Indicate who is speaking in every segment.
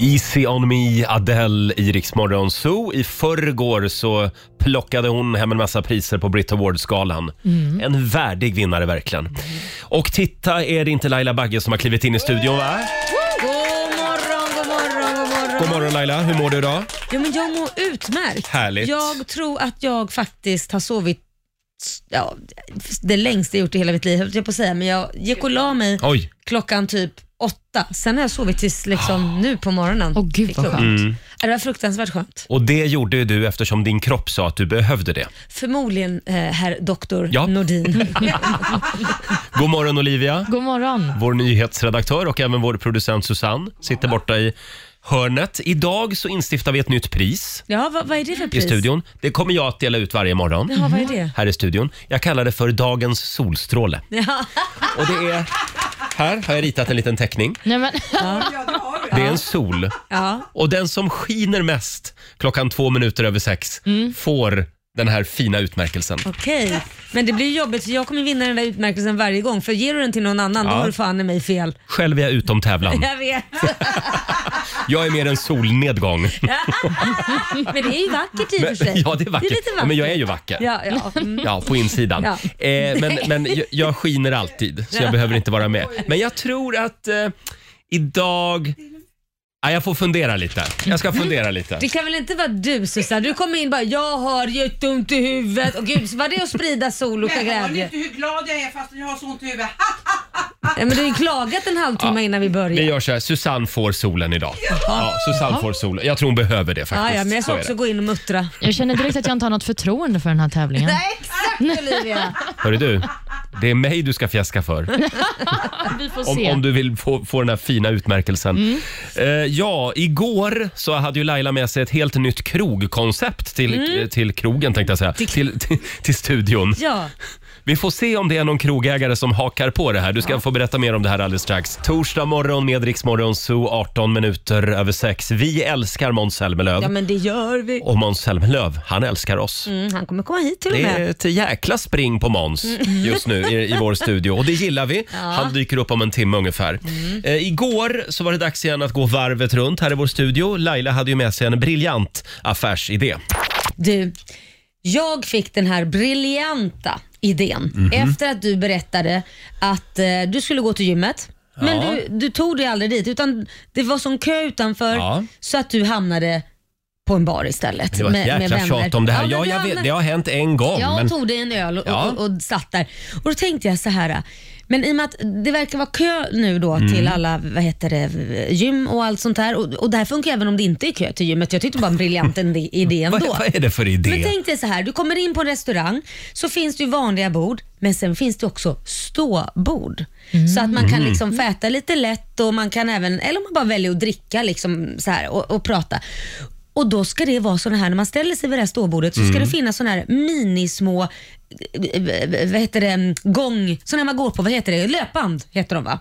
Speaker 1: Easy on me, Adele i Rix Morgon Zoo. I förrgår så plockade hon hem en massa priser på Brit Award-galan. En värdig vinnare verkligen. Och titta, är det inte Laila Bagge som har klivit in i studion va?
Speaker 2: God morgon, god morgon, god morgon.
Speaker 1: God morgon Laila, hur mår du idag?
Speaker 2: Ja, men jag mår utmärkt.
Speaker 1: Härligt.
Speaker 2: Jag tror att jag faktiskt har sovit ja, det längsta jag gjort i hela mitt liv, höll jag på att säga. Men jag gick och la mig
Speaker 1: Oj.
Speaker 2: klockan typ åtta. Sen har jag sovit tills
Speaker 1: Ah.
Speaker 2: liksom nu på morgonen.
Speaker 3: Åh, gud, vad
Speaker 2: Det är
Speaker 3: skönt.
Speaker 1: Mm.
Speaker 2: klokt. Ja, Det var fruktansvärt skönt.
Speaker 1: Och det gjorde ju du eftersom din kropp sa att du behövde det.
Speaker 2: Förmodligen eh, herr doktor
Speaker 1: Ja.
Speaker 2: Nordin.
Speaker 1: God morgon Olivia.
Speaker 3: God morgon.
Speaker 1: Vår nyhetsredaktör och även vår producent Susanne sitter borta i hörnet. Idag så instiftar vi ett nytt pris
Speaker 2: Ja, vad, vad är det för
Speaker 1: i
Speaker 2: pris?
Speaker 1: studion. Mm. Det kommer jag att dela ut varje morgon.
Speaker 2: Ja, vad är det?
Speaker 1: här i studion. Jag kallar det för dagens solstråle.
Speaker 2: Ja.
Speaker 1: Och det är... Här har jag ritat en liten teckning.
Speaker 3: Nej, men,
Speaker 1: Det är en sol.
Speaker 2: Ja.
Speaker 1: Och den som skiner mest klockan två minuter över sex får den här fina utmärkelsen.
Speaker 2: Okej, men det blir ju jobbigt för jag kommer vinna den där utmärkelsen varje gång. För ger du den till någon annan
Speaker 1: Ja.
Speaker 2: då har du fan i mig fel.
Speaker 1: Själv är jag utom tävlan.
Speaker 2: Jag vet.
Speaker 1: Jag är mer en solnedgång.
Speaker 2: men det är ju vackert i och
Speaker 1: Men,
Speaker 2: för sig.
Speaker 1: ja, det är
Speaker 2: Det är
Speaker 1: vackert.
Speaker 2: lite
Speaker 1: Ja,
Speaker 2: vackert.
Speaker 1: men jag är ju vacker.
Speaker 2: Ja, ja. Mm.
Speaker 1: Ja, på insidan.
Speaker 2: Ja.
Speaker 1: Eh, men men jag, jag skiner alltid, så jag behöver inte vara med. Men jag tror att eh, idag... Ah, jag får fundera lite. Jag ska fundera lite.
Speaker 2: Det kan väl inte vara du Susanne? Du kommer in bara “jag har jätteont i huvudet” och gud vad det är att sprida sol och
Speaker 4: Men hör ni
Speaker 2: glädje.
Speaker 4: inte hur glad jag är fast jag har så ont i huvudet?
Speaker 2: Ja, men du har ju klagat en halvtimme innan vi
Speaker 1: Vi
Speaker 2: börjar.
Speaker 1: gör så här, Susanne får solen idag. Ja, Susanne får solen. Jag tror hon behöver det
Speaker 2: Ja,
Speaker 1: faktiskt.
Speaker 2: ja, men jag
Speaker 1: Så är
Speaker 2: ska
Speaker 1: det.
Speaker 2: också gå in och muttra.
Speaker 3: jag känner direkt att jag inte har något förtroende för den här tävlingen.
Speaker 2: Exakt Olivia!
Speaker 1: Hörru du, det är mig du ska fjäska för.
Speaker 3: Vi får
Speaker 1: Om,
Speaker 3: se.
Speaker 1: om du vill få, få den här fina utmärkelsen.
Speaker 2: Mm.
Speaker 1: Eh, ja, igår så hade ju Laila med sig ett helt nytt krogkoncept till, eh, till krogen tänkte jag säga. Till, till, till studion.
Speaker 2: Mm. Ja,
Speaker 1: Vi får se om det är någon krogägare som hakar på det här. Du ska få berätta mer om det här alldeles strax. Torsdag morgon med Rix Morgon Zoo, 18 minuter över 6. Vi älskar Måns Zelmerlöw.
Speaker 2: ja men det gör vi.
Speaker 1: Och Måns Zelmerlöw, han älskar oss.
Speaker 2: Mm, han kommer komma hit till och
Speaker 1: Det
Speaker 2: med.
Speaker 1: är ett jäkla spring på Måns just nu i, i vår studio och det gillar vi. Han dyker upp om en timme ungefär. Eh, igår så var det dags igen att gå varvet runt här i vår studio. Laila hade ju med sig en briljant affärsidé.
Speaker 2: Du, jag fick den här briljanta idén
Speaker 1: Mhm.
Speaker 2: efter att du berättade att eh, du skulle gå till gymmet. Men
Speaker 1: Ja.
Speaker 2: du, du tog dig aldrig dit utan det var sån kö utanför
Speaker 1: Ja.
Speaker 2: så att du hamnade på en bar istället.
Speaker 1: Det var ett
Speaker 2: med- med
Speaker 1: jäkla
Speaker 2: vänner.
Speaker 1: tjat om det här.
Speaker 2: men
Speaker 1: Ja,
Speaker 2: du
Speaker 1: jag vet,
Speaker 2: hamnade-
Speaker 1: det har hänt en gång.
Speaker 2: jag
Speaker 1: men...
Speaker 2: tog dig en öl och,
Speaker 1: Ja.
Speaker 2: och, och satt där. Och då tänkte jag så här. Men i och med att det verkar vara kö nu då
Speaker 1: Mm.
Speaker 2: till alla vad heter det, gym och allt sånt här. Och, och det här funkar även om det inte är kö till gymmet. Jag tyckte det var en briljant idé ändå.
Speaker 1: Vad, vad är det för idé?
Speaker 2: Men tänk dig så här, du kommer in på en restaurang så finns det ju vanliga bord men sen finns det också ståbord.
Speaker 1: Mm.
Speaker 2: Så att man kan liksom få äta lite lätt och man kan även, eller om man bara väljer att dricka liksom så här och, och prata. Och då ska det vara sådana här, när man ställer sig vid det här ståbordet så ska
Speaker 1: Mm.
Speaker 2: det finnas sådana här minismå eh, eh, vad heter det, gång, sådana här man går på, vad heter det, löpband heter de va?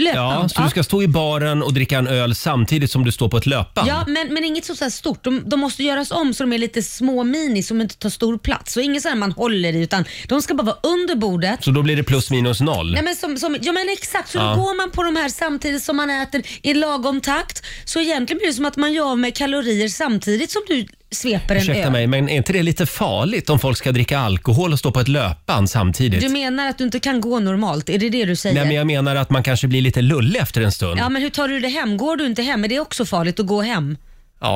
Speaker 2: Löpband.
Speaker 1: Ja, så du ska stå i baren och dricka en öl samtidigt som du står på ett löpband?
Speaker 2: Ja, men, men inget så, så här stort. De, de måste göras om så de är lite små mini som inte tar stor plats. Så inget så här man håller i utan de ska bara vara under bordet.
Speaker 1: Så då blir det plus minus noll?
Speaker 2: Nej, men som, som, ja men exakt, så
Speaker 1: Ja.
Speaker 2: då går man på de här samtidigt som man äter i lagom takt. Så egentligen blir det som att man gör av med kalorier samtidigt som du sveper en
Speaker 1: Ursäkta
Speaker 2: öl.
Speaker 1: mig, men är inte det lite farligt om folk ska dricka alkohol och stå på ett löpband samtidigt?
Speaker 2: Du menar att du inte kan gå normalt? Är det det du säger?
Speaker 1: Nej, men jag menar att man kanske blir lite lullig efter en stund.
Speaker 2: Ja
Speaker 1: Ja,
Speaker 2: men hur tar du det hem? Går du inte hem? Är det också farligt att gå hem?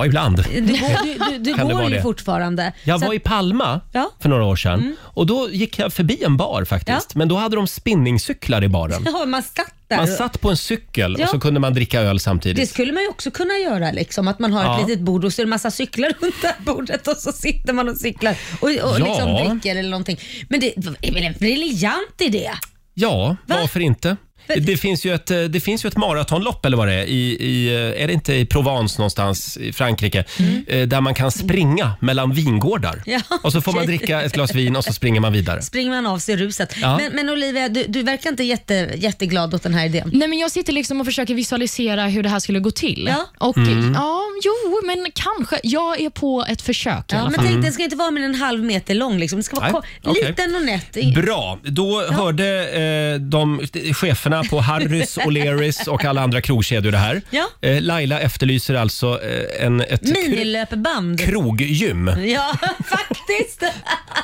Speaker 1: ibland.
Speaker 2: Du går, du, du, du
Speaker 1: Kan det
Speaker 2: går
Speaker 1: vara
Speaker 2: ju
Speaker 1: det?
Speaker 2: fortfarande.
Speaker 1: Jag
Speaker 2: Så
Speaker 1: var i Palma
Speaker 2: Ja. Mm.
Speaker 1: för några år sedan och då gick jag förbi en bar faktiskt. Men då hade de spinningcyklar i baren.
Speaker 2: att- Ja, man satt där.
Speaker 1: Man
Speaker 2: och-
Speaker 1: satt på en cykel
Speaker 2: Ja.
Speaker 1: och så kunde man dricka öl samtidigt.
Speaker 2: Det skulle man ju också kunna göra, liksom, att man har
Speaker 1: Ja.
Speaker 2: ett litet bord och så är det massa cyklar runt det här bordet och så sitter man och cyklar och, och
Speaker 1: Ja.
Speaker 2: liksom dricker eller någonting. Men det är väl en briljant idé?
Speaker 1: Ja,
Speaker 2: Va?
Speaker 1: varför inte?
Speaker 2: Va-
Speaker 1: Det finns, ju ett, eh, det finns ju ett maratonlopp, eller vad det är, i, i, eh, är det inte i Provence någonstans i Frankrike, Eh, där man kan springa mellan vingårdar.
Speaker 2: Mm. Ja,
Speaker 1: och så får man
Speaker 2: okej.
Speaker 1: dricka ett glas vin och så springer man vidare.
Speaker 2: Springer man av sig ruset.
Speaker 1: Ja.
Speaker 2: Men, men Olivia, du, du verkar inte jätte, jätteglad åt den här idén.
Speaker 3: Nej, men jag sitter liksom och försöker visualisera hur det här skulle gå till.
Speaker 2: Ja.
Speaker 3: Och,
Speaker 1: Mm.
Speaker 3: ja, jo, men kanske. Jag är på ett försök i
Speaker 2: Ja,
Speaker 3: alla
Speaker 2: men
Speaker 3: fall.
Speaker 1: Mm.
Speaker 2: tänk, den ska inte vara mer än en halv meter lång. Liksom. Den ska vara
Speaker 1: Nej,
Speaker 2: ko-
Speaker 1: okej.
Speaker 2: liten och nätt.
Speaker 1: Bra, då hörde eh, de cheferna priserna på Harrys, O'Learys och alla andra krogkedjor det här.
Speaker 2: Ja.
Speaker 1: Eh, Laila efterlyser alltså eh, en, ett kro-
Speaker 2: Minilöpband.
Speaker 1: kroggym.
Speaker 2: Ja, faktiskt.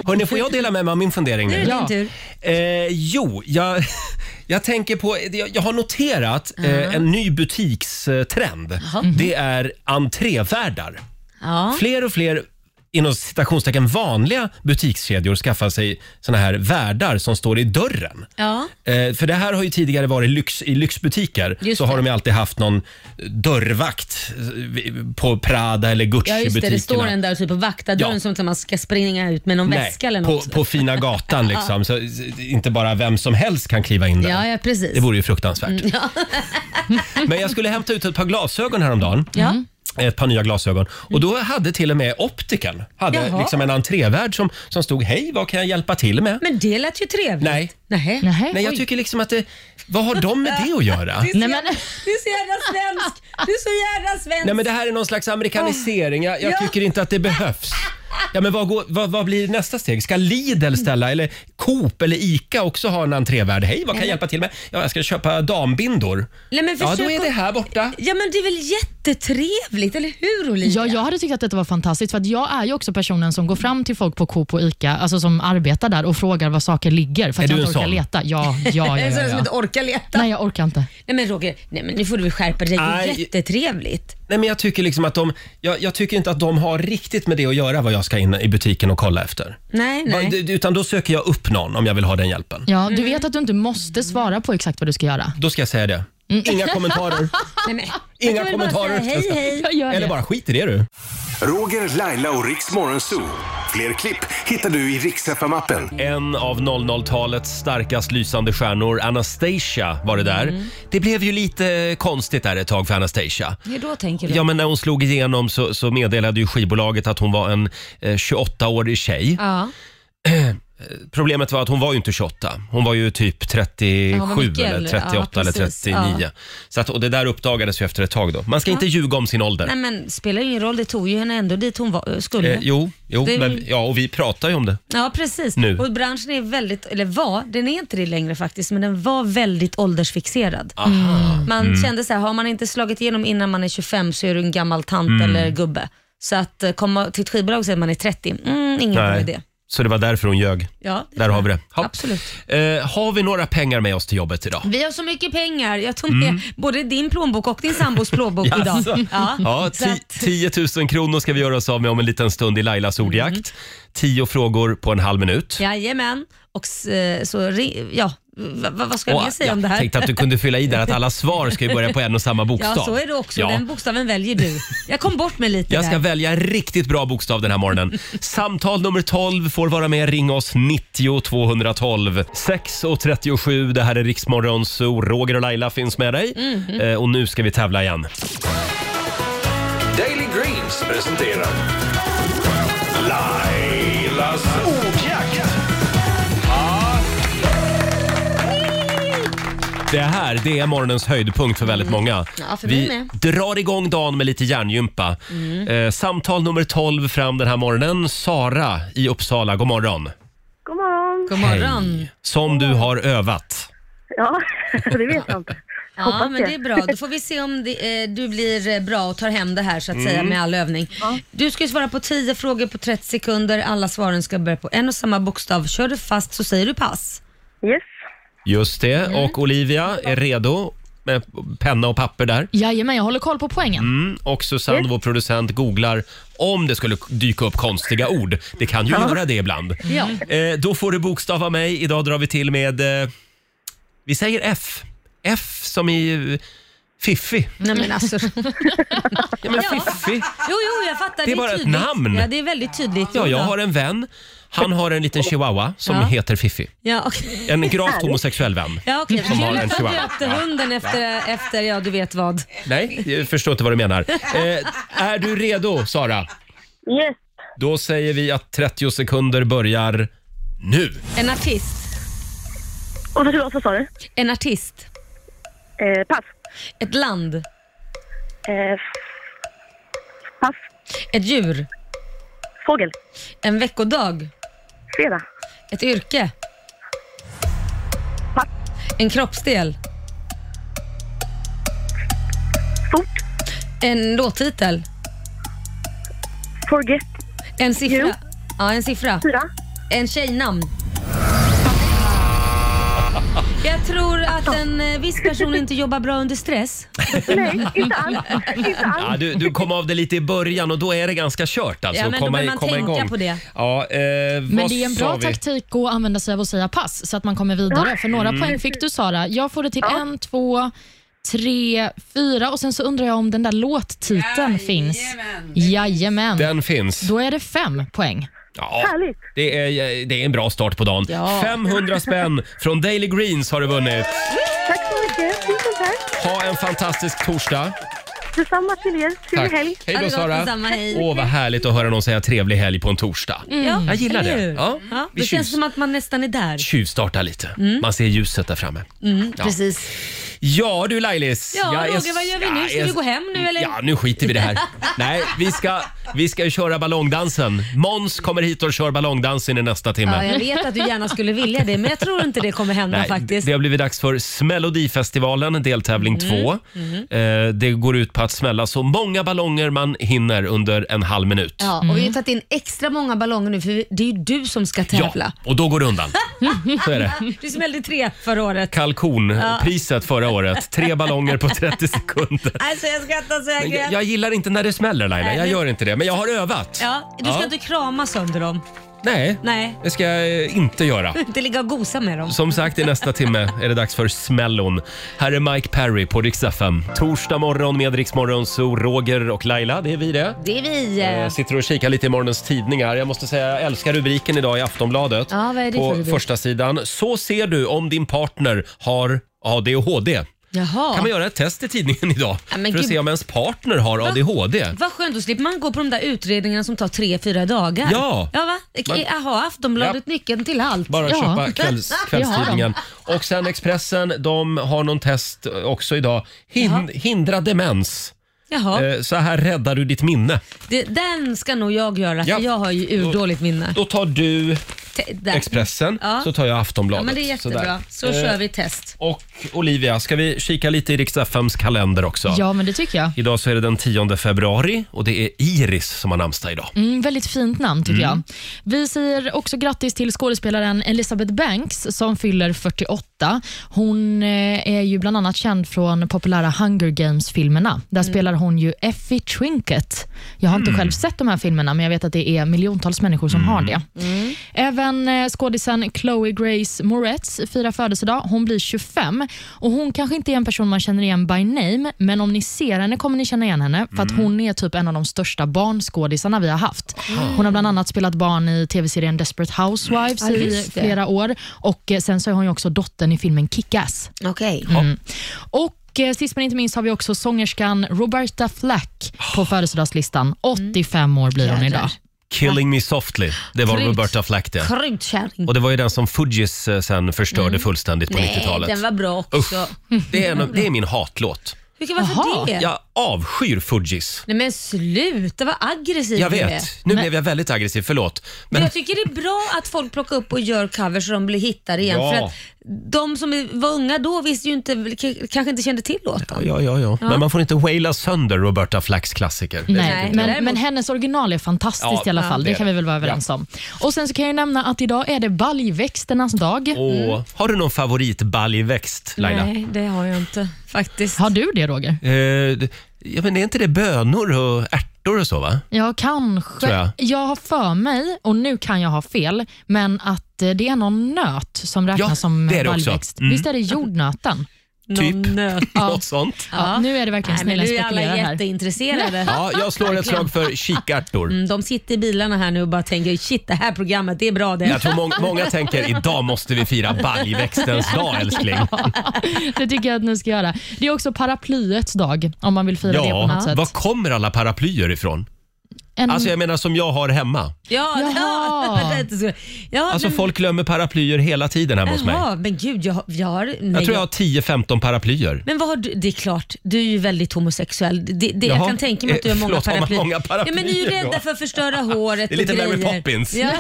Speaker 1: Hörni, får jag dela med mig av min fundering
Speaker 2: Nu är
Speaker 1: nu?
Speaker 2: det
Speaker 3: Ja.
Speaker 2: din tur.
Speaker 1: Eh, jo, jag, jag tänker på... Jag, jag har noterat eh, en ny butikstrend. Mm-hmm. Det
Speaker 2: Mm-hmm.
Speaker 1: är entrévärdar.
Speaker 2: Ja.
Speaker 1: Fler och fler inom citationstecken vanliga butikskedjor skaffar sig såna här värdar som står i dörren.
Speaker 2: Ja.
Speaker 1: Eh, för det här har ju tidigare varit lyx, i lyxbutiker.
Speaker 2: Just
Speaker 1: så har
Speaker 2: det.
Speaker 1: de ju alltid haft någon dörrvakt eh, vi- på Prada eller
Speaker 2: Ja just det,
Speaker 1: Gucci-butikerna.
Speaker 2: det står en där typ och vaktar dörren
Speaker 1: Ja.
Speaker 2: som att man ska springa ut med någon
Speaker 1: Nej,
Speaker 2: väska eller
Speaker 1: på,
Speaker 2: något.
Speaker 1: på fina gatan liksom. Så, s- inte bara vem som helst kan kliva in där.
Speaker 2: Ja, Mm. ja precis.
Speaker 1: Det vore ju fruktansvärt. Men jag skulle hämta ut ett par glasögon häromdagen. Mm.
Speaker 2: Ja.
Speaker 1: Ett par nya glasögon. Och då hade till och med optiken hade
Speaker 2: Jaha.
Speaker 1: liksom en entrévärd som, som stod “Hej, vad kan jag hjälpa till med?”
Speaker 2: Men det lät ju trevligt.
Speaker 1: Nej.
Speaker 2: Nej.
Speaker 3: Nej,
Speaker 1: Nej, jag
Speaker 3: oj.
Speaker 1: tycker liksom att det, vad har de med det att göra?
Speaker 2: Du är, så jävla,
Speaker 3: Nej, men-
Speaker 2: du är så jävla svensk. Du är så jävla svensk.
Speaker 1: Nej men det här är någon slags amerikanisering. Jag, jag
Speaker 2: Ja.
Speaker 1: tycker inte att det behövs. Ja, men vad, går, vad, vad blir nästa steg? Ska Lidl ställa, eller Coop eller ICA också ha en entrévärd? Hej, vad kan jag hjälpa till med? Ja, jag ska köpa dambindor.
Speaker 2: Nej, men
Speaker 1: ja, då
Speaker 2: försök
Speaker 1: är det
Speaker 2: att-
Speaker 1: här borta.
Speaker 2: Ja men det är väl jättetrevligt, eller hur Olivia?
Speaker 3: Ja, jag hade tyckt att detta var fantastiskt, för att jag är ju också personen som går fram till folk på Coop och ICA, alltså som arbetar där och frågar var saker ligger, för att
Speaker 1: Är
Speaker 3: jag
Speaker 1: du
Speaker 3: inte
Speaker 1: en
Speaker 3: orkar
Speaker 1: sån?
Speaker 3: leta. Ja, ja, ja,
Speaker 2: Jag är en sån
Speaker 3: ja,
Speaker 2: som
Speaker 3: ja.
Speaker 2: inte orkar leta.
Speaker 3: Nej, jag orkar inte.
Speaker 2: Nej men Roger, nej, men nu får du väl skärpa dig. Det är
Speaker 1: Aj.
Speaker 2: jättetrevligt.
Speaker 1: Nej, men jag tycker liksom att de, jag, jag tycker inte att de har riktigt med det att göra vad jag ska in i butiken och kolla efter.
Speaker 2: Nej, nej.
Speaker 1: Va- Utan då söker jag upp någon om jag vill ha den hjälpen.
Speaker 3: Ja, du vet att du inte måste svara på exakt vad du ska göra.
Speaker 1: Då ska jag säga det. Inga kommentarer.
Speaker 2: nej, men.
Speaker 1: Inga
Speaker 2: Mm. Jag kan väl bara
Speaker 1: kommentarer.
Speaker 2: säga Hej hej.
Speaker 3: Jag gör
Speaker 1: Eller
Speaker 3: det.
Speaker 1: bara skit i det du.
Speaker 5: Roger, Laila och Riks Morgonzoo. Fler klipp hittar du i Riks FM-appen.
Speaker 1: En av 00-talets starkast lysande stjärnor, Anastasia, var det där.
Speaker 2: Mm.
Speaker 1: Det blev ju lite konstigt där ett tag för Anastasia.
Speaker 2: Hur då tänker du?
Speaker 1: Ja, men när hon slog igenom så, så meddelade ju skivbolaget att hon var en eh, 28-årig tjej.
Speaker 2: Ja.
Speaker 1: Problemet var att hon var ju inte 28. Hon var ju typ 37
Speaker 2: Ja, hon var mycket
Speaker 1: eller
Speaker 2: äldre.
Speaker 1: 38
Speaker 2: Ja,
Speaker 1: eller
Speaker 2: precis.
Speaker 1: 39. Så att, och det där uppdagades ju efter ett tag då. Man ska inte ljuga om sin ålder.
Speaker 2: Nej men spelar ingen roll, det tog ju henne ändå dit hon var, skulle.
Speaker 1: Eh, jo, jo
Speaker 2: Det är
Speaker 1: men,
Speaker 2: väl-
Speaker 1: ja, och vi pratar ju om det.
Speaker 2: Ja precis.
Speaker 1: Nu.
Speaker 2: Och branschen är väldigt, eller var, den är inte det längre faktiskt, men den var väldigt åldersfixerad.
Speaker 1: Mm.
Speaker 2: Man kände så här, har man inte slagit igenom innan man är 25 så är du en gammal tant
Speaker 1: Mm.
Speaker 2: eller gubbe. Så att eh, komma till ett skivbolag och säga att man är 30, mm, ingen bra idé.
Speaker 1: Så det var därför hon ljög.
Speaker 2: Ja, det
Speaker 1: Där
Speaker 2: var
Speaker 1: har vi det. Ja.
Speaker 2: Absolut.
Speaker 1: Eh, har vi några pengar med oss till jobbet idag?
Speaker 2: Vi har så mycket pengar. Jag tog med
Speaker 1: Mm.
Speaker 2: både din plånbok och din sambos plånbok idag.
Speaker 1: Jaså?
Speaker 2: Ja.
Speaker 1: alltså. Ja,
Speaker 2: så att,
Speaker 1: 10 000 kronor ska vi göra oss av med om en liten stund i Lailas ordjakt.
Speaker 2: Mm.
Speaker 1: 10 frågor på en halv minut.
Speaker 2: jajamän. Och s- eh, så, ri- ja, va, va, vad ska jag mer säga om det här?
Speaker 1: tänkte att du kunde fylla i där att alla svar ska ju börja på en och samma bokstav.
Speaker 2: Ja, så är det också.
Speaker 1: Ja.
Speaker 2: Den bokstaven väljer du. Jag kom bort med lite
Speaker 1: Jag ska
Speaker 2: där.
Speaker 1: välja en riktigt bra bokstav den här morgonen. Samtal nummer 12 får vara med. Ring oss 90 212. 6.37, det här är Riksmorgon Zoo. Roger och Laila finns med dig.
Speaker 2: Mhm.
Speaker 1: Eh, och nu ska vi tävla igen.
Speaker 5: Daily Greens presenterar Lailas ordjakt.
Speaker 1: Det här det är morgonens höjdpunkt för väldigt många.
Speaker 2: Mm. Ja, för mig
Speaker 1: vi
Speaker 2: med. Mm.
Speaker 1: drar igång dagen med lite hjärngympa. Eh, samtal nummer 12 fram den här morgonen. Sara i Uppsala, god morgon.
Speaker 6: God morgon.
Speaker 2: God morgon.
Speaker 1: Hej. Som du har övat.
Speaker 6: Ja, det vet jag inte.
Speaker 2: Ja, men det är bra. Då får vi se om det, eh, du blir eh, bra och tar hem det här så att
Speaker 1: Mm.
Speaker 2: säga med all övning. Du ska ju svara på 10 frågor på 30 sekunder. Alla svaren ska börja på en och samma bokstav. Kör du fast så säger du pass.
Speaker 6: Yes.
Speaker 1: Just det.
Speaker 2: Mm.
Speaker 1: Och Olivia är redo med penna och papper där.
Speaker 3: Jajamän, jag håller koll på poängen.
Speaker 1: Mm. Och Susanne, vår producent, googlar om det skulle dyka upp konstiga ord. Det kan ju göra det ibland.
Speaker 3: Ja.
Speaker 1: Eh, då får du bokstav av mig. Idag drar vi till med... Eh, vi säger F. F som i eh, fiffig.
Speaker 2: Nej men alltså.
Speaker 1: Ja, men
Speaker 2: Ja.
Speaker 1: fiffig.
Speaker 2: Jo, jo, jag fattar. Det är,
Speaker 1: bara ett
Speaker 2: tydligt.
Speaker 1: namn.
Speaker 2: Ja, det är väldigt tydligt.
Speaker 1: Ja, jag har en vän. Han har en liten chihuahua som
Speaker 2: Ja.
Speaker 1: heter Fiffi.
Speaker 2: Ja, okej.
Speaker 1: En gravt homosexuell vän.
Speaker 2: Ja, okej.
Speaker 1: Som har
Speaker 2: Kul
Speaker 1: en
Speaker 2: att
Speaker 1: chihuahua.
Speaker 2: han döpte hunden efter, efter, ja du vet vad.
Speaker 1: Nej, jag förstår inte vad du menar. Eh, är du redo, Sara?
Speaker 6: Yes.
Speaker 1: Då säger vi att 30 sekunder börjar nu.
Speaker 2: En artist.
Speaker 6: Och så vad sa du?
Speaker 2: En artist.
Speaker 6: Eh, pass.
Speaker 2: Ett land.
Speaker 6: Eh, pass.
Speaker 2: Ett djur.
Speaker 6: Fågel.
Speaker 2: En veckodag.
Speaker 6: Fredag.
Speaker 2: Ett yrke.
Speaker 6: Pass.
Speaker 2: En kroppsdel. En låttitel?
Speaker 6: Forget.
Speaker 2: En siffra?
Speaker 6: Jo.
Speaker 2: Ja, en siffra.
Speaker 6: Fyra.
Speaker 2: En tjejnamn? Jag tror att en eh, viss person inte jobbar bra under stress.
Speaker 6: Nej, inte alls. Inte alls.
Speaker 1: Ja, du, du kom av det lite i början och då är det ganska kört alltså.
Speaker 2: Ja, men
Speaker 1: att
Speaker 2: då
Speaker 1: komma,
Speaker 2: bör
Speaker 1: i-
Speaker 2: man
Speaker 1: komma
Speaker 2: tänka
Speaker 1: igång.
Speaker 2: på det.
Speaker 1: Ja, eh, vad
Speaker 3: Men det är en
Speaker 1: sa
Speaker 3: bra
Speaker 1: vi?
Speaker 3: taktik att använda sig av att säga pass så att man kommer vidare. För några
Speaker 1: Mm.
Speaker 3: poäng fick du Sara. Jag får det till en, två, tre, fyra och sen så undrar jag om den där låttiteln finns.
Speaker 4: Jajamän.
Speaker 3: Jajamän.
Speaker 1: Den finns.
Speaker 3: Då är det fem poäng.
Speaker 1: Ja,
Speaker 6: Härligt.
Speaker 1: det, är, det är en bra start på dagen.
Speaker 3: Ja.
Speaker 1: 500 spänn från Daily Greens har du vunnit.
Speaker 6: Tack så mycket. Tusen tack.
Speaker 1: Ha en fantastisk torsdag.
Speaker 6: Detsamma till er. Trevlig
Speaker 1: Tack.
Speaker 6: helg.
Speaker 1: Hej
Speaker 2: Ha
Speaker 1: då
Speaker 2: det gott,
Speaker 1: Sara.
Speaker 2: detsamma, hej.
Speaker 1: Åh, vad härligt att höra någon säga trevlig helg på en torsdag.
Speaker 2: Ja,
Speaker 1: Jag gillar
Speaker 2: eller
Speaker 1: det.
Speaker 2: hur?
Speaker 1: Ja,
Speaker 2: Ja,
Speaker 1: vi
Speaker 2: det känns
Speaker 1: tjus-
Speaker 2: som att man nästan är där.
Speaker 1: Tjuvstarta lite.
Speaker 2: Mm.
Speaker 1: Man ser ljuset där framme. ja.
Speaker 2: Precis.
Speaker 1: Ja du Lailis.
Speaker 2: Mm. Ja,
Speaker 1: jag är-
Speaker 2: Roger, vad gör vi nu? Ska
Speaker 1: jag är-
Speaker 2: vi gå hem nu, eller?
Speaker 1: Ja, nu skiter vi i det här. Nej, vi ska, vi ska ju köra ballongdansen. Måns kommer hit och kör ballongdansen i nästa timme.
Speaker 2: Ja, jag vet att du gärna skulle vilja det, men jag tror inte det kommer hända
Speaker 1: Nej,
Speaker 2: faktiskt. Mm.
Speaker 1: Det har blivit dags för Smällodifestivalen, deltävling 2. Eh, det går ut på att smälla så många ballonger man hinner under en halv minut.
Speaker 2: Ja, och vi har ju tagit in extra många ballonger nu för det är ju du som ska tävla.
Speaker 1: och då går det undan. Så är det.
Speaker 2: Du smällde tre förra året.
Speaker 1: Kalkonpriset förra året. Tre ballonger på 30 sekunder.
Speaker 2: Alltså jag skrattar så jag
Speaker 1: Men jag,
Speaker 2: grät.
Speaker 1: jag gillar inte när det smäller Laila, jag gör inte det. Men jag har övat.
Speaker 2: Ja, du ska
Speaker 1: Ja.
Speaker 2: inte krama sönder dem.
Speaker 1: Nej,
Speaker 2: Nej.
Speaker 1: det ska jag eh, inte göra.
Speaker 2: Inte ligga och gosa med dem.
Speaker 1: Som sagt, i nästa timme är det dags för smällon. Här är Mike Perry på Rix FM. Torsdag morgon med Rix Morgon, så Roger och Laila, det är vi det.
Speaker 2: Det är vi. eh,
Speaker 1: Jag sitter och kikar lite i morgonens tidningar. Jag måste säga, jag älskar rubriken idag i Aftonbladet.
Speaker 2: Ja, vad är det för
Speaker 1: på
Speaker 2: rubrik?
Speaker 1: första sidan. Så ser du om din partner har ADHD.
Speaker 2: Jaha.
Speaker 1: Kan man göra ett test i tidningen idag
Speaker 2: Ja,
Speaker 1: för
Speaker 2: men
Speaker 1: att
Speaker 2: gud.
Speaker 1: se om ens partner har ADHD?
Speaker 2: Vad skönt, då slipper man gå på de där utredningarna som tar tre, fyra dagar.
Speaker 1: Ja.
Speaker 2: ja va?
Speaker 1: Man-
Speaker 2: Jaha, Aftonbladet nyckeln till allt.
Speaker 1: Bara
Speaker 3: Ja.
Speaker 1: köpa kvälls, kvällstidningen. Och sen Expressen, de har någon test också idag. Hin, hindra demens.
Speaker 2: Jaha,
Speaker 1: Eh, Så här räddar du ditt minne.
Speaker 2: det, den ska nog jag göra för
Speaker 1: Ja.
Speaker 2: jag har ju urdåligt minne.
Speaker 1: Då tar du
Speaker 2: Te- där.
Speaker 1: Expressen,
Speaker 2: Ja.
Speaker 1: så tar jag Aftonbladet.
Speaker 2: Ja, men det är jättebra.
Speaker 1: Sådär.
Speaker 2: Så
Speaker 1: Eh,
Speaker 2: kör vi test.
Speaker 1: Och Olivia, ska vi kika lite i Rix FMs kalender också?
Speaker 3: Ja, men det tycker jag.
Speaker 1: Idag så är det den 10 februari och det är Iris som har namnsdag idag.
Speaker 3: Mm, väldigt fint namn tycker jag. Vi säger också grattis till skådespelaren Elizabeth Banks som fyller 48. Hon eh, är ju bland annat känd från populära Hunger Games-filmerna. Där spelar hon ju Effie Trinket. Jag har inte själv sett de här filmerna, men jag vet att det är miljontals människor som har det. Även eh, skådisen Chloe Grace Moretz firar födelsedag. Hon blir 25 och hon kanske inte är en person man känner igen by name, men om ni ser henne kommer ni känna igen henne för att hon är typ en av de största barnskådisarna vi har haft. Hon har bland annat spelat barn i tv-serien Desperate Housewives
Speaker 2: Ja,
Speaker 3: i
Speaker 2: just det.
Speaker 3: flera år och eh, sen så är hon ju också dottern i filmen Kick-Ass.
Speaker 2: Okej.
Speaker 3: Och eh, sist men inte minst har vi också sångerskan Roberta Flack på
Speaker 2: Mm.
Speaker 3: födelsedagslistan. 85 år blir hon idag.
Speaker 1: Killing me softly, det var
Speaker 2: Grymt.
Speaker 1: Roberta Flack det.
Speaker 2: Kryddkärring.
Speaker 1: Och det var ju den som Fugees eh, sen förstörde fullständigt på 90-talet.
Speaker 2: Mm. den var bra också.
Speaker 1: Det är, en, av- det är min hatlåt.
Speaker 2: Hur kan varför
Speaker 3: Jaha.
Speaker 2: det?
Speaker 1: Jag avskyr Fugees.
Speaker 2: Nej men sluta, vad aggressiv
Speaker 1: Jag
Speaker 2: du är.
Speaker 1: vet, nu blev jag väldigt aggressiv, förlåt.
Speaker 2: Men
Speaker 1: Men
Speaker 2: jag tycker det är bra att folk plockar upp och gör covers så de blir hittade igen.
Speaker 1: Ja.
Speaker 2: För att de som är- var unga då visste ju inte, k- kanske inte kände till låten.
Speaker 1: Ja, ja, ja. Men man får inte waila sönder Roberta Flacks klassiker.
Speaker 2: Nej,
Speaker 3: Nej,
Speaker 2: men
Speaker 3: men,
Speaker 2: däremot-
Speaker 3: men hennes original är fantastiskt
Speaker 1: Ja,
Speaker 3: i alla
Speaker 1: ja,
Speaker 3: fall.
Speaker 1: det
Speaker 3: Det
Speaker 1: är
Speaker 3: kan vi
Speaker 1: det.
Speaker 3: väl vara överens om. Och Sen så kan jag ju nämna att idag är det baljväxternas dag.
Speaker 1: Och, Har du någon favoritbaljväxt Laila?
Speaker 2: Mm. Nej, det har jag inte faktiskt.
Speaker 3: Har du det, Roger?
Speaker 1: Eh, d- ja, men är inte det bönor och ärtor och så va?
Speaker 3: Ja, kanske.
Speaker 1: Tror jag.
Speaker 3: jag. har för mig, och nu kan jag ha fel, men att eh, det är någon nöt som räknas
Speaker 1: Ja,
Speaker 3: som
Speaker 1: det är det också.
Speaker 3: baljväxt.
Speaker 1: Mm.
Speaker 3: Visst är det jordnöten?
Speaker 1: typ.
Speaker 2: Någon nöt.
Speaker 1: Något sånt.
Speaker 3: Ja. nu är det verkligen
Speaker 2: Nej, men
Speaker 3: snälla
Speaker 2: nu är alla
Speaker 3: spekulerar här.
Speaker 2: jätteintresserade.
Speaker 1: Ja, jag slår ett slag för kikärtor.
Speaker 2: Mm, De sitter i bilarna här nu och bara tänker shit det här programmet det är bra det.
Speaker 1: Jag tror mång- många tänker idag måste vi fira baljväxtens dag älskling.
Speaker 3: Det tycker jag att ni ska göra. Det är också paraplyets dag, om man vill fira det på
Speaker 1: Ja,
Speaker 3: något sätt.
Speaker 1: var kommer alla paraplyer ifrån?
Speaker 3: En...
Speaker 1: Alltså
Speaker 2: Mm.
Speaker 1: jag menar som jag har hemma.
Speaker 2: Ja,
Speaker 3: Jaha.
Speaker 2: ja, det- ja
Speaker 1: Alltså
Speaker 2: men-
Speaker 1: folk glömmer paraplyer hela tiden hemma hos mig.
Speaker 2: Mm. Jaha, men gud, jag, har- jag har... Nej,
Speaker 1: Jag tror jag har 10-15 paraplyer.
Speaker 2: Men vad har du, det är klart, du är ju väldigt homosexuell. Det, det, jag
Speaker 1: Jaha.
Speaker 2: kan tänka mig att du har
Speaker 1: Eh,
Speaker 2: många
Speaker 1: förlåt, har man
Speaker 2: paraplyer.
Speaker 1: många
Speaker 2: ja, men ni är ju
Speaker 1: paraplyer då?
Speaker 2: rädda för att förstöra håret
Speaker 1: Det är lite
Speaker 2: och grejer.
Speaker 1: Mary Poppins.
Speaker 2: Ja,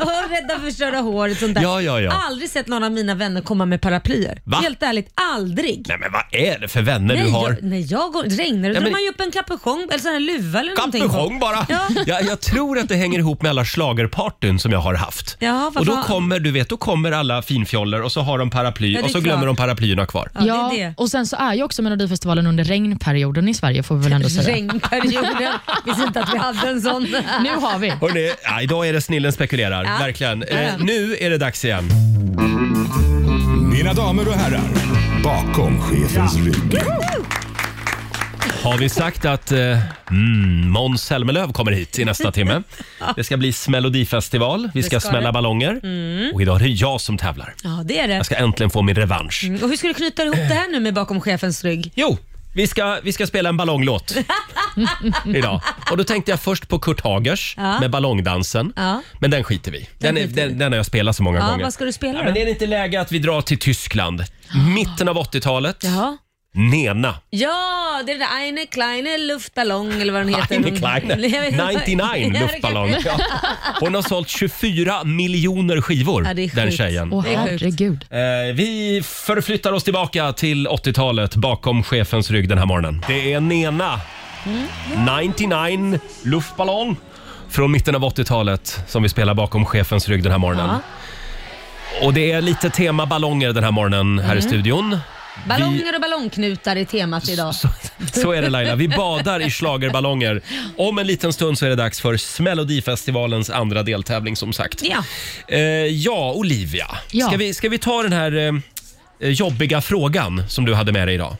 Speaker 2: och rädda för att förstöra håret och sånt där.
Speaker 1: Ja, ja, ja.
Speaker 2: Aldrig sett någon av mina vänner komma med paraplyer.
Speaker 1: Va?
Speaker 2: Helt ärligt, aldrig.
Speaker 1: Nej men vad är det för vänner
Speaker 2: Nej,
Speaker 1: du har?
Speaker 2: jag, nej, jag går, regnar det
Speaker 1: Ja,
Speaker 2: drar
Speaker 1: men-
Speaker 2: man ju upp en kapuchong eller sån här luva eller någonting. på.
Speaker 1: Kapuchong bara!
Speaker 2: Ja.
Speaker 1: Jag, jag tror att det hänger ihop med alla schlagerpartyn som jag har haft.
Speaker 2: Ja, vad
Speaker 1: och då
Speaker 2: fan.
Speaker 1: kommer, du vet, då kommer alla finfjollor och så har de paraply
Speaker 2: Ja, det är
Speaker 1: och så
Speaker 2: klart.
Speaker 1: glömmer de paraplyerna kvar.
Speaker 2: Ja,
Speaker 3: Ja,
Speaker 2: det är det.
Speaker 3: och sen så är ju också Melodifestivalen under regnperioden i Sverige får vi väl ändå säga.
Speaker 2: Regnperioden. Visste inte att vi hade en sån.
Speaker 3: Nu har vi.
Speaker 1: Hörrni, ja, idag är det snillen spekulerar,
Speaker 2: Ja.
Speaker 1: verkligen.
Speaker 2: Ja.
Speaker 1: Eh, nu är det dags igen.
Speaker 7: Mina damer och herrar, bakom chefens rygg.
Speaker 1: Har vi sagt att eh, mm, Måns Zelmerlöw kommer hit i nästa timme? Det ska bli Melodifestival, vi ska
Speaker 2: ska
Speaker 1: smälla
Speaker 2: det. Mm.
Speaker 1: ballonger och idag är det jag som tävlar.
Speaker 2: Ja, det är det.
Speaker 1: Jag ska äntligen få min revansch.
Speaker 2: Och hur ska du knyta ihop det här nu med bakom chefens rygg?
Speaker 1: Jo, vi ska, vi ska spela en ballonglåt idag. Och då tänkte jag först på Kurt Hagers
Speaker 2: Ja.
Speaker 1: med ballongdansen.
Speaker 2: Ja.
Speaker 1: Men den skiter vi i. den, är-
Speaker 2: skiter vi i.
Speaker 1: den, den har jag spelat så många
Speaker 2: Ja,
Speaker 1: gånger.
Speaker 2: vad ska du spela
Speaker 1: ja,
Speaker 2: då?
Speaker 1: men Är det inte läge att vi drar till Tyskland? Mitten av 80-talet.
Speaker 2: Jaha.
Speaker 1: Nena.
Speaker 2: Ja, det är den där eine kleine luftballong eller vad den heter.
Speaker 1: Eine kleine.
Speaker 2: Jag vet inte.
Speaker 1: 99 luftballong. Ja. Hon har sålt 24 miljoner skivor,
Speaker 2: Ja, det är
Speaker 1: den
Speaker 2: sjukt.
Speaker 1: tjejen.
Speaker 3: Åh
Speaker 2: Det är sjukt.
Speaker 3: herregud.
Speaker 1: Eh, vi förflyttar oss tillbaka till 80-talet bakom chefens rygg den här morgonen. Det är Nena, 99 luftballong från mitten av 80-talet som vi spelar bakom chefens rygg den här morgonen. Och det är lite tema ballonger den här morgonen här i studion.
Speaker 2: Ballonger och ballongknutar är temat idag.
Speaker 1: Så, så är det Laila, vi badar i schlagerballonger. Om en liten stund så är det dags för Smelodifestivalens andra deltävling som sagt.
Speaker 2: Ja.
Speaker 1: Eh, ja, Olivia.
Speaker 3: Ja.
Speaker 1: Ska, vi, ska vi ta den här eh, eh, jobbiga frågan som du hade med dig idag?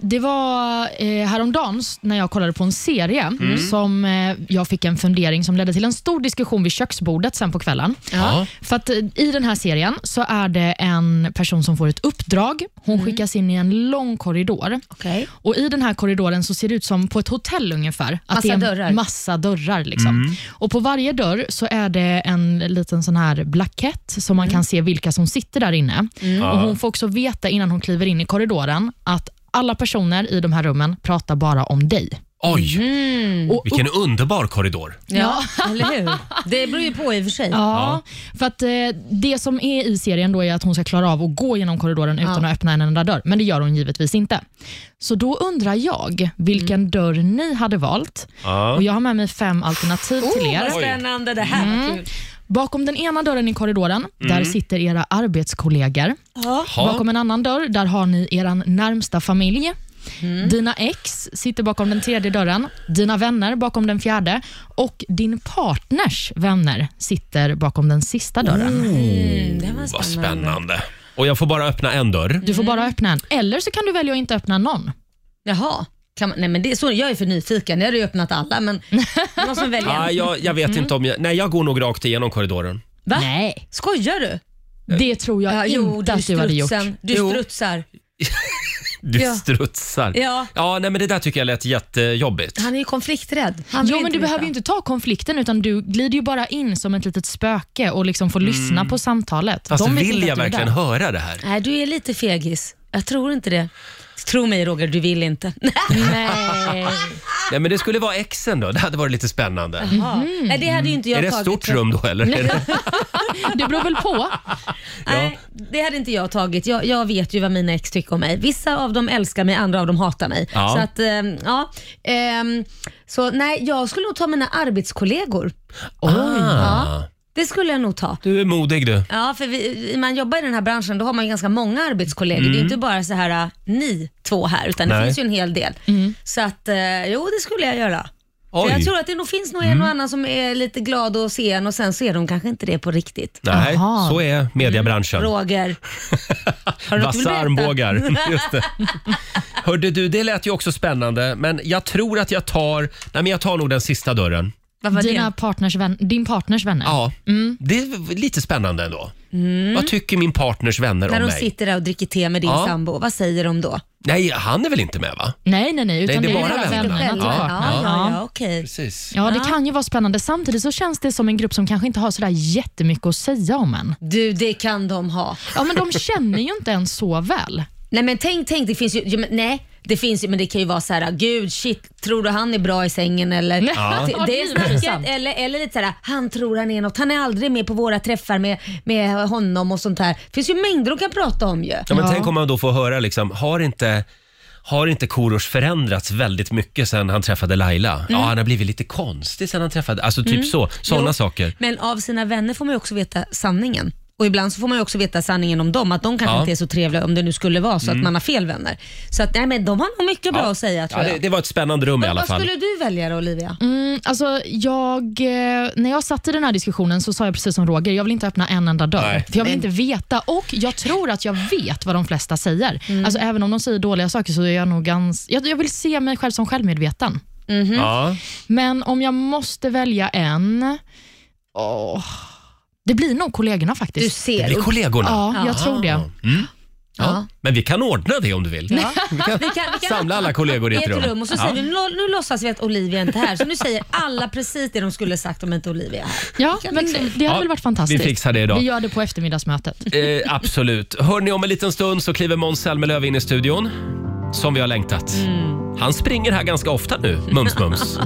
Speaker 3: Det var eh, häromdagen s- när jag kollade på en serie
Speaker 2: Mm.
Speaker 3: som eh, jag fick en fundering som ledde till en stor diskussion vid köksbordet sen på kvällen.
Speaker 1: Ja.
Speaker 3: För att eh, I den här serien så är det en person som får ett uppdrag. Hon skickas in i en lång korridor.
Speaker 2: Okej.
Speaker 3: Och I den här korridoren så ser det ut som på ett hotell ungefär. Att
Speaker 2: Massa
Speaker 3: det är en
Speaker 2: dörrar.
Speaker 3: massa dörrar. Liksom.
Speaker 2: Mm.
Speaker 3: Och På varje dörr så är det en liten sån här blankett som man kan se vilka som sitter där inne. Och Hon får också veta innan hon kliver in i korridoren att alla personer i de här rummen pratar bara om dig.
Speaker 1: Oj,
Speaker 3: Och
Speaker 1: vilken underbar korridor.
Speaker 2: Ja, eller hur? Det beror ju på i och för sig.
Speaker 3: Ja, för att eh, det som är i serien då är att hon ska klara av att gå genom korridoren utan att öppna en enda dörr, men det gör hon givetvis inte. Så då undrar jag vilken dörr ni hade valt. Och Jag har med mig fem alternativ till
Speaker 2: Oh,
Speaker 3: er.
Speaker 2: vad spännande. Det här
Speaker 3: Mm.
Speaker 2: var kul.
Speaker 3: Bakom den ena dörren i korridoren, där sitter era arbetskollegor. Bakom en annan dörr, där har ni er närmsta familj.
Speaker 2: Mm.
Speaker 3: Dina ex sitter bakom den tredje dörren, dina vänner bakom den fjärde och din partners vänner sitter bakom den sista dörren.
Speaker 2: Mm. Det här var
Speaker 1: Vad
Speaker 2: spännande.
Speaker 1: spännande. Och jag får bara öppna en dörr.
Speaker 3: Du får bara öppna en, eller så kan du välja att inte öppna någon.
Speaker 2: Jaha. Kan man, nej, men det, är så, jag är för nyfiken. Jag hade ju öppnat alla, men någon som väljer.
Speaker 1: Ah, jag, jag vet inte om jag... Nej, jag går nog rakt igenom korridoren.
Speaker 2: Va?
Speaker 3: Nej,
Speaker 2: Skojar du?
Speaker 3: det tror jag
Speaker 2: Ja,
Speaker 3: inte
Speaker 2: jo, du
Speaker 3: att du hade gjort.
Speaker 2: strutsen. Du
Speaker 1: Jo.
Speaker 2: strutsar.
Speaker 1: Du
Speaker 2: Ja.
Speaker 1: strutsar.
Speaker 2: Ja.
Speaker 1: ja, nej men det där tycker jag lät jättejobbigt.
Speaker 2: Han är ju konflikträdd. Han vill
Speaker 3: Jo, men du
Speaker 2: veta.
Speaker 3: behöver ju inte ta konflikten utan du glider ju bara in som ett litet spöke och liksom får lyssna på samtalet.
Speaker 1: Mm. Fast
Speaker 3: De vet
Speaker 1: vill
Speaker 3: inte
Speaker 1: jag
Speaker 3: att du är
Speaker 1: verkligen
Speaker 3: där.
Speaker 1: höra det här?
Speaker 2: Nej, du är lite fegis. Jag tror inte det. Tro mig Roger, du vill inte.
Speaker 3: Nej.
Speaker 1: Nej, men det skulle vara exen då. Det hade varit lite spännande.
Speaker 2: Ja. Nej, det hade ju inte jag
Speaker 1: Är det ett
Speaker 2: tagit.
Speaker 1: stort rum då eller? Är det-
Speaker 3: Det beror väl på.
Speaker 2: Nej, det hade inte jag tagit. Jag, jag vet ju vad mina ex tycker om mig. Vissa av dem älskar mig, andra av dem hatar mig.
Speaker 1: Ja.
Speaker 2: Så att, ehm, ja. Ehm, så nej, jag skulle nog ta mina arbetskollegor.
Speaker 1: Ah,
Speaker 2: Det skulle jag nog ta.
Speaker 1: du är modig du.
Speaker 2: Ja, för vi, man jobbar i den här branschen, då har man ju ganska många arbetskollegor. Det är ju inte bara så här äh, ni två här, utan det
Speaker 1: Mm. Nej.
Speaker 2: finns ju en hel del. Så att, eh, jo det skulle jag göra. För
Speaker 1: Oj. Mm.
Speaker 2: jag tror att det nog finns nog en och annan som är lite glad att se en och sen så är de kanske inte det på riktigt.
Speaker 1: Nej,
Speaker 3: Jaha.
Speaker 1: så är mediebranschen.
Speaker 2: Roger. Har du något du vill
Speaker 1: Vassa
Speaker 2: berätta?
Speaker 1: armbågar. Just det. Hörde du, det lät ju också spännande, men jag tror att jag tar, nej men jag tar nog den sista dörren.
Speaker 2: Vad var
Speaker 3: Dina
Speaker 2: det?
Speaker 3: partners vän, din partners vänner.
Speaker 1: Ja,
Speaker 2: Mm.
Speaker 1: det är lite spännande ändå. Vad tycker min partners vänner
Speaker 2: När
Speaker 1: om
Speaker 2: de
Speaker 1: mig?
Speaker 2: sitter där och dricker te med din
Speaker 1: Ja.
Speaker 2: sambo, vad säger de då?
Speaker 1: Nej, han är väl inte med va?
Speaker 3: Nej, nej, nej. Utan
Speaker 1: det är
Speaker 3: ju
Speaker 1: bara
Speaker 3: bara
Speaker 1: vännerna.
Speaker 3: vännerna till
Speaker 1: Ja,
Speaker 3: partnern.
Speaker 2: ja, ja, ja okej.
Speaker 1: Precis.
Speaker 3: Ja, det kan ju vara spännande. Samtidigt så känns det som en grupp som kanske inte har sådär jättemycket att säga om en.
Speaker 2: Du, det kan de ha.
Speaker 3: Ja, men de känner ju inte en så väl.
Speaker 2: Nej men tänk, tänk, det finns ju, jo, men, nej. Det finns ju, men det kan ju vara så här: gud shit, tror du han är bra i sängen eller?
Speaker 3: Ja.
Speaker 2: Det, det
Speaker 3: Ja,
Speaker 2: är
Speaker 3: det är ju sant.
Speaker 2: snacket, eller, eller lite såhär, han tror han är något, han är aldrig med på våra träffar med, med honom och sånt här. Det finns ju mängder de kan prata om ju.
Speaker 1: Ja, men
Speaker 3: Ja.
Speaker 1: Tänk om man då får höra liksom, har inte har inte Korosh förändrats väldigt mycket sen han träffade Laila? Ja, han har blivit lite konstig sen han träffade... Alltså typ så. Sådana
Speaker 2: Mm. Jo,
Speaker 1: saker.
Speaker 2: Men av sina vänner får man ju också veta sanningen. Och ibland så får man ju också veta sanningen om dem, att de kanske
Speaker 1: Ja. Mm.
Speaker 2: inte är så trevliga om det nu skulle vara så att man har fel vänner. Så att nej men de har nog mycket bra att säga tror
Speaker 1: Ja, det,
Speaker 2: jag.
Speaker 1: det var ett spännande rum i
Speaker 2: Men
Speaker 1: alla
Speaker 2: vad
Speaker 1: fall.
Speaker 2: skulle du välja då Olivia?
Speaker 3: Mm, alltså, jag, eh, när jag satt i den här diskussionen så sa jag precis som Roger, jag vill inte öppna en enda dörr.
Speaker 1: Nej.
Speaker 3: För jag vill inte veta och jag tror att jag vet vad de flesta säger. Alltså, även om de säger dåliga saker så är jag nog ganska... Jag, jag vill se mig själv som självmedveten.
Speaker 1: Ja.
Speaker 3: Men om jag måste välja en... Åh, det blir nog kollegorna
Speaker 2: Du
Speaker 3: faktiskt.
Speaker 1: Det blir
Speaker 2: ser.
Speaker 1: kollegorna.
Speaker 3: Ja, jag tror det.
Speaker 1: Ja. Men vi kan ordna det om du vill. Vi kan
Speaker 2: Vi kan, vi kan
Speaker 1: samla alla kollegor i
Speaker 2: ett rum och så
Speaker 1: Ja.
Speaker 2: säger vi nu, nu låtsas vi att Olivia inte är här. Så nu säger alla precis det de skulle sagt om inte Olivia är här.
Speaker 3: Ja, men
Speaker 2: liksom.
Speaker 3: det hade
Speaker 1: Ja,
Speaker 3: väl varit fantastiskt.
Speaker 1: vi fixar det idag.
Speaker 3: Vi gör det på eftermiddagsmötet.
Speaker 1: Eh, absolut. Hörni, om en liten stund så kliver Måns Zelmerlöw in i studion. Som vi har längtat. Han springer här ganska ofta nu, mums mums.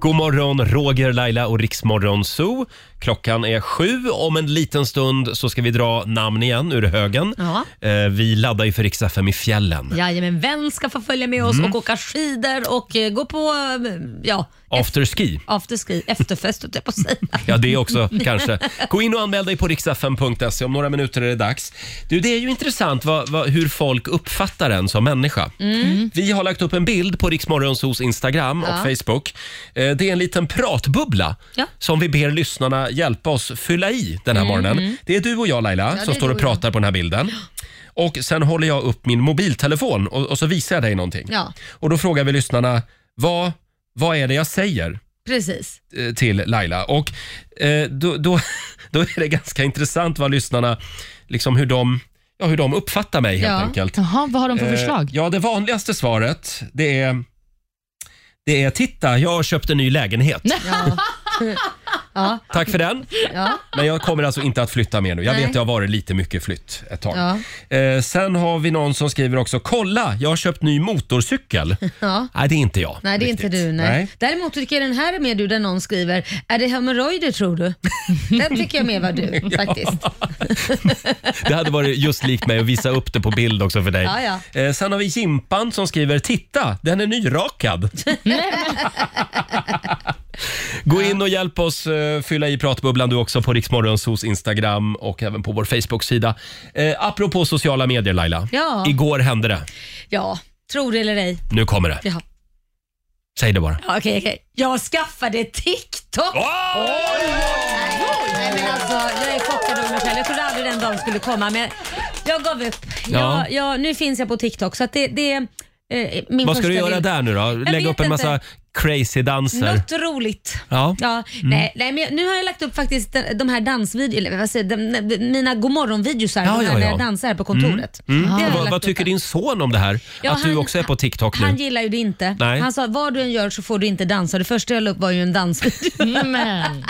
Speaker 1: God morgon, Roger, Laila och Riksmorgon Zoo. Klockan är sju. Om en liten stund så ska vi dra namn igen ur högen.
Speaker 2: Ja.
Speaker 1: Eh, vi laddar ju för Rix FM i fjällen.
Speaker 2: Jajamän, vän ska få följa med oss
Speaker 1: Mm.
Speaker 2: och åka skidor och eh, gå på eh, ja,
Speaker 1: Afterski.
Speaker 2: afterski, efterfest höll jag på att säga.
Speaker 1: Ja, det också kanske. Gå in och anmäl dig på riksfm.se. Om några minuter är det dags. Du, det är ju intressant vad, vad, hur folk uppfattar en som människa.
Speaker 2: Mm.
Speaker 1: Vi har lagt upp en bild på Riksmorgonsos Instagram och Facebook. Eh, Det är en liten pratbubbla
Speaker 2: Ja. Mm.
Speaker 1: som vi ber lyssnarna hjälpa oss fylla i den här morgonen. Det är du och jag, Laila, som
Speaker 2: är
Speaker 1: står
Speaker 2: du
Speaker 1: och
Speaker 2: och jag.
Speaker 1: pratar på den här bilden. Och Sen håller jag upp min mobiltelefon och, och så visar jag dig någonting.
Speaker 2: Ja.
Speaker 1: Och Då frågar vi lyssnarna, vad, vad är det jag säger?
Speaker 2: Precis.
Speaker 1: eh, till Laila. Och eh, då, då, då är det ganska intressant vad lyssnarna, liksom hur de, ja, hur de uppfattar mig helt
Speaker 2: Ja.
Speaker 1: enkelt.
Speaker 3: Jaha, vad har de för
Speaker 1: Eh,
Speaker 3: förslag?
Speaker 1: ja, det vanligaste svaret det är det är “Titta, jag har köpt en ny lägenhet.
Speaker 2: Ja. Ja,
Speaker 1: Tack för den,
Speaker 2: ja,
Speaker 1: men jag kommer alltså inte att flytta mer nu. Jag
Speaker 2: Nej.
Speaker 1: vet, det har varit lite mycket flytt ett tag.
Speaker 2: ja.
Speaker 1: Eh, sen har vi någon som skriver också “Kolla, jag har köpt ny motorcykel”.
Speaker 2: Ja.
Speaker 1: Nej, det är inte jag.
Speaker 2: Nej, det är inte
Speaker 1: riktigt.
Speaker 2: du. Nej. Däremot tycker jag den här är mer du där någon skriver, är det hemorrojder tror du? den tycker jag mer var du faktiskt.
Speaker 1: Det hade varit just likt mig att visa upp det på bild också för dig.
Speaker 2: Ja,
Speaker 1: Eh, sen har vi Jimpan som skriver “Titta, den är nyrakad”. Gå in och hjälp oss eh, fylla i pratbubblan du också på Riksmorgonsos Instagram och även på vår Facebook-sida. Eh, apropå sociala medier Laila.
Speaker 2: Ja.
Speaker 1: Igår hände det.
Speaker 2: Ja, tror det eller ej.
Speaker 1: Nu kommer det.
Speaker 2: Ja.
Speaker 1: Säg det bara.
Speaker 2: Ja, Okej, okej. Jag skaffade TikTok! Nej men alltså, jag är chockad över mig själv. Jag trodde aldrig den dagen skulle komma men jag gav upp.
Speaker 1: Ja.
Speaker 2: Jag, jag, nu finns jag på TikTok så att det, det är eh, min
Speaker 1: Vad ska
Speaker 2: första
Speaker 1: du göra
Speaker 2: bild.
Speaker 1: där nu då? Lägga
Speaker 2: vet
Speaker 1: upp en massa
Speaker 2: inte.
Speaker 1: crazy danser?
Speaker 2: Något roligt.
Speaker 1: Ja.
Speaker 2: Ja,
Speaker 1: Mm.
Speaker 2: nej, nej, men jag- nu har jag lagt upp faktiskt de- de här dansvideorna, vad säger jag, de, de, mina godmorgonvideosar,
Speaker 1: Ja,
Speaker 2: de här
Speaker 1: ja,
Speaker 2: när
Speaker 1: ja. Mm.
Speaker 2: jag dansar här på kontoret. Det har jag
Speaker 1: Vad,
Speaker 2: lagt
Speaker 1: vad
Speaker 2: upp
Speaker 1: tycker
Speaker 2: där.
Speaker 1: din son om det här?
Speaker 2: Ja,
Speaker 1: att du
Speaker 2: han-
Speaker 1: också är på TikTok nu?
Speaker 2: Han gillar ju det inte.
Speaker 1: Nej.
Speaker 2: Han sa vad du än gör så får du inte dansa. Det första jag la upp var ju en dansvideo.
Speaker 3: Men,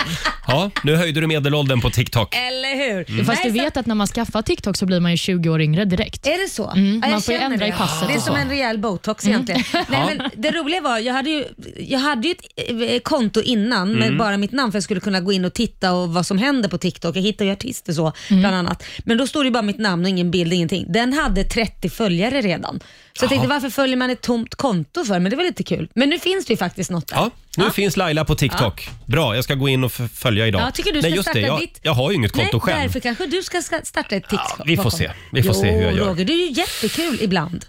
Speaker 1: Ja, nu höjde du medelåldern på TikTok.
Speaker 2: Eller hur?
Speaker 1: Mm.
Speaker 3: fast du
Speaker 2: Nej, så-
Speaker 3: vet att när man skaffar TikTok så blir man ju 20 år yngre direkt.
Speaker 2: Är det så?
Speaker 3: Mm,
Speaker 2: Ja, jag
Speaker 3: man får ju
Speaker 2: känner
Speaker 3: ändra i
Speaker 2: det.
Speaker 3: passet
Speaker 2: Det är
Speaker 3: och
Speaker 2: som
Speaker 3: så.
Speaker 2: en rejäl botox
Speaker 1: Mm.
Speaker 2: egentligen. Nej, men det roliga var, jag hade ju, jag hade ju ett eh, konto innan
Speaker 1: Mm.
Speaker 2: med bara mitt namn för att jag skulle kunna gå in och titta och vad som händer på TikTok. Jag hittar ju artister så
Speaker 1: Mm.
Speaker 2: bland annat. Men då stod det ju bara mitt namn och ingen bild, ingenting. Den hade 30 följare redan. Så jag tänkte varför följer man ett tomt konto för? Men det var lite kul. Men nu finns det ju faktiskt något där.
Speaker 1: Ja, nu finns Laila på TikTok. Bra, jag ska gå in och f- följa idag.
Speaker 2: Ja, tycker du
Speaker 1: Nej,
Speaker 2: ska
Speaker 1: just det.
Speaker 2: starta
Speaker 1: Jag,
Speaker 2: ditt?
Speaker 1: jag har ju inget konto
Speaker 2: Nej,
Speaker 1: själv.
Speaker 2: Därför kanske du ska ska starta ett TikTok.
Speaker 1: vi får se. Vi får
Speaker 2: jo,
Speaker 1: se hur jag gör.
Speaker 2: Roger, det är ju jättekul ibland.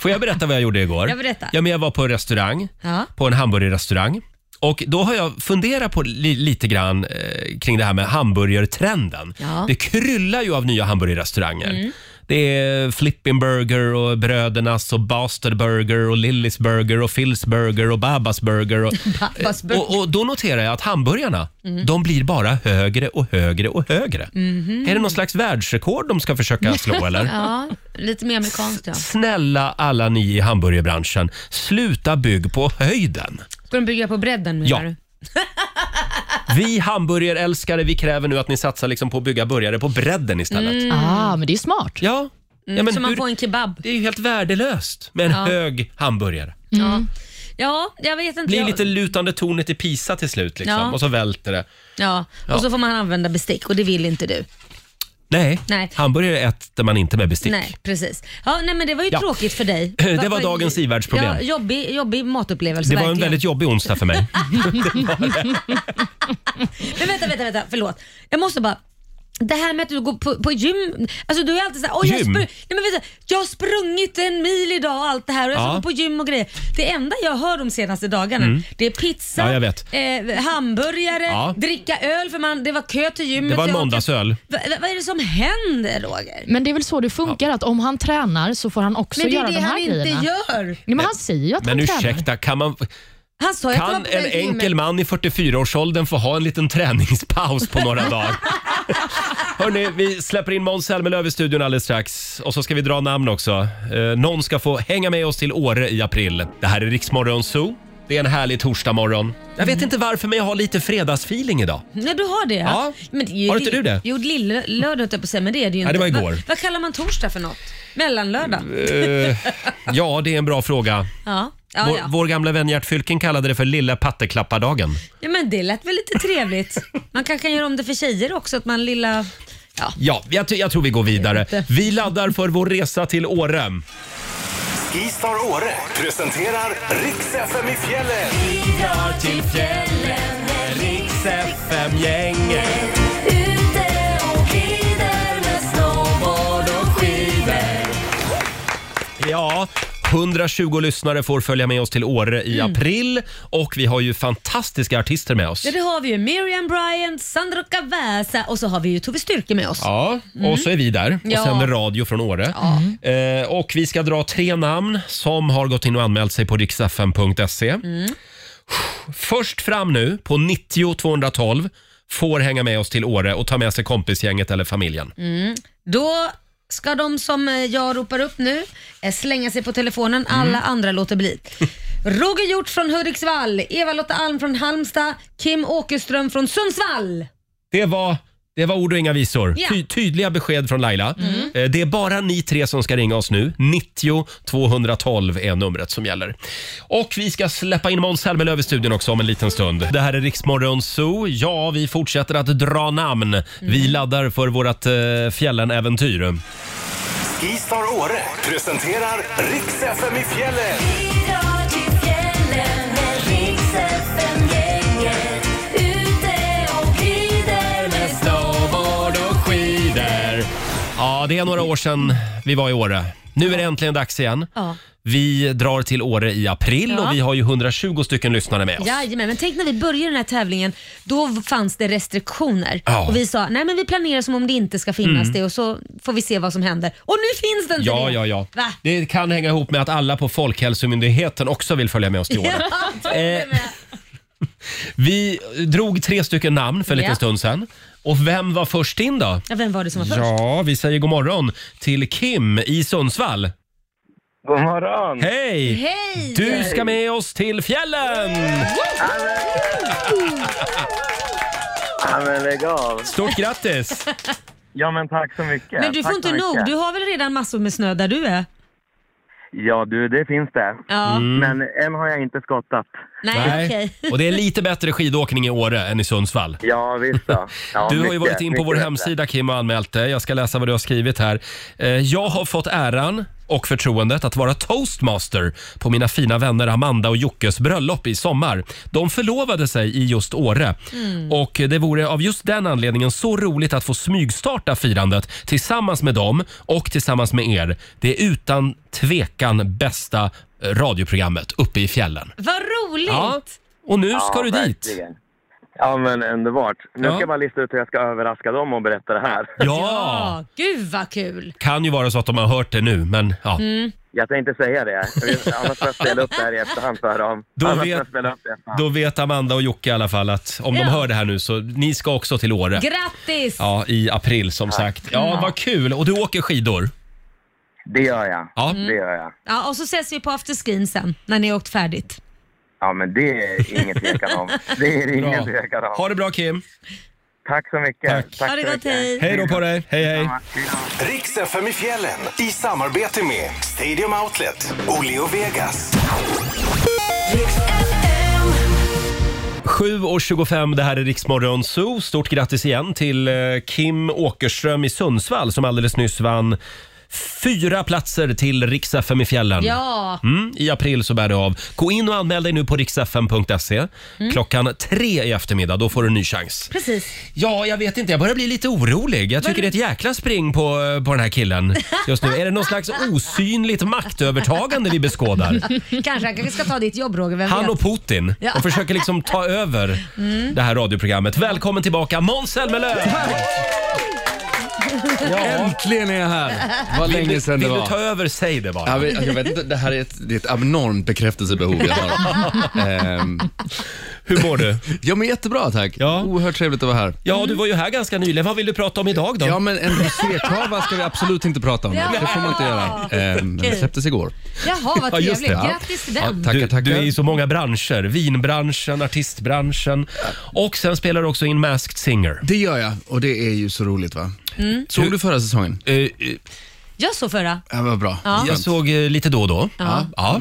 Speaker 1: Får jag berätta vad jag gjorde igår?
Speaker 2: Ja, berätta.
Speaker 1: Ja, men jag var på en restaurang,
Speaker 2: Ja.
Speaker 1: på en hamburgerrestaurang. Och då har jag funderat på li, lite grann eh, kring det här med hamburgertrenden.
Speaker 2: Ja. Mm.
Speaker 1: Det kryllar ju av nya hamburgerrestauranger. Det är Flippin Burger och Brödernas och Bastard Burger och Lillys Burger och Phils Burger och Babas Burger. Och,
Speaker 2: Babas Burger.
Speaker 1: Eh, och, och då noterar jag att hamburgarna,
Speaker 2: Mhm.
Speaker 1: de blir bara högre och högre och högre. Är det någon slags världsrekord de ska försöka slå eller?
Speaker 2: Ja, lite mer amerikanskt ja.
Speaker 1: Snälla alla ni i hamburgerbranschen, sluta bygg på höjden.
Speaker 2: Ska de bygga på bredden menar
Speaker 1: Ja.
Speaker 2: du?
Speaker 1: Vi hamburgerälskare, vi kräver nu att ni satsar liksom på att bygga burgare på bredden istället.
Speaker 3: Ah, men det är smart.
Speaker 1: Ja. ja men
Speaker 2: Mm. Så Mm, man
Speaker 1: hur,
Speaker 2: får en kebab.
Speaker 1: Det är ju helt värdelöst med en hög hamburgare.
Speaker 2: Ja. ja, jag vet inte.
Speaker 1: Det blir
Speaker 2: jag...
Speaker 1: lite lutande tornet i Pisa till slut liksom,
Speaker 2: Ja.
Speaker 1: och så välter det.
Speaker 2: Ja.
Speaker 1: Ja.
Speaker 2: och så får man använda bestick och det vill inte du.
Speaker 1: Nej,
Speaker 2: Nej.
Speaker 1: hamburgare äter man inte med bestick.
Speaker 2: Nej, precis. Ja, nej, men det var ju
Speaker 1: Ja.
Speaker 2: tråkigt för dig.
Speaker 1: Det var dagens ivärldsproblem.
Speaker 2: Ja, jobbig, jobbig matupplevelse
Speaker 1: Det var en
Speaker 2: verkligen.
Speaker 1: väldigt jobbig onsdag för mig.
Speaker 2: Men vänta, vänta, vänta, förlåt. Jag måste bara det här med att du går på, på gym, alltså du är alltid såhär, jag,
Speaker 1: Gym?
Speaker 2: spr- Nej, men vänta, jag har sprungit en mil idag och allt det här och jag ska
Speaker 1: Ja. Mm.
Speaker 2: gå på gym och grejer. Det enda jag hör de senaste dagarna det är pizza,
Speaker 1: Ja, jag vet.
Speaker 2: Eh, hamburgare,
Speaker 1: Ja.
Speaker 2: dricka öl för man, det var kö till gymmet.
Speaker 1: Det var en
Speaker 2: Jag-
Speaker 1: måndagsöl.
Speaker 2: Va, va, vad är det som händer Roger?
Speaker 3: Men det är väl så det funkar, att om han tränar så får han också
Speaker 2: Men det
Speaker 3: göra
Speaker 2: är det
Speaker 3: de här
Speaker 2: han inte
Speaker 3: grejerna.
Speaker 2: gör.
Speaker 3: Nej, men han säger ju att
Speaker 1: Men
Speaker 3: han tränar.
Speaker 1: ursäkta, kan, man,
Speaker 2: Han sa ju att han
Speaker 1: kan
Speaker 2: var på väg
Speaker 1: en
Speaker 2: till gymmet.
Speaker 1: enkel man i 44-årsåldern få ha en liten träningspaus på några dagar? Hörni, vi släpper in Måns Zelmerlöw i studion alldeles strax. Och så ska vi dra namn också. Eh, någon ska få hänga med oss till Åre i april. Det här är Riksmorgon Zoo. Det är en härlig torsdagmorgon. Jag vet inte varför, men jag har lite fredagsfeeling idag.
Speaker 2: Nej, du har det?
Speaker 1: Ja.
Speaker 2: Men det är ju
Speaker 1: Har inte du det?
Speaker 2: Jo, lillördag höll jag på att säga, men det är det ju
Speaker 1: Ja,
Speaker 2: inte.
Speaker 1: det var
Speaker 2: Va,
Speaker 1: igår. Mm,
Speaker 2: vad kallar man torsdag för något? Mellanlördag?
Speaker 1: Eh, Ja, det är en bra fråga.
Speaker 2: Ja. Ja,
Speaker 1: Vår,
Speaker 2: ja.
Speaker 1: vår gamla vän Gert Fylking kallade det för lilla patteklappardagen.
Speaker 2: ja, men det lät väl lite trevligt. Man kanske kan göra om det för tjejer också, att man lilla... Ja.
Speaker 1: Ja, jag, ty- jag tror vi går vidare.
Speaker 2: Jag vet inte.
Speaker 1: Vi laddar för vår resa till Åre.
Speaker 5: Skistar Åre presenterar riks FM i fjällen.
Speaker 1: till fjällen med Rix FM-gänget. Ja, 120 lyssnare får följa med oss till Åre i
Speaker 2: Mm.
Speaker 1: april och vi har ju fantastiska artister med oss.
Speaker 2: Ja, det har vi ju. Miriam Bryant, Sandro Cavazza och så har vi ju Tove Styrke med oss.
Speaker 1: Ja, och så är vi där och
Speaker 2: Ja. Mm.
Speaker 1: sänder radio från Åre. Eh, och vi ska dra tre namn som har gått in och anmält sig på riksfn.se.
Speaker 2: Mm.
Speaker 1: Först fram nu på 90 212 får hänga med oss till Åre och ta med sig kompisgänget eller familjen.
Speaker 2: Då ska de som eh, jag ropar upp nu eh, slänga sig på telefonen. Alla
Speaker 1: Mm.
Speaker 2: andra låter bli. Roger Hjort från Hudiksvall, Eva-Lotta Alm från Halmstad, Kim Åkerström från Sundsvall.
Speaker 1: Det var det var ord och inga visor.
Speaker 2: Ja.
Speaker 1: Ty, tydliga besked från Laila. Eh, Det är bara ni tre som ska ringa oss nu. 90 212 är numret som gäller. Och vi ska släppa in Måns Zelmerlöw i studion också om en liten stund. Det här är Riksmorgon Zoo. Ja, vi fortsätter att dra namn. Vi laddar för vårt eh, fjällenäventyr.
Speaker 5: Skistar Åre presenterar riks FM i fjällen.
Speaker 1: Ja, det är några år sedan vi var i Åre. Nu är det äntligen dags igen.
Speaker 2: Ja.
Speaker 1: Vi drar till Åre i april
Speaker 2: Ja.
Speaker 1: och vi har ju 120 stycken lyssnare med oss.
Speaker 2: Jajamän, men tänk när vi började den här tävlingen, då fanns det restriktioner.
Speaker 1: Ja. Mm.
Speaker 2: Och vi sa, nej men vi planerar som om det inte ska finnas det och så får vi se vad som händer. Och nu finns det inte
Speaker 1: Ja,
Speaker 2: det!
Speaker 1: ja, ja.
Speaker 2: Va?
Speaker 1: Det kan hänga ihop med att alla på Folkhälsomyndigheten också vill följa med oss till Åre.
Speaker 2: Ja, det är
Speaker 1: Eh,
Speaker 2: med.
Speaker 1: Vi drog tre stycken namn för en liten
Speaker 2: Ja.
Speaker 1: stund sedan. Och vem var först in då?
Speaker 2: ja, vem var det som var först?
Speaker 1: Ja, vi säger god morgon till Kim i Sundsvall.
Speaker 8: God morgon!
Speaker 1: Hej!
Speaker 2: Hej!
Speaker 1: Du ska med oss till fjällen!
Speaker 8: Ja, men lägg av.
Speaker 1: Stort grattis!
Speaker 8: Ja, men tack så mycket.
Speaker 2: Men du får
Speaker 8: Tack
Speaker 2: inte
Speaker 8: så
Speaker 2: nog,
Speaker 8: mycket.
Speaker 2: du har väl redan massor med snö där du är?
Speaker 8: Ja, du, det finns det.
Speaker 2: Ja,
Speaker 8: Men än har jag inte skottat.
Speaker 2: nej okej.
Speaker 1: Mm, Och det är lite bättre skidåkning i Åre än i Sundsvall.
Speaker 8: Ja, visst då. Ja,
Speaker 1: Du har ju
Speaker 8: mycket,
Speaker 1: varit in på
Speaker 8: mycket
Speaker 1: vår
Speaker 8: bättre.
Speaker 1: hemsida Kim och anmält dig. Jag ska läsa vad du har skrivit här. Eh, Jag har fått äran och förtroendet att vara toastmaster på mina fina vänner Amanda och Jockes bröllop i sommar. De förlovade sig i just Åre
Speaker 2: Mm.
Speaker 1: och det vore av just den anledningen så roligt att få smygstarta firandet tillsammans med dem och tillsammans med er. Det är utan tvekan bästa eh, radioprogrammet uppe i fjällen.
Speaker 2: Vad roligt!
Speaker 1: Ja, och nu ska
Speaker 8: Ja,
Speaker 1: du dit.
Speaker 8: verkligen. Ja, men underbart. Nu
Speaker 1: Ja.
Speaker 8: ska jag bara lista ut hur jag ska överraska dem och berätta det här.
Speaker 1: Ja!
Speaker 2: Gud vad kul!
Speaker 1: Kan ju vara så att de har hört det nu, men ja.
Speaker 8: Jag tänkte inte säga det, annars får jag spela upp det här i efterhand för dem.
Speaker 1: Då
Speaker 8: annars
Speaker 1: vet-
Speaker 8: får jag spela upp det i efterhand.
Speaker 1: Då vet Amanda och Jocke i alla fall att om de
Speaker 2: Ja.
Speaker 1: hör det här nu så ni ska också till Åre.
Speaker 2: Grattis!
Speaker 1: Ja, i april som sagt. Ja, vad kul! Och du åker skidor?
Speaker 8: Det gör jag.
Speaker 1: Ja.
Speaker 8: Det gör jag.
Speaker 2: Ja, och så ses vi på afterskin sen när ni har åkt färdigt.
Speaker 8: Ja, men det är ingen tvekan om. Det är ingen
Speaker 1: Bra.
Speaker 8: tvekan om.
Speaker 1: Ha det bra Kim!
Speaker 8: Tack så mycket.
Speaker 1: Tack.
Speaker 2: ha det
Speaker 8: så
Speaker 2: gott,
Speaker 8: mycket.
Speaker 2: hej!
Speaker 1: Hej då på dig! Hej hej!
Speaker 5: Riks FM i fjällen i samarbete med Stadium Outlet, Oleo Vegas.
Speaker 1: 7.25, det här är Riksmorgon Zoo. Stort grattis igen till eh, Kim Åkerström i Sundsvall som alldeles nyss vann fyra platser till Rix FM i fjällen.
Speaker 2: Ja,
Speaker 1: Mm, I april så bär det av. Gå in och anmäl dig nu på riksfm.se. Klockan tre i eftermiddag, då får du en ny chans.
Speaker 2: precis.
Speaker 1: Ja, jag vet inte. Jag börjar bli lite orolig. Jag tycker det är ett jäkla spring på, på den här killen just nu. Är det någon slags osynligt maktövertagande vi beskådar?
Speaker 2: Kanske han kanske ska ta ditt jobb Roger, vem
Speaker 1: Han
Speaker 2: vet?
Speaker 1: och Putin.
Speaker 2: Ja.
Speaker 1: De försöker liksom ta över det här radioprogrammet. Välkommen tillbaka Måns Zelmerlöw! Ja.
Speaker 9: Äntligen är jag här! Vad länge sedan det
Speaker 1: Vill du ta
Speaker 9: var.
Speaker 1: över, säg det bara.
Speaker 9: Jag vet, jag vet inte, det här är ett, det är ett abnormt bekräftelsebehov jag har. Ehm,
Speaker 1: Hur mår du?
Speaker 9: ja, men jättebra tack.
Speaker 1: Ja.
Speaker 9: Oerhört trevligt att vara här.
Speaker 1: Ja, du var ju här ganska nyligen. Vad vill du prata om idag då?
Speaker 9: Ja, men en rosékava ska vi absolut inte prata om. Det får man inte göra. Ehm, Den släpptes igår.
Speaker 2: Jaha, vad
Speaker 1: Ja, just
Speaker 2: trevligt.
Speaker 1: det, ja.
Speaker 2: Grattis till
Speaker 9: Ja,
Speaker 2: den.
Speaker 9: tackar,
Speaker 1: du,
Speaker 9: tackar.
Speaker 1: du är i så många branscher. Vinbranschen, artistbranschen och sen spelar du också in Masked Singer.
Speaker 9: Det gör jag och det är ju så roligt va? Såg du förra säsongen?
Speaker 1: Eh, eh,
Speaker 2: Jag såg förra,
Speaker 9: Ja, vad bra.
Speaker 1: jag såg eh, lite då och då.
Speaker 9: Ja. Ja.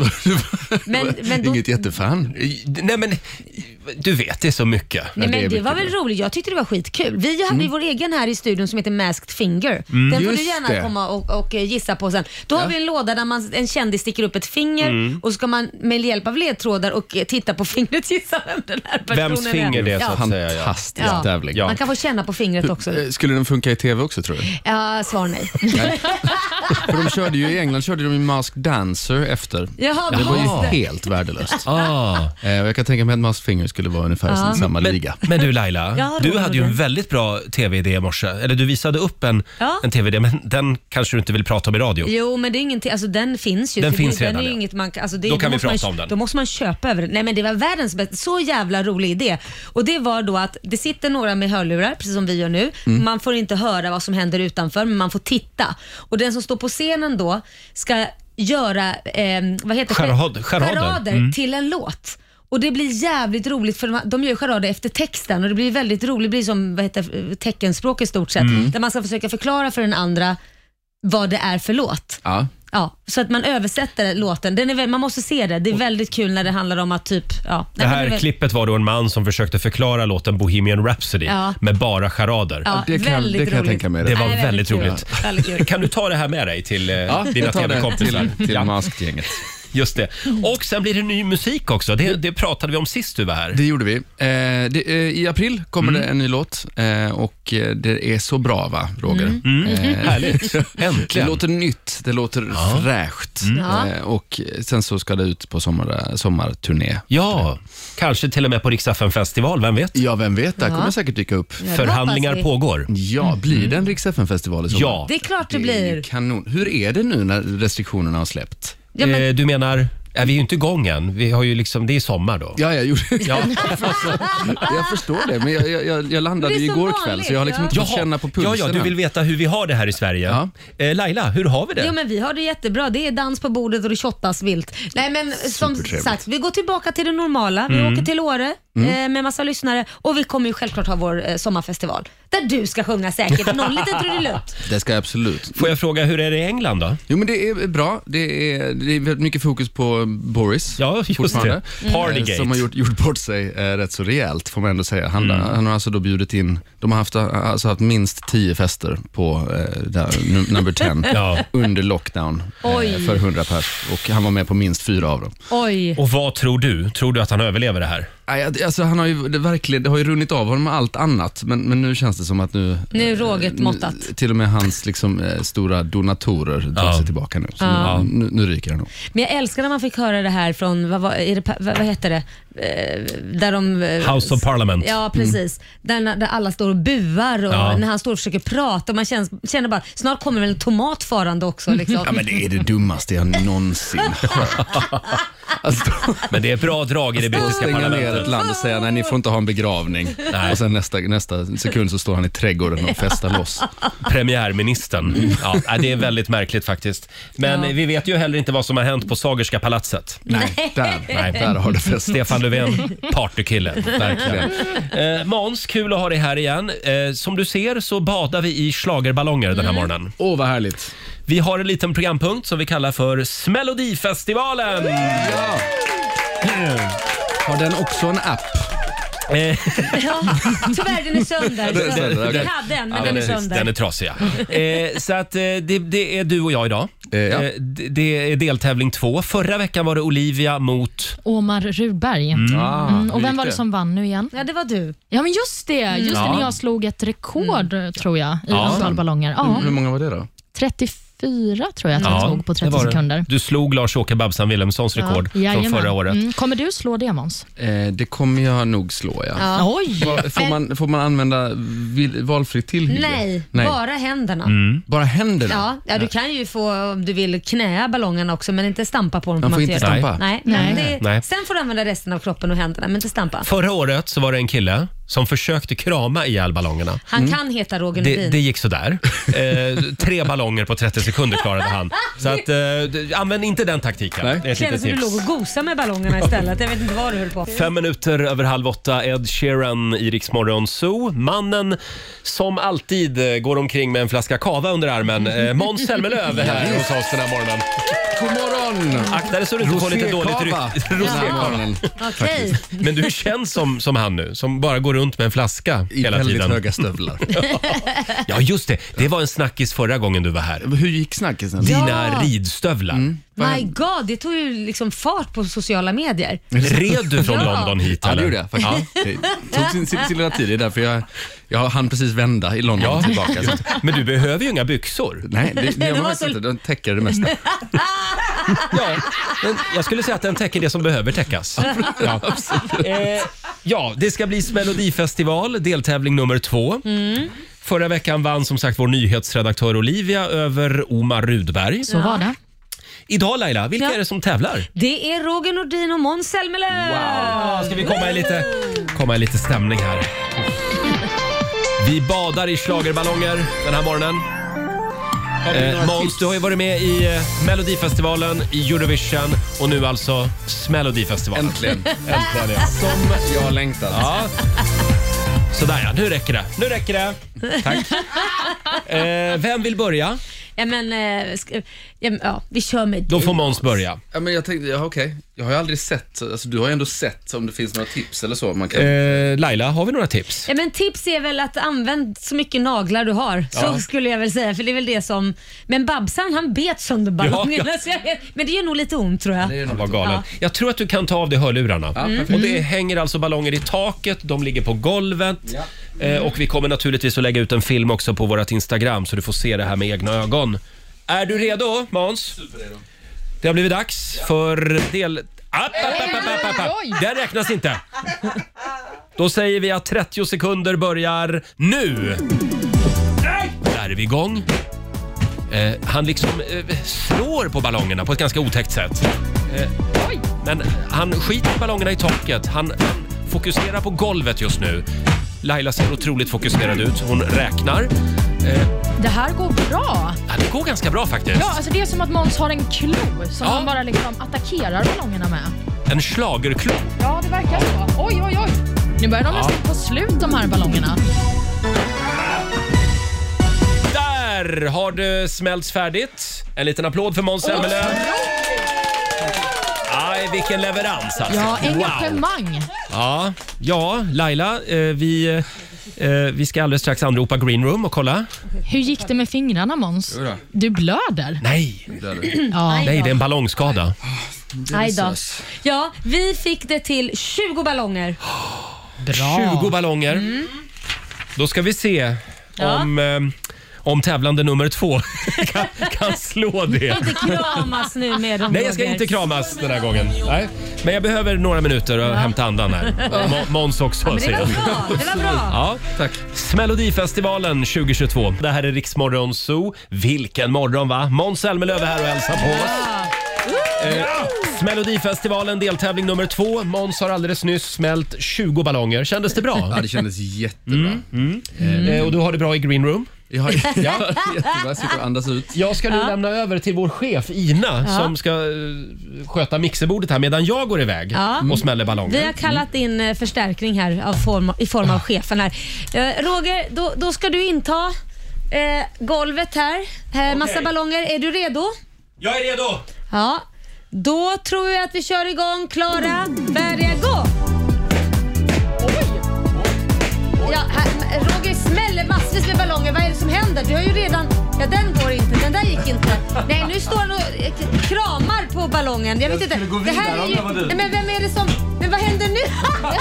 Speaker 2: men, men då...
Speaker 9: Inget jättefan.
Speaker 1: Eh, Nej men, du vet det är så mycket. Mm.
Speaker 2: Nej, men
Speaker 9: det är
Speaker 2: det var väl
Speaker 9: mycket
Speaker 2: roligt. Jag tyckte det var skitkul. Vi hade ju vår egen här i studion som heter Masked Finger. Den får du
Speaker 9: Just
Speaker 2: gärna
Speaker 9: det.
Speaker 2: komma och, och eh, gissa på sen. Då har vi en låda där man, en kändis sticker upp ett finger
Speaker 1: Mm.
Speaker 2: och så ska man med hjälp av ledtrådar och eh, titta på fingret gissa vem den här personen
Speaker 1: Vems finger
Speaker 2: är.
Speaker 1: det är så
Speaker 2: Ja.
Speaker 1: att säga. Ja.
Speaker 9: Fantastisk
Speaker 2: Ja.
Speaker 9: tävling.
Speaker 1: Ja.
Speaker 2: Man kan få känna på fingret också.
Speaker 9: Eh, Skulle den funka i TV också tror du?
Speaker 2: Ja, svar nej.
Speaker 9: För de körde ju i England körde de ju Masked Dancer efter.
Speaker 2: Jaha,
Speaker 9: Det var ju
Speaker 2: just det.
Speaker 9: helt värdelöst.
Speaker 1: Ah.
Speaker 9: Eh, och Jag kan tänka mig att Masked Finger skulle vara ungefär i samma liga.
Speaker 1: Men du Laila,
Speaker 2: Ja,
Speaker 1: du
Speaker 2: Roger.
Speaker 1: hade ju en väldigt bra tv-idé i morse. Eller du visade upp en,
Speaker 2: Ja.
Speaker 1: en tv-idé, men den kanske du inte vill prata om i radio.
Speaker 2: Jo, men det är ingenting. Alltså, den finns ju.
Speaker 1: Den
Speaker 2: Det-
Speaker 1: finns
Speaker 2: den
Speaker 1: redan,
Speaker 2: är ju
Speaker 1: ja.
Speaker 2: inget man, kan- alltså, det,
Speaker 1: Då kan vi
Speaker 2: måste man ju-
Speaker 1: prata om den.
Speaker 2: Då måste man köpa över den. Nej, men det var världens bästa. Så jävla rolig idé. Och det var då att det sitter några med hörlurar, precis som vi gör nu.
Speaker 1: Mm.
Speaker 2: Man får inte höra vad som händer utanför, men man får titta. Och den som står på scenen då ska göra, eh, vad heter
Speaker 1: Charad- charader.
Speaker 2: charader till en låt. Och det blir jävligt roligt för de- de gör ju charader efter texten och det blir väldigt roligt. Det blir som vad heter, teckenspråk i stort sett. Där man ska försöka förklara för den andra vad det är för låt.
Speaker 9: Ja.
Speaker 2: Ja, så att man översätter låten. Den är väl, man måste se det. Det är väldigt kul när det handlar om att typ... Ja,
Speaker 1: Det
Speaker 2: Nej, men är
Speaker 1: här
Speaker 2: väl-
Speaker 1: klippet var då en man som försökte förklara låten Bohemian Rhapsody
Speaker 2: Ja.
Speaker 1: med bara charader.
Speaker 2: Ja,
Speaker 9: det kan,
Speaker 2: väldigt
Speaker 9: det kan jag
Speaker 2: roligt.
Speaker 9: tänka mig.
Speaker 1: Det var
Speaker 2: Nej,
Speaker 1: väldigt
Speaker 2: väldigt kul.
Speaker 1: roligt.
Speaker 2: Ja, väldigt kul.
Speaker 1: Kan du ta det här med dig till eh,
Speaker 9: Ja,
Speaker 1: dina
Speaker 9: jag tar det
Speaker 1: tv-kompisar?
Speaker 9: till, till
Speaker 1: Ja,
Speaker 9: Masked-gänget.
Speaker 1: just det.
Speaker 2: Mm.
Speaker 1: Och sen blir det ny musik också. Det, det pratade vi om sist du var här.
Speaker 9: Det gjorde vi. Eh, det, eh, I april kommer det en ny låt eh, och eh, det är så bra va, Roger? Eh,
Speaker 1: Härligt.
Speaker 9: Det
Speaker 1: Äntligen.
Speaker 9: låter nytt, det låter fräscht
Speaker 2: Ja.
Speaker 9: eh, och sen så ska det ut på sommar, sommarturné.
Speaker 1: Ja, kanske till och med på Riksdagen festival, vem vet?
Speaker 9: Ja, vem vet, där
Speaker 2: Ja.
Speaker 9: kommer det säkert dyka upp.
Speaker 2: Ja, det
Speaker 1: Förhandlingar
Speaker 2: hoppas vi.
Speaker 1: pågår.
Speaker 9: Ja, blir det en riks festival i sommar?
Speaker 1: Ja.
Speaker 2: Det är klart det
Speaker 9: är ju
Speaker 2: blir.
Speaker 9: Kanon. Hur är det nu när restriktionerna har släppt?
Speaker 2: Ja, men,
Speaker 1: Eh, Du menar, ja, vi är ju inte igång än. Vi har ju liksom, det är sommar då.
Speaker 9: Ja, jag gjorde ja. Jag förstår det, men jag, jag- jag, jag landade
Speaker 2: Det är
Speaker 9: ju
Speaker 2: så
Speaker 9: igår
Speaker 2: vanligt,
Speaker 9: kväll så jag har liksom
Speaker 2: ja.
Speaker 9: inte fått känna på pulsen
Speaker 1: ja, ja, du
Speaker 9: än.
Speaker 1: vill veta hur vi har det här i Sverige.
Speaker 9: Ja.
Speaker 1: Eh, Laila, hur har vi det?
Speaker 2: jo, men vi har det jättebra. Det är dans på bordet och det shottas vilt. Nej, men som
Speaker 9: Supertrevligt.
Speaker 2: sagt, vi går tillbaka till det normala. Vi åker till Åre eh, med massa lyssnare och vi kommer ju självklart ha vår eh, sommarfestival där du ska sjunga säkert någon liten trudelutt.
Speaker 9: Det ska jag absolut.
Speaker 1: Får jag fråga, hur är det i England då?
Speaker 9: Jo, men det är bra. Det är, det är väldigt mycket fokus på Boris
Speaker 1: Ja, just
Speaker 9: fortfarande.
Speaker 2: Mm.
Speaker 1: det. Partygate.
Speaker 9: Eh, Som har gjort, gjort bort sig eh, rätt så rejält, får man ändå säga. Han,
Speaker 2: Mm.
Speaker 9: han har alltså då bjudit in, de har haft, alltså haft minst tio fester på eh, där, nu- number 10
Speaker 1: Ja.
Speaker 9: under lockdown eh,
Speaker 2: Oj.
Speaker 9: för 100 pers och han var med på minst fyra av dem.
Speaker 2: Oj.
Speaker 1: Och vad tror du? Tror du att han överlever det här?
Speaker 9: Nej, att- alltså, han har ju, det, verkligen, det har ju runnit av honom allt annat, men, men nu känns det som att nu... eh,
Speaker 2: Nu är råget måttat.
Speaker 9: Nu- Till och med hans liksom, eh, stora donatorer drar
Speaker 1: Ja.
Speaker 9: sig tillbaka nu. Så nu, nu, nu ryker han nog.
Speaker 2: Men jag älskar när man fick höra det här från, vad, var, är det, pa- vad, vad heter det, eh, där de... eh,
Speaker 1: House of Parliament.
Speaker 2: Ja, precis. Där, där alla står och buar och
Speaker 1: Ja.
Speaker 2: när han står och försöker prata och man känner, känner bara, snart kommer väl en tomat farande också. Liksom.
Speaker 9: Ja, men det är det dummaste jag någonsin hört. Alltså,
Speaker 1: Men det är bra drag i det
Speaker 9: att
Speaker 1: brittiska
Speaker 9: stänga ner ett
Speaker 1: parlamentet.
Speaker 9: land och säga nej, ni får inte ha en begravning.
Speaker 1: Nej.
Speaker 9: Och sen nästa, nästa sekund så står han i trädgården och festar loss.
Speaker 1: Premiärministern. Ja, nej, det är väldigt märkligt faktiskt. Men
Speaker 2: Ja.
Speaker 1: vi vet ju heller inte vad som har hänt på Sagerska palatset.
Speaker 9: Nej, där,
Speaker 1: Nej.
Speaker 9: där har det festat.
Speaker 1: Stefan Löfven, partykille. Verkligen. Eh, Måns, kul att ha dig här igen. Eh, som du ser så badar vi i schlagerballonger den här morgonen.
Speaker 9: Åh, vad härligt.
Speaker 1: Vi har en liten programpunkt som vi kallar för Smelodifestivalen.
Speaker 9: Har den också en app?
Speaker 1: Eh,
Speaker 2: Ja, tyvärr, den är sönder.
Speaker 9: Den är sönder,
Speaker 2: Vi
Speaker 9: okej.
Speaker 2: hade en, men
Speaker 1: Ja,
Speaker 2: den är
Speaker 1: är,
Speaker 2: sönder.
Speaker 1: den är trasig, ja. eh, Så att eh, det, det är du och jag idag.
Speaker 9: Eh, ja.
Speaker 1: d- det är deltävling två. Förra veckan var det Olivia mot...
Speaker 3: Omar Rudberg. Mm.
Speaker 9: Ah,
Speaker 3: Och
Speaker 9: hur
Speaker 3: vem
Speaker 9: gick
Speaker 3: var det som vann nu igen?
Speaker 2: Ja, Mm. det var du.
Speaker 3: Ja, men just det. Just det,
Speaker 1: Ja.
Speaker 3: när jag slog ett rekord,
Speaker 2: Mm.
Speaker 3: tror jag, i antal ballonger. Ja,
Speaker 9: Hur, hur många var det då?
Speaker 3: 34 tror jag att jag tog på
Speaker 1: Mm. det
Speaker 3: 30
Speaker 1: var det.
Speaker 3: sekunder.
Speaker 1: Du slog Lars-Åke Babsan Wilhelmssons rekord från
Speaker 3: Jajamän.
Speaker 1: förra året.
Speaker 3: Mm. Kommer du slå det, Måns?
Speaker 9: Eh, det kommer jag nog slå, ja.
Speaker 3: Oj!
Speaker 9: Får- Får man, får man använda vil- valfritt tillhygge?
Speaker 2: Nej, bara händerna.
Speaker 9: Mm. Bara händerna?
Speaker 2: Ja, ja, du kan ju få om du vill knäa ballongerna också men inte stampa på dem.
Speaker 9: Man får inte
Speaker 2: materialet.
Speaker 9: stampa?
Speaker 2: Nej. Nej.
Speaker 3: Nej.
Speaker 2: Det,
Speaker 1: Nej.
Speaker 2: Sen får du använda resten av kroppen och händerna men inte stampa.
Speaker 1: Förra året så var det en kille som försökte krama ihjäl ballongerna.
Speaker 2: Han kan heta Roger
Speaker 1: Det,
Speaker 2: Nordin.
Speaker 1: det gick sådär. Eh, tre ballonger på 30 sekunder klarade han. Så att, eh, d- använd inte den taktiken.
Speaker 9: Nej.
Speaker 1: Det är ett
Speaker 2: kändes
Speaker 1: litet
Speaker 2: som du
Speaker 1: tips.
Speaker 2: låg och gosade med ballongerna istället. Jag vet inte vad du höll på.
Speaker 1: Fem minuter över halv åtta, Ed Sheeran i Rix Morgon Zoo. Mannen som alltid eh, går omkring med en flaska cava under armen, eh, Måns Zelmerlöw är här hos oss den här morgonen.
Speaker 9: God morgon!
Speaker 1: Akta dig så du inte får lite dåligt rykte. Rosékava.
Speaker 2: Okej.
Speaker 1: Men du känns som, som han nu, som bara går runt med en flaska
Speaker 9: I
Speaker 1: hela
Speaker 9: väldigt
Speaker 1: tiden.
Speaker 9: höga stövlar.
Speaker 1: Ja, just det. Det var en snackis förra gången du var här.
Speaker 9: Hur gick snackisen?
Speaker 1: Dina ridstövlar.
Speaker 2: My God, det tog ju liksom fart på sociala medier.
Speaker 1: Red du från
Speaker 2: Ja.
Speaker 1: London hit
Speaker 9: Ja,
Speaker 1: eller?
Speaker 9: det gjorde jag faktiskt. Det tog sin, sin, sin lilla tid, det är därför jag, jag hann precis vända i London
Speaker 1: Ja.
Speaker 9: tillbaka. Så. att-
Speaker 1: Men du behöver ju inga byxor.
Speaker 9: Nej, det, det
Speaker 2: var
Speaker 9: var faktiskt
Speaker 2: så-
Speaker 9: inte. De täcker det mesta.
Speaker 1: Ja, men jag skulle säga att den täcker det som behöver täckas. Ja, eh, ja det ska bli Melodifestival, deltävling nummer två. Förra veckan vann som sagt vår nyhetsredaktör Olivia över Omar Rudberg.
Speaker 3: Så var det.
Speaker 1: Idag Laila, vilka
Speaker 2: Ja.
Speaker 1: är det som tävlar?
Speaker 2: Det är Roger Nordin och Måns Zelmerlöw.
Speaker 1: Ja, ska vi komma i lite, komma i lite stämning här. Vi badar i schlagerballonger den här morgonen. Eh, Måns, du har ju varit med i eh, Melodifestivalen, i Eurovision och nu alltså Smelodifestivalen.
Speaker 9: Äntligen.
Speaker 1: Äntligen ja. Som,
Speaker 9: Jag har längtat.
Speaker 1: ja. Sådär ja, nu räcker det. Nu räcker det. Tack. Eh, vem vill börja?
Speaker 2: Ja, men, eh, sk- ja, men, ja, vi kör med
Speaker 1: Då
Speaker 2: dig.
Speaker 1: får Måns börja.
Speaker 9: Ja, men jag tänkte, ja, okej. Jag har ju aldrig sett, alltså, du har ju ändå sett om det finns några tips eller så. Man kan...
Speaker 1: Eh, Laila, har vi några tips?
Speaker 2: Ja, men tips är väl att använd så mycket naglar du har. Så skulle jag väl säga. För det är väl det som... Men Babsan han bet sönder ballongerna.
Speaker 1: Ja,
Speaker 2: Så jag, vet- men det gör nog lite ont tror jag.
Speaker 1: Han var galen. Jag tror att du kan ta av dig hörlurarna. Mm.
Speaker 9: perfekt.
Speaker 1: Och det hänger alltså ballonger i taket, de ligger på golvet. Eh, och vi kommer naturligtvis att lägga ut en film också på vårt Instagram så du får se det här med egna ögon. Är du redo Måns? Det har blivit dags för del... App, app, app, app, app, app,
Speaker 3: Oj,
Speaker 1: app. Den räknas inte. Då säger vi att 30 sekunder börjar nu. Där är vi igång. Eh, han liksom eh, slår på ballongerna på ett ganska otäckt sätt. Eh,
Speaker 3: oj.
Speaker 1: Men han skiter i ballongerna i taket. Han, han fokuserar på golvet just nu. Laila ser otroligt fokuserad ut. Hon räknar. Eh,
Speaker 3: Det här går bra.
Speaker 1: ja, det går ganska bra faktiskt.
Speaker 3: Ja, alltså det är som att Måns har en klo
Speaker 1: Ja.
Speaker 3: som han bara liksom attackerar ballongerna med.
Speaker 1: En schlagerklo.
Speaker 3: Ja, det verkar så. Oj, oj, oj. Nu börjar de nästan ta slut de här ballongerna.
Speaker 1: Där har det smälts färdigt. En liten applåd för Måns Zelmerlöw. Aj, vilken leverans alltså.
Speaker 3: Ja,
Speaker 1: Wow.
Speaker 3: engagemang.
Speaker 1: Ja, ja Laila, eh, vi, eh, vi ska alldeles strax anropa Green Room och kolla.
Speaker 3: Hur gick det med fingrarna Måns?
Speaker 9: då.
Speaker 3: Du blöder.
Speaker 1: Nej,
Speaker 9: Där.
Speaker 3: Ja.
Speaker 1: nej det är en ballongskada.
Speaker 2: Aj då. Ja, vi fick det till 20 ballonger.
Speaker 1: 20 ballonger. Då ska vi se
Speaker 2: Ja.
Speaker 1: om, eh, om tävlande nummer två kan, kan slå det.
Speaker 2: Inte kramas nu med dem
Speaker 1: Nej, jag ska
Speaker 2: Roger.
Speaker 1: inte kramas den här gången. Nej. Men jag behöver några minuter att hämta andan här. Mo- Måns också.
Speaker 2: Men det
Speaker 1: ser
Speaker 2: var
Speaker 1: jag.
Speaker 2: bra. Det var bra.
Speaker 1: Ja, tack. Melodifestivalen 2022. Det här är Riksmorgon Zoo. Vilken morgon va? Måns Zelmerlöw är här och hälsar på oss. Eh, Melodifestivalen deltävling nummer två. Måns har alldeles nyss smält 20 ballonger. Kändes det bra?
Speaker 9: Ja, det kändes jättebra.
Speaker 1: Eh, och du har det bra i green room?
Speaker 9: Jag har ja. jättebra, sitter och andas ut.
Speaker 1: Jag ska nu lämna över till vår chef Ina som ska eh, sköta mixerbordet här medan jag går iväg
Speaker 2: Ja.
Speaker 1: och smäller ballonger.
Speaker 2: Vi har kallat in eh, förstärkning här av form, i form av chefen här. Eh, Roger, då, då ska du inta eh, golvet här. Eh, Massa
Speaker 1: Okej.
Speaker 2: ballonger. Är du redo?
Speaker 1: Jag är redo!
Speaker 2: Ja. Då tror jag att vi kör igång. Klara, färdiga, gå! Ja, här, Roger smäller massvis med ballonger. Vad är det som händer? Du har ju redan... Ja, den går inte. Den där gick inte. Nej, nu står han och eh, k- kramar på ballongen. Jag vet inte.
Speaker 9: skulle gå
Speaker 2: det här
Speaker 9: vidare
Speaker 2: är
Speaker 9: om
Speaker 2: ju...
Speaker 9: jag var du.
Speaker 2: Nej, men vem är det som... Men vad händer nu? han, kan,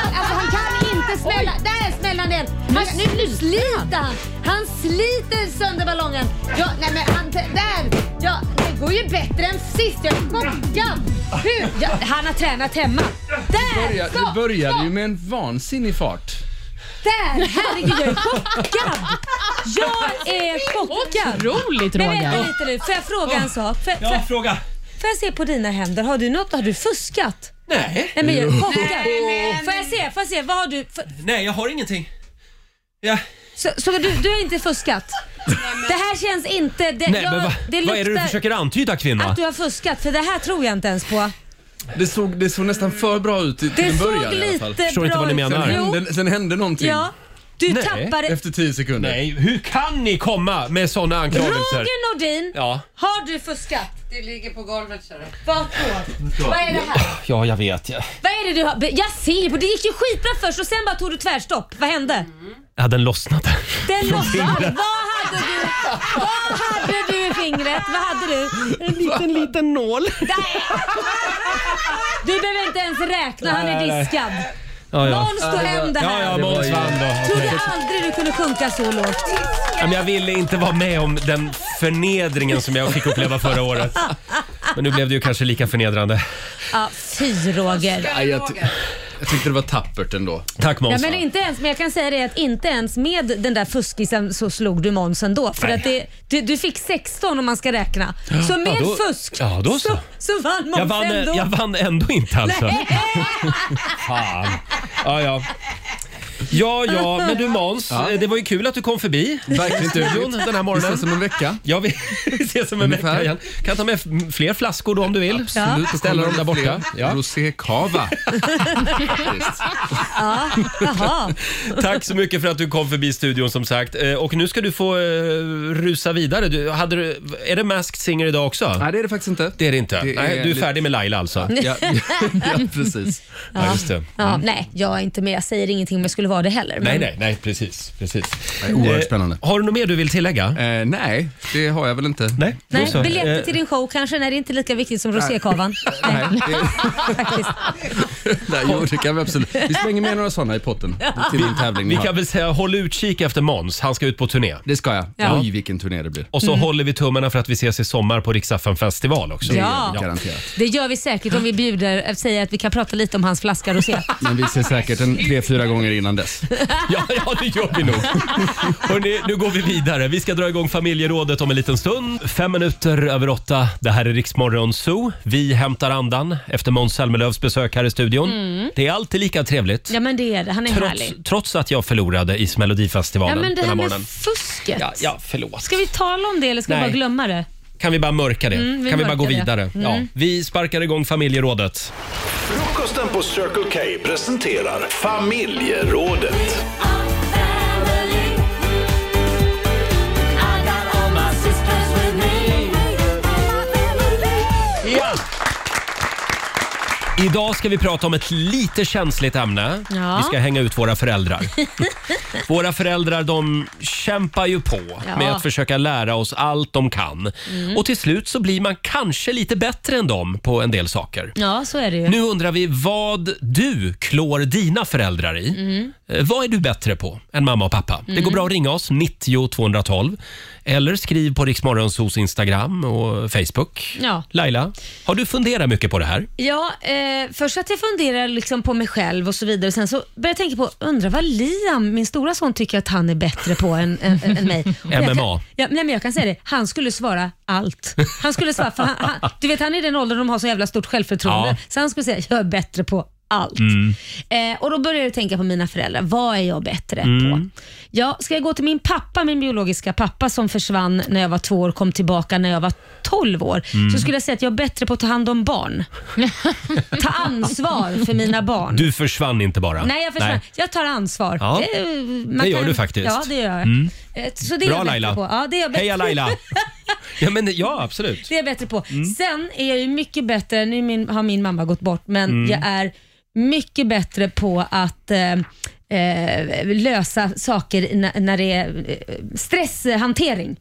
Speaker 2: alltså, han kan inte smälla. Där smäller han igen. Han, nu, nu sliter han. Han sliter sönder ballongen. Ja, nej, men han... Där! Ja, det går ju bättre än sist. Jag är chockad. Hur? Ja, han har tränat hemma. Där!
Speaker 9: Ja, det
Speaker 2: Så!
Speaker 9: började ju med en vansinnig fart.
Speaker 2: Där! Herregud, jag är chockad! Jag är chockad!
Speaker 3: Otroligt
Speaker 2: Men vänta
Speaker 3: Roger.
Speaker 2: lite nu, får jag fråga en sak? Får, får,
Speaker 1: Ja, fråga.
Speaker 2: får jag se på dina händer? Har du något? Har du fuskat?
Speaker 1: Nej,
Speaker 2: Nej men jag är chockad. Får jag se? Får jag se? Vad har du? Får,
Speaker 1: nej jag har ingenting. Ja.
Speaker 2: så så du, du har inte fuskat? Det här känns inte... Det,
Speaker 1: Nej,
Speaker 2: jag,
Speaker 1: men va,
Speaker 2: det
Speaker 1: vad är det du
Speaker 2: luktar
Speaker 1: försöker antyda kvinna?
Speaker 2: Att du har fuskat, för det här tror jag inte ens på.
Speaker 9: Det såg, det såg nästan för bra ut till, till
Speaker 2: Det
Speaker 9: en
Speaker 2: såg
Speaker 9: början i alla
Speaker 2: lite
Speaker 9: fall.
Speaker 2: bra
Speaker 1: Förstår inte vad ni
Speaker 9: Sen
Speaker 1: menar.
Speaker 2: Jo,
Speaker 9: hände, sen hände någonting
Speaker 2: ja. Du
Speaker 1: Nej.
Speaker 2: tappade...
Speaker 9: efter tio sekunder.
Speaker 1: Nej, hur kan ni komma med såna anklagelser?
Speaker 2: Roger Nordin,
Speaker 1: Ja.
Speaker 2: har du fuskat?
Speaker 4: Det ligger på golvet kör du.
Speaker 2: Vart då? Vad är det här?
Speaker 1: Ja, jag vet. Jag
Speaker 2: Vad är det du har? be- Jag ser på det gick ju skitbra först och sen bara tog du tvärstopp. Vad hände?
Speaker 1: ja, den lossnade.
Speaker 2: Den lossnade. Vad hade du? Vad hade du i fingret? Vad hade du?
Speaker 1: En liten, liten nål.
Speaker 2: Nej. Du behöver inte ens räkna, han är
Speaker 1: Nej, nej.
Speaker 2: diskad.
Speaker 1: Ja, ja.
Speaker 2: Måns tog hem det
Speaker 1: Ja, ja,
Speaker 2: här.
Speaker 1: Måns vann då.
Speaker 2: Trodde
Speaker 1: Okej.
Speaker 2: aldrig du kunde sjunka så lågt.
Speaker 1: Ja, men jag ville inte vara med om den förnedringen som jag fick uppleva förra året. Men nu blev det ju kanske lika förnedrande.
Speaker 2: Ja, fy Roger.
Speaker 9: Nej, jag, ty- jag tyckte det var tappert ändå.
Speaker 1: Tack
Speaker 2: Ja,
Speaker 1: Måns.
Speaker 2: men, inte ens, men jag kan säga det att inte ens med den där fuskisen så slog du Måns ändå. För
Speaker 1: Nej.
Speaker 2: att det, du, du fick 16 om man ska räkna. Så med
Speaker 1: då-
Speaker 2: fusk
Speaker 1: ja, då så.
Speaker 2: Så, så vann Måns
Speaker 1: jag, vann, eh,
Speaker 2: ändå.
Speaker 1: jag vann ändå inte alltså. Fan. Ja, ja. Ja, ja, men du Måns, eh, det var ju kul att du kom förbi.
Speaker 9: Verkligen
Speaker 1: Studion den här
Speaker 9: Vi ses om
Speaker 1: morgonen.
Speaker 9: en vecka.
Speaker 1: Ja, vi ses som en vecka
Speaker 9: Ungefär.
Speaker 1: igen. Kan ta med f- fler flaskor då om du vill.
Speaker 9: Absolut, då
Speaker 1: Ställer
Speaker 9: kommer
Speaker 1: dem där
Speaker 9: det fler.
Speaker 1: borta. Ja.
Speaker 9: Rosé Cava. Faktiskt.
Speaker 2: Jaha.
Speaker 1: Tack så mycket för att du kom förbi studion som sagt. Eh, Och nu ska du få eh, rusa vidare. Du, hade du, är det Masked Singer idag också?
Speaker 9: Nej, det är det faktiskt inte.
Speaker 1: Det är det inte.
Speaker 9: Det är
Speaker 1: Nej, du är
Speaker 9: lite-
Speaker 1: färdig med Laila alltså.
Speaker 9: Ja, ja precis.
Speaker 1: Ja, just det.
Speaker 2: Ja, Nej, jag är inte med. Jag säger ingenting om jag skulle vara det heller.
Speaker 1: Mm. Nej,
Speaker 2: men-
Speaker 1: nej, nej, precis. precis. Eh,
Speaker 9: Nej, oerhört spännande.
Speaker 1: Har du något mer du vill tillägga?
Speaker 9: Eh, nej, det har jag väl inte.
Speaker 1: Nej, då
Speaker 2: Nej,
Speaker 1: så.
Speaker 2: biljetter
Speaker 1: Eh,
Speaker 2: till din show kanske? Nej, det är inte lika viktigt som rosékavan.
Speaker 9: Nej,
Speaker 2: Nej,
Speaker 9: det,
Speaker 2: faktiskt.
Speaker 9: nej, jo, det kan vi absolut. Vi slänger med några sådana i potten till din tävling ni
Speaker 1: Vi
Speaker 9: har.
Speaker 1: kan väl säga håll utkik efter Måns. Han ska ut på turné.
Speaker 9: Det ska jag.
Speaker 2: Ja.
Speaker 9: Oj, vilken turné det blir.
Speaker 1: Och
Speaker 2: Mm.
Speaker 1: så håller vi tummarna för att vi ses i sommar på Riksaffen festival också.
Speaker 2: Ja.
Speaker 9: Garanterat.
Speaker 2: Det gör vi säkert om vi bjuder, eh, säger att vi kan prata lite om hans flaska rosé.
Speaker 9: Men vi ses säkert en tre, fyra gånger innan dess.
Speaker 1: Ja, ja, det gör vi nog. Hörrni, nu går vi vidare. Vi ska dra igång familjerådet om en liten stund. Fem minuter över åtta. Det här är Riksmorgon Zoo. Vi hämtar andan efter Måns Zelmerlöws besök här i studion. Det är alltid lika trevligt.
Speaker 2: Mm. Ja, men det är det. Han är
Speaker 1: Trots,
Speaker 2: härlig.
Speaker 1: trots att jag förlorade i
Speaker 2: Ja,
Speaker 1: Melodifestivalen
Speaker 2: men det
Speaker 1: den
Speaker 2: här
Speaker 1: här
Speaker 2: med
Speaker 1: morgonen.
Speaker 2: fusket.
Speaker 1: Ja, ja, förlåt.
Speaker 2: Ska vi tala om det eller ska vi
Speaker 1: Nej.
Speaker 2: bara glömma det?
Speaker 1: Kan vi bara mörka det?
Speaker 2: Mm, vi
Speaker 1: kan vi bara gå
Speaker 2: mörkar det. Mm.
Speaker 1: vidare? Ja. Vi sparkar igång familjerådet.
Speaker 7: Frukosten på Circle K presenterar familjerådet.
Speaker 1: Ja! Idag ska vi prata om ett lite känsligt ämne.
Speaker 2: Ja.
Speaker 1: Vi ska hänga ut våra föräldrar. våra föräldrar de kämpar ju på
Speaker 2: Ja. Mm.
Speaker 1: med att försöka lära oss allt de kan. Och till slut så blir man kanske lite bättre än dem på en del saker.
Speaker 2: Ja, så är det ju.
Speaker 1: Nu undrar vi vad du klår dina föräldrar i. Eh, Vad är du bättre på än mamma och pappa? Det
Speaker 2: Mm.
Speaker 1: går bra att ringa oss, 90 212. Eller skriv på Riksmorgonsos Instagram och Facebook.
Speaker 2: Ja.
Speaker 1: Laila, har du funderat mycket på det här?
Speaker 2: Ja, eh, först att jag funderar liksom på mig själv och så vidare. Och sen så börjar jag tänka på, undrar vad Liam, min stora son, tycker att han är bättre på än, än, än än mig. Och Jag
Speaker 1: MMA.
Speaker 2: kan, ja, nej, men jag kan säga det, han skulle svara allt. Han skulle svara, för han, han, du vet han är i den åldern de har så jävla stort självförtroende.
Speaker 1: Ja.
Speaker 2: Så han skulle säga, jag är bättre på allt. Eh, och då börjar jag tänka på mina föräldrar, vad är jag bättre på? Ja, ska jag gå till min pappa, min biologiska pappa som försvann när jag var två år, kom tillbaka när jag var 12 år, så skulle jag säga att jag är bättre på att ta hand om barn ta ansvar för mina barn.
Speaker 1: Du försvann inte bara.
Speaker 2: Nej, jag försvann. Jag tar ansvar.
Speaker 1: Ja,
Speaker 2: Det, är- man
Speaker 1: det gör du faktiskt. Mm.
Speaker 2: Ja, det gör jag. Eh, Så det är
Speaker 1: Bra,
Speaker 2: jag bättre
Speaker 1: Laila.
Speaker 2: På. Ja, det är jag bättre
Speaker 1: Heja Laila! Mm. Ja, men, ja absolut.
Speaker 2: det är jag bättre på. Sen är jag ju mycket bättre, nu är min, har min mamma gått bort, men
Speaker 1: Mm.
Speaker 2: jag är mycket bättre på att eh, eh, lösa saker när, när det är eh, stresshantering.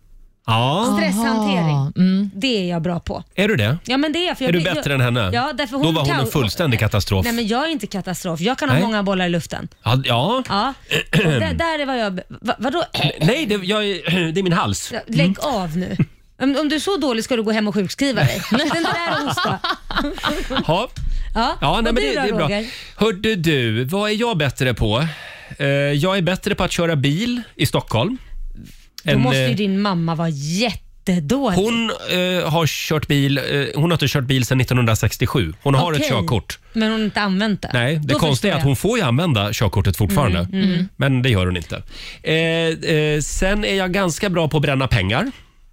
Speaker 1: Ja,
Speaker 2: Stresshantering,
Speaker 3: Aha, mm.
Speaker 2: det är jag bra på.
Speaker 1: är du det?
Speaker 2: Ja, men det är, jag, för jag
Speaker 1: Är du
Speaker 2: blir-
Speaker 1: bättre
Speaker 2: jag,
Speaker 1: än henne?
Speaker 2: Ja, därför
Speaker 1: Då
Speaker 2: hon
Speaker 1: var hon
Speaker 2: kan-
Speaker 1: en fullständig katastrof.
Speaker 2: Nej, men jag är inte katastrof. Jag kan ha
Speaker 1: Nej.
Speaker 2: många bollar i luften.
Speaker 1: Ja, ja.
Speaker 2: Ja, och där, där är vad jag... Va, vadå? Äh,
Speaker 1: Nej, det, jag, är- det är min hals.
Speaker 2: Lägg av nu. Om, om du är så dålig ska du gå hem och sjukskriva dig. Den där onsdag.
Speaker 1: Ja,
Speaker 2: Ja,
Speaker 1: ja nej,
Speaker 2: och
Speaker 1: men
Speaker 2: du
Speaker 1: det,
Speaker 2: då,
Speaker 1: det är bra.
Speaker 2: Roger?
Speaker 1: Hörde du, vad är jag bättre på? Eh, jag är bättre på att köra bil i Stockholm.
Speaker 2: Då
Speaker 1: Än,
Speaker 2: måste ju
Speaker 1: eh,
Speaker 2: din mamma vara jättedålig.
Speaker 1: hon eh, har kört bil, eh, hon har inte kört bil sedan 1967. Hon har ett
Speaker 2: Okej.
Speaker 1: körkort.
Speaker 2: Men hon har inte använt det.
Speaker 1: Nej, det
Speaker 2: Då
Speaker 1: konstiga är att
Speaker 2: förstår Mm,
Speaker 1: hon får ju använda körkortet fortfarande. Men det gör hon inte. Eh, eh, sen är jag ganska bra på att bränna pengar.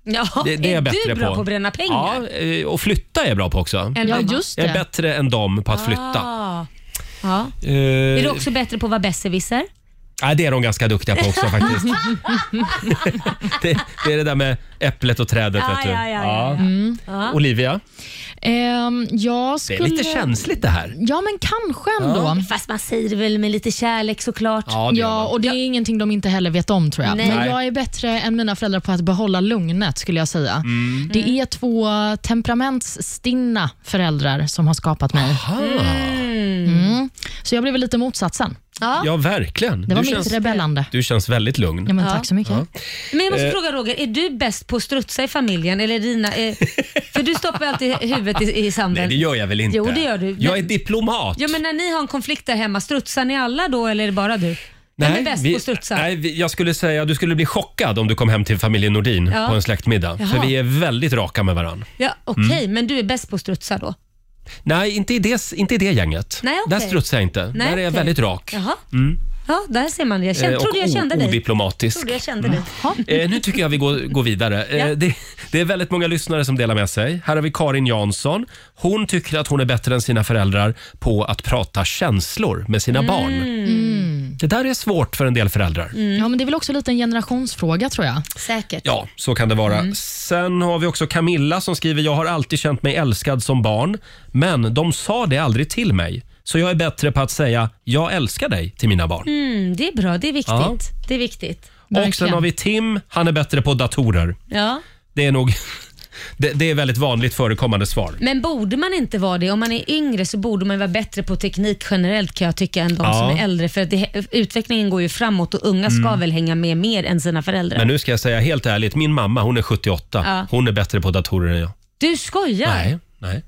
Speaker 2: jag. Ja,
Speaker 1: Det, det är, jag bättre
Speaker 2: du bra på. att bränna pengar?
Speaker 1: Ja, eh, och flytta är jag bra på också.
Speaker 2: Än
Speaker 3: Ja,
Speaker 2: mamma?
Speaker 3: just
Speaker 1: Jag
Speaker 3: det.
Speaker 1: är bättre än dem på att flytta.
Speaker 2: Ja.
Speaker 1: Eh,
Speaker 2: Ja. Ah. Är du också bättre på att vara besserwisser?
Speaker 1: nej, det är de ganska duktiga på också faktiskt. det, det är det där med äpplet och trädet.
Speaker 2: Ja,
Speaker 1: vet du.
Speaker 2: ja, ja, ja, ja. Mm.
Speaker 1: Ja. Olivia,
Speaker 3: Ehm, jag
Speaker 1: det
Speaker 3: skulle...
Speaker 1: är lite känsligt det här.
Speaker 3: Ja, men kanske ändå.
Speaker 2: Fast man säger det väl med lite kärlek såklart.
Speaker 1: Ja, det gör
Speaker 3: Ja,
Speaker 1: man.
Speaker 3: och det är ingenting de inte heller vet om tror jag.
Speaker 2: Nej.
Speaker 3: Men
Speaker 1: Nej.
Speaker 3: jag är bättre än mina föräldrar på att behålla lugnet skulle jag säga. Det är två temperamentstinna föräldrar som har skapat mig.
Speaker 1: Aha.
Speaker 3: Mm. Så jag blev väl lite motsatsen.
Speaker 1: Ja, verkligen.
Speaker 3: Det var
Speaker 1: du,
Speaker 3: mitt
Speaker 1: känns,
Speaker 3: rebellande.
Speaker 1: du känns väldigt lugn.
Speaker 3: Ja, men Tack så mycket.
Speaker 2: Men jag
Speaker 1: Eh.
Speaker 2: måste fråga Roger, är du bäst på att strutsa i familjen? Eller är dina, eh, för du stoppar ju alltid huvudet i, i sanden.
Speaker 1: Nej, det gör jag väl inte?
Speaker 2: Jo, det gör du.
Speaker 1: Jag är
Speaker 2: Men-
Speaker 1: diplomat.
Speaker 2: Ja, men när ni har en konflikt där hemma, strutsar ni alla då eller är det bara du? Vem är bäst på att strutsa?
Speaker 1: nej, vi, jag skulle säga du skulle bli chockad om du kom hem till familjen Nordin
Speaker 2: Ja.
Speaker 1: på en släktmiddag.
Speaker 2: Jaha.
Speaker 1: För vi är väldigt raka med varandra.
Speaker 2: Ja, Okej,
Speaker 1: Mm.
Speaker 2: men du är bäst på att strutsa då?
Speaker 1: Nej, inte i det, inte i det gänget.
Speaker 2: Nej, okej.
Speaker 1: Där strutsar jag inte.
Speaker 2: Nej,
Speaker 1: där är jag
Speaker 2: okej.
Speaker 1: väldigt rak.
Speaker 2: Jaha. Ja, där ser man. det. Jag kände,
Speaker 1: Mm. Eh,
Speaker 2: trodde jag
Speaker 1: o-
Speaker 2: kände dig.
Speaker 1: odiplomatisk.
Speaker 2: Trodde jag kände dig.
Speaker 1: Eh, nu tycker jag vi går, går vidare. Eh,
Speaker 2: Ja.
Speaker 1: det, det är väldigt många lyssnare som delar med sig. Här har vi Karin Jansson. Hon tycker att hon är bättre än sina föräldrar på att prata känslor med sina
Speaker 2: Mm.
Speaker 1: barn. Det där är svårt för en del föräldrar.
Speaker 2: Mm.
Speaker 3: Ja, men det är väl också lite en generationsfråga tror jag.
Speaker 2: Säkert.
Speaker 1: Ja, så kan det vara.
Speaker 2: Mm.
Speaker 1: Sen har vi också Camilla som skriver “Jag har alltid känt mig älskad som barn, men de sa det aldrig till mig. Så jag är bättre på att säga “Jag älskar dig” till mina barn”.
Speaker 2: Mm, det är bra, det är viktigt.
Speaker 1: Ja.
Speaker 2: Det är viktigt.
Speaker 1: och sen
Speaker 3: verkligen.
Speaker 1: har vi Tim, han är bättre på datorer.
Speaker 2: Ja.
Speaker 1: Det är nog... Det, det är väldigt vanligt förekommande svar.
Speaker 2: Men borde man inte vara det? Om man är yngre så borde man vara bättre på teknik generellt kan jag tycka än de
Speaker 1: Ja.
Speaker 2: som är äldre. För att det, utvecklingen går ju framåt och unga ska väl hänga med mer än sina föräldrar.
Speaker 1: Mm. Men nu ska jag säga helt ärligt, min mamma hon är 78.
Speaker 2: Ja.
Speaker 1: Hon är bättre på datorer än jag.
Speaker 2: Du skojar?
Speaker 1: Nej, nej.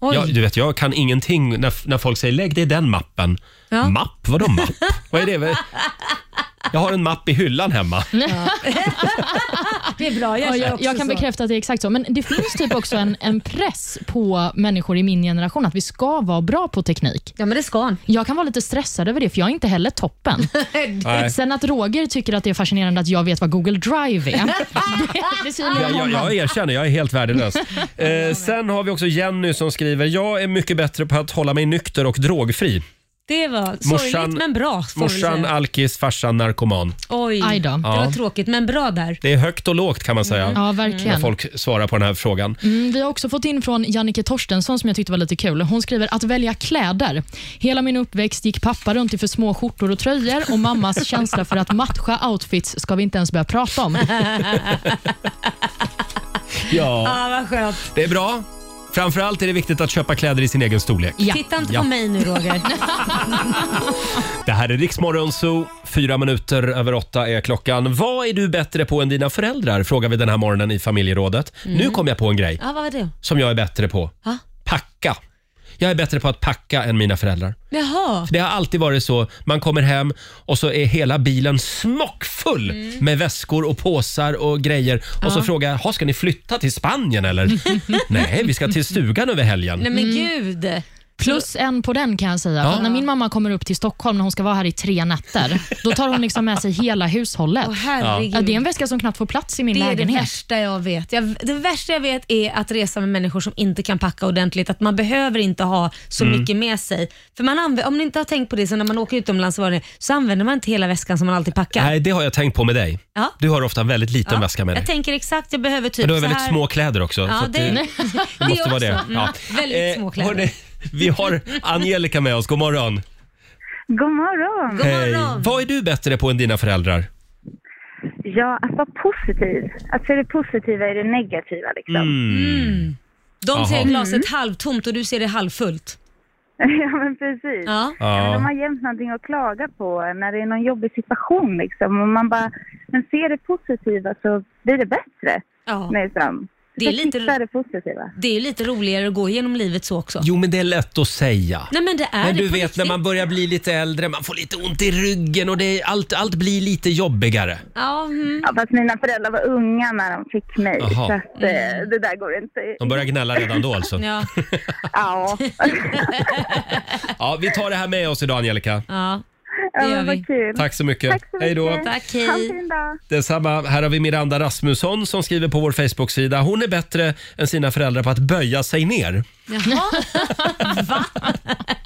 Speaker 2: Oj.
Speaker 1: Jag, du vet, jag kan ingenting när, när folk säger lägg dig i den mappen.
Speaker 2: Ja.
Speaker 1: Mapp? Vadå mapp? Vad är det? Vad- Jag har en mapp i hyllan hemma.
Speaker 2: Det är bra, jag,
Speaker 3: Ja,
Speaker 2: kör
Speaker 3: jag,
Speaker 2: också
Speaker 3: jag kan
Speaker 2: så.
Speaker 3: bekräfta att det är exakt så. Men det finns typ också en, en press på människor i min generation att vi ska vara bra på teknik.
Speaker 2: Ja men det ska han.
Speaker 3: Jag kan vara lite stressad över det, för jag är inte heller toppen.
Speaker 1: Nej.
Speaker 3: Sen att Roger tycker att det är fascinerande att jag vet vad Google Drive är. det, det säger lite
Speaker 1: Jag,
Speaker 3: om
Speaker 1: jag, jag
Speaker 3: honom.
Speaker 1: erkänner, jag är helt värdelös. Eh, sen har vi också Jenny som skriver, jag är mycket bättre på att hålla mig nykter och drogfri.
Speaker 2: Det var
Speaker 1: Morsan-
Speaker 2: sorgligt men bra får vi
Speaker 1: Morsan,
Speaker 2: säga.
Speaker 1: alkis, farsan, narkoman.
Speaker 2: Oj,
Speaker 3: Aj
Speaker 2: det
Speaker 3: då.
Speaker 1: Ja.
Speaker 2: var tråkigt men bra där.
Speaker 1: Det är högt och lågt kan man
Speaker 2: Mm.
Speaker 1: säga. När
Speaker 3: Ja, verkligen.
Speaker 1: folk svarar på den här frågan.
Speaker 3: Mm, vi har också fått in från Jannike Torstensson som jag tyckte var lite kul. Hon skriver att välja kläder. Hela min uppväxt gick pappa runt i för små skjortor och tröjor och mammas känsla för att matcha outfits ska vi inte ens börja prata om.
Speaker 1: Ja.
Speaker 2: Ja, vad skönt.
Speaker 1: Det är bra. Framförallt är det viktigt att köpa kläder i sin egen storlek.
Speaker 3: Ja.
Speaker 2: Titta inte
Speaker 1: Ja.
Speaker 2: på mig nu Roger.
Speaker 1: Det här är Riksmorgon Zoo. Fyra minuter över åtta är klockan. Vad är du bättre på än dina föräldrar? Frågar vi den här morgonen i familjerådet. Nu kom jag på en grej
Speaker 2: Ja, vad var det?
Speaker 1: som jag är bättre på.
Speaker 2: Ha?
Speaker 1: Packa. Jag är bättre på att packa än mina föräldrar.
Speaker 2: Jaha.
Speaker 1: Det har alltid varit så. Man kommer hem och så är hela bilen smockfull med väskor och påsar och grejer. Och så frågar jag, "Ha, ska ni flytta till Spanien eller? Nej, vi ska till stugan över helgen.
Speaker 2: Nej men
Speaker 3: Mm.
Speaker 2: gud.
Speaker 3: Plus en på den kan jag säga.
Speaker 1: Ja.
Speaker 3: När min mamma kommer upp till Stockholm när hon ska vara här i tre nätter, då tar hon liksom med sig hela hushållet.
Speaker 2: Åh
Speaker 3: Ja,
Speaker 2: herregud.
Speaker 3: det är en väska som knappt får plats i min
Speaker 2: Det är det
Speaker 3: lägenhet.
Speaker 2: värsta jag vet. Jag, det värsta jag vet är att resa med människor som inte kan packa ordentligt. Att man behöver inte ha så
Speaker 1: Mm.
Speaker 2: mycket med sig. För man använder, om ni inte har tänkt på det, så när man åker utomlands så, var det, så använder man inte hela väskan som man alltid packar.
Speaker 1: Nej, det har jag tänkt på med dig.
Speaker 2: Ja.
Speaker 1: Du har ofta en väldigt liten
Speaker 2: Ja,
Speaker 1: väska med dig.
Speaker 2: Jag tänker exakt, jag behöver typ
Speaker 1: Men du har
Speaker 2: så
Speaker 1: väldigt
Speaker 2: här.
Speaker 1: små kläder också. så
Speaker 2: Ja,
Speaker 1: att
Speaker 2: det, det,
Speaker 1: det måste vara det. Eh,
Speaker 2: också. Mm, väldigt små kläder.
Speaker 1: hörni, vi har Angelica med oss. God morgon.
Speaker 6: God morgon.
Speaker 2: God morgon.
Speaker 1: Vad är du bättre på än dina föräldrar?
Speaker 6: Ja, att vara positiv. Att se det positiva i det negativa liksom.
Speaker 1: Mm.
Speaker 2: Mm. De ser
Speaker 1: Jaha. Mm.
Speaker 2: glaset halvtomt och du ser det halvfullt.
Speaker 6: Ja, men precis.
Speaker 2: Ja.
Speaker 6: Men de
Speaker 1: Ja.
Speaker 6: har jämt någonting att klaga på när det är någon jobbig situation liksom. Och man bara, men ser det positiva så blir det bättre.
Speaker 2: Ja.
Speaker 6: Liksom.
Speaker 2: Det är
Speaker 6: Försök
Speaker 2: lite-
Speaker 6: hitta det positiva.
Speaker 2: Det är lite roligare att gå igenom livet så också.
Speaker 1: Jo, men det är lätt att säga.
Speaker 2: Nej men det är
Speaker 1: Men
Speaker 2: det
Speaker 1: du
Speaker 2: på
Speaker 1: vet
Speaker 2: riktigt.
Speaker 1: när man börjar bli lite äldre, man får lite ont i ryggen och det är allt, allt blir lite jobbigare.
Speaker 2: Ja, mm.
Speaker 6: Ja, fast mina föräldrar var unga när de fick mig.
Speaker 1: Jaha.
Speaker 6: Så att, eh, det där går inte.
Speaker 1: De börjar gnälla redan då alltså.
Speaker 2: ja.
Speaker 6: Ja,
Speaker 1: Ja, vi tar det här med oss idag Angelica.
Speaker 2: ja.
Speaker 6: ja
Speaker 2: gör
Speaker 6: men
Speaker 2: vi.
Speaker 6: vad kul.
Speaker 1: Tack så mycket.
Speaker 6: Tack så mycket.
Speaker 1: Hej då.
Speaker 2: Tack,
Speaker 6: Ha en
Speaker 2: hej.
Speaker 6: fin dag.
Speaker 1: Detsamma. Här har vi Miranda Rasmusson som skriver på vår Facebook-sida. Hon är bättre än sina föräldrar på att böja sig ner.
Speaker 2: Jaha. Va?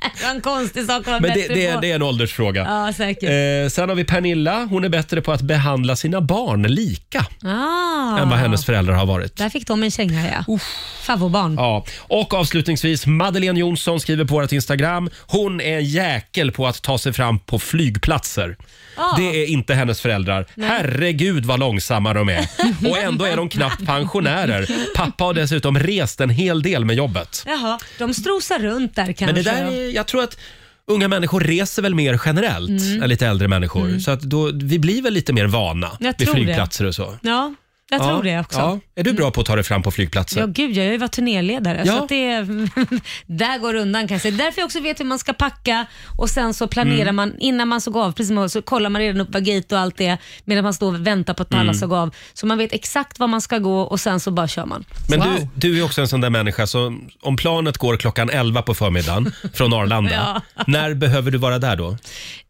Speaker 2: Det var en konstig sak att vara
Speaker 1: Men det,
Speaker 2: bättre
Speaker 1: det, är,
Speaker 2: på.
Speaker 1: det är en åldersfråga.
Speaker 2: Ja, säkert.
Speaker 1: Eh, sen har vi Pernilla. Hon är bättre på att behandla sina barn lika
Speaker 2: ah.
Speaker 1: Eh, än vad hennes föräldrar har varit.
Speaker 2: Där fick de en känga ja. Favoritbarn.
Speaker 1: Ja. Och avslutningsvis, Madeleine Jonsson skriver på vårt Instagram. Hon är en jäkel på att ta sig fram på flygplatser.
Speaker 2: Ja.
Speaker 1: Det är inte hennes föräldrar. Herregud vad långsamma de är. Och ändå är de knappt pensionärer. Pappa har dessutom rest en hel del med jobbet.
Speaker 2: Jaha, de strosar runt där kanske.
Speaker 1: Men det där, är- jag tror att unga människor reser väl mer generellt
Speaker 2: Mm.
Speaker 1: än lite äldre människor. Så att då, vi blir väl lite mer vana
Speaker 2: Jag
Speaker 1: vid
Speaker 2: tror det.
Speaker 1: flygplatser och så.
Speaker 2: Ja, jag tror det också. Mm. Ja.
Speaker 1: Ja. Är du bra på att ta dig fram på flygplatser?
Speaker 2: gud, jag har ju varit turnéledare.
Speaker 1: Typ. Ja.
Speaker 2: Så att det, där går det undan kanske. Därför jag också vet hur man ska packa och sen så planerar
Speaker 1: Mm.
Speaker 2: man, innan man såg av, precis som jag, så kollar man redan upp vad gate och allt det medan man står och väntar på att alla
Speaker 1: Mm.
Speaker 2: såg av. Så man vet exakt var man ska gå och sen så bara kör man.
Speaker 1: Men
Speaker 3: Wow.
Speaker 1: du, du är också en sån där människa som om planet går klockan 11 på förmiddagen från Arlanda, när behöver du vara där då?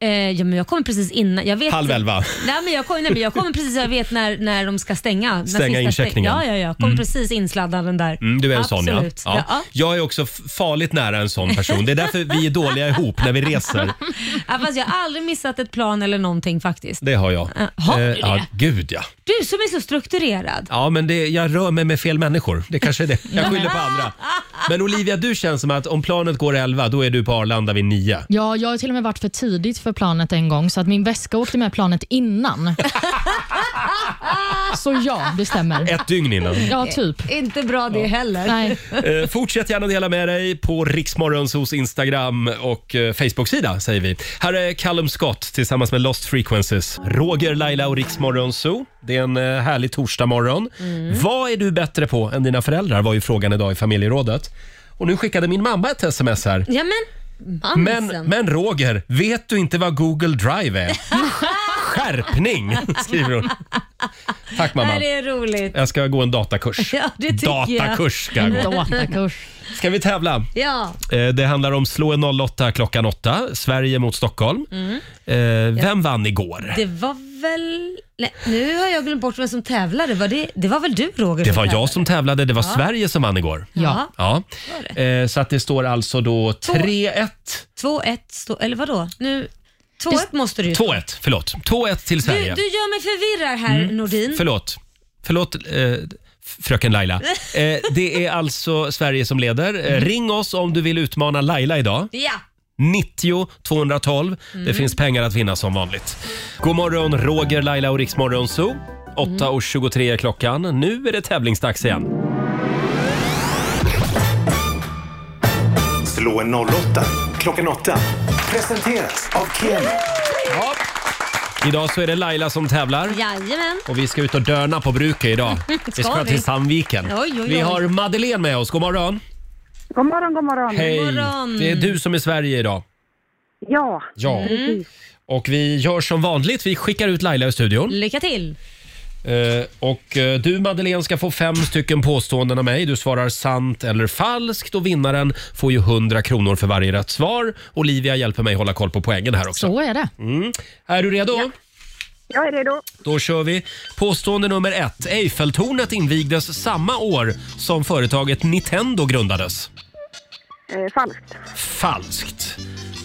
Speaker 2: Eh, ja, men jag kommer precis innan. Jag vet,
Speaker 1: Halv elva?
Speaker 2: Nej, men jag, kommer, nej, men jag kommer precis, jag vet när, när de ska stänga. När
Speaker 1: Stänga
Speaker 2: sista stäng-
Speaker 1: incheckningen.
Speaker 2: Ja, ja, ja. Kommer precis insladdad den där.
Speaker 1: Mm, du är en
Speaker 2: Absolut.
Speaker 1: sån ja.
Speaker 2: ja.
Speaker 1: Jag är också f- farligt nära en sån person. Det är därför vi är dåliga ihop när vi reser.
Speaker 2: Ja, fast jag har aldrig missat ett plan eller någonting faktiskt.
Speaker 1: Det har jag.
Speaker 2: Äh, har du
Speaker 1: Eh,
Speaker 2: det?
Speaker 1: ja, gud ja.
Speaker 2: Du som är så strukturerad.
Speaker 1: Ja, men det, jag rör mig med fel människor. Det kanske är det. Jag skyller på andra. Men Olivia, du känns som att om planet går 11, då är du på Arlanda vid 9.
Speaker 3: Ja, jag har till och med varit för tidigt för planet en gång, så att min väska åkte med planet innan. så ja, det stämmer.
Speaker 1: Ett dygn innan.
Speaker 3: Ja, typ.
Speaker 2: Inte bra det heller.
Speaker 3: Nej.
Speaker 1: Eh, fortsätt gärna dela med dig på Riksmorgonsos Instagram och eh, Facebook-sida säger vi. Här är Callum Scott tillsammans med Lost Frequencies. Roger, Laila och Riksmorgonso. Det är en eh, härlig torsdagmorgon. Vad är du bättre på än dina föräldrar? var ju frågan idag i familjerådet. Och nu skickade min mamma ett sms här.
Speaker 2: Ja, men
Speaker 1: Men,
Speaker 2: mansen.
Speaker 1: men Roger, vet du inte vad Google Drive är? Skärpning, skriver hon. Tack mamma.
Speaker 2: Nej, det är roligt.
Speaker 1: Jag ska gå en datakurs.
Speaker 2: Ja, det tycker jag. Mm.
Speaker 1: datakurs ska jag gå.
Speaker 3: Datakurs.
Speaker 1: Ska vi tävla?
Speaker 2: Ja,
Speaker 1: Eh, Det handlar om Slå en
Speaker 2: Mm.
Speaker 1: 08 klockan 8, Sverige mot Stockholm. Eh, vem vann igår?
Speaker 2: det var väl... Nej, nu har jag glömt bort vem som tävlade. Var det, det var väl du Roger?
Speaker 1: Det
Speaker 2: som
Speaker 1: var jag
Speaker 2: tävlade?
Speaker 1: som tävlade, det var Sverige som vann igår.
Speaker 2: Ja.
Speaker 1: Ja. Eh, så att det står alltså då 3-1.
Speaker 2: 2-1, stå- eller vadå? Nu, 2-1 måste du ju.
Speaker 1: 2-1, förlåt. 2-1 till
Speaker 2: Du, du
Speaker 1: Sverige.
Speaker 2: gör mig förvirrad här
Speaker 1: Mm.
Speaker 2: Nordin.
Speaker 1: Förlåt. Förlåt, eh, f- fröken Laila. Eh, det är alltså Sverige som leder. Eh, ring oss om du vill utmana Laila idag.
Speaker 2: Ja.
Speaker 1: 90 212.
Speaker 2: Mm.
Speaker 1: Det finns pengar att vinna som vanligt. God morgon, Roger, Laila och Riksmorgon Zoo.
Speaker 2: Mm.
Speaker 1: 8.23 är klockan. Nu är det tävlingsdags igen.
Speaker 5: Slå en 08 klockan åtta. Presenteras av Keno.
Speaker 1: Idag så är det Laila som tävlar.
Speaker 2: Jajamän.
Speaker 1: Och vi ska ut och döna på bruket idag. vi ska
Speaker 2: vi?
Speaker 1: till Sandviken.
Speaker 2: Oj, oj, oj.
Speaker 1: Vi har Madeleine med oss. God morgon.
Speaker 6: God morgon, god morgon.
Speaker 1: Hej.
Speaker 2: morgon.
Speaker 1: Det är du som är Sverige idag.
Speaker 6: Ja,
Speaker 1: Ja. Och vi gör som vanligt. Vi skickar ut Laila i studion.
Speaker 2: Lycka till.
Speaker 1: Eh, och eh, du Madeleine ska få fem stycken påståenden av mig. Du svarar sant eller falskt och vinnaren får ju 100 kronor för varje rätt svar. Olivia hjälper mig hålla koll på poängen här också.
Speaker 3: Så är det.
Speaker 1: Är du redo?
Speaker 6: jag är redo.
Speaker 1: Då kör vi. Påstående nummer ett. Eiffeltornet invigdes samma år som företaget Nintendo grundades.
Speaker 6: Eh, falskt.
Speaker 1: Falskt.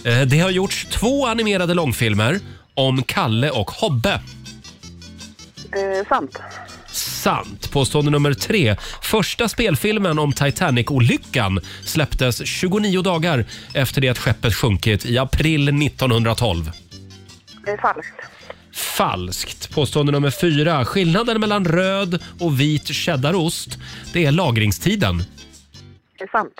Speaker 1: Eh, Det har gjorts två animerade långfilmer om Kalle och Hobbe.
Speaker 6: Eh, sant.
Speaker 1: Sant. Påstående nummer tre. Första spelfilmen om Titanic-olyckan släpptes 29 dagar efter det att skeppet sjunkit i april 1912.
Speaker 6: Eh, falskt.
Speaker 1: Falskt. Påstående nummer fyra. Skillnaden mellan röd och vit cheddarost, det är lagringstiden.
Speaker 6: Eh, sant.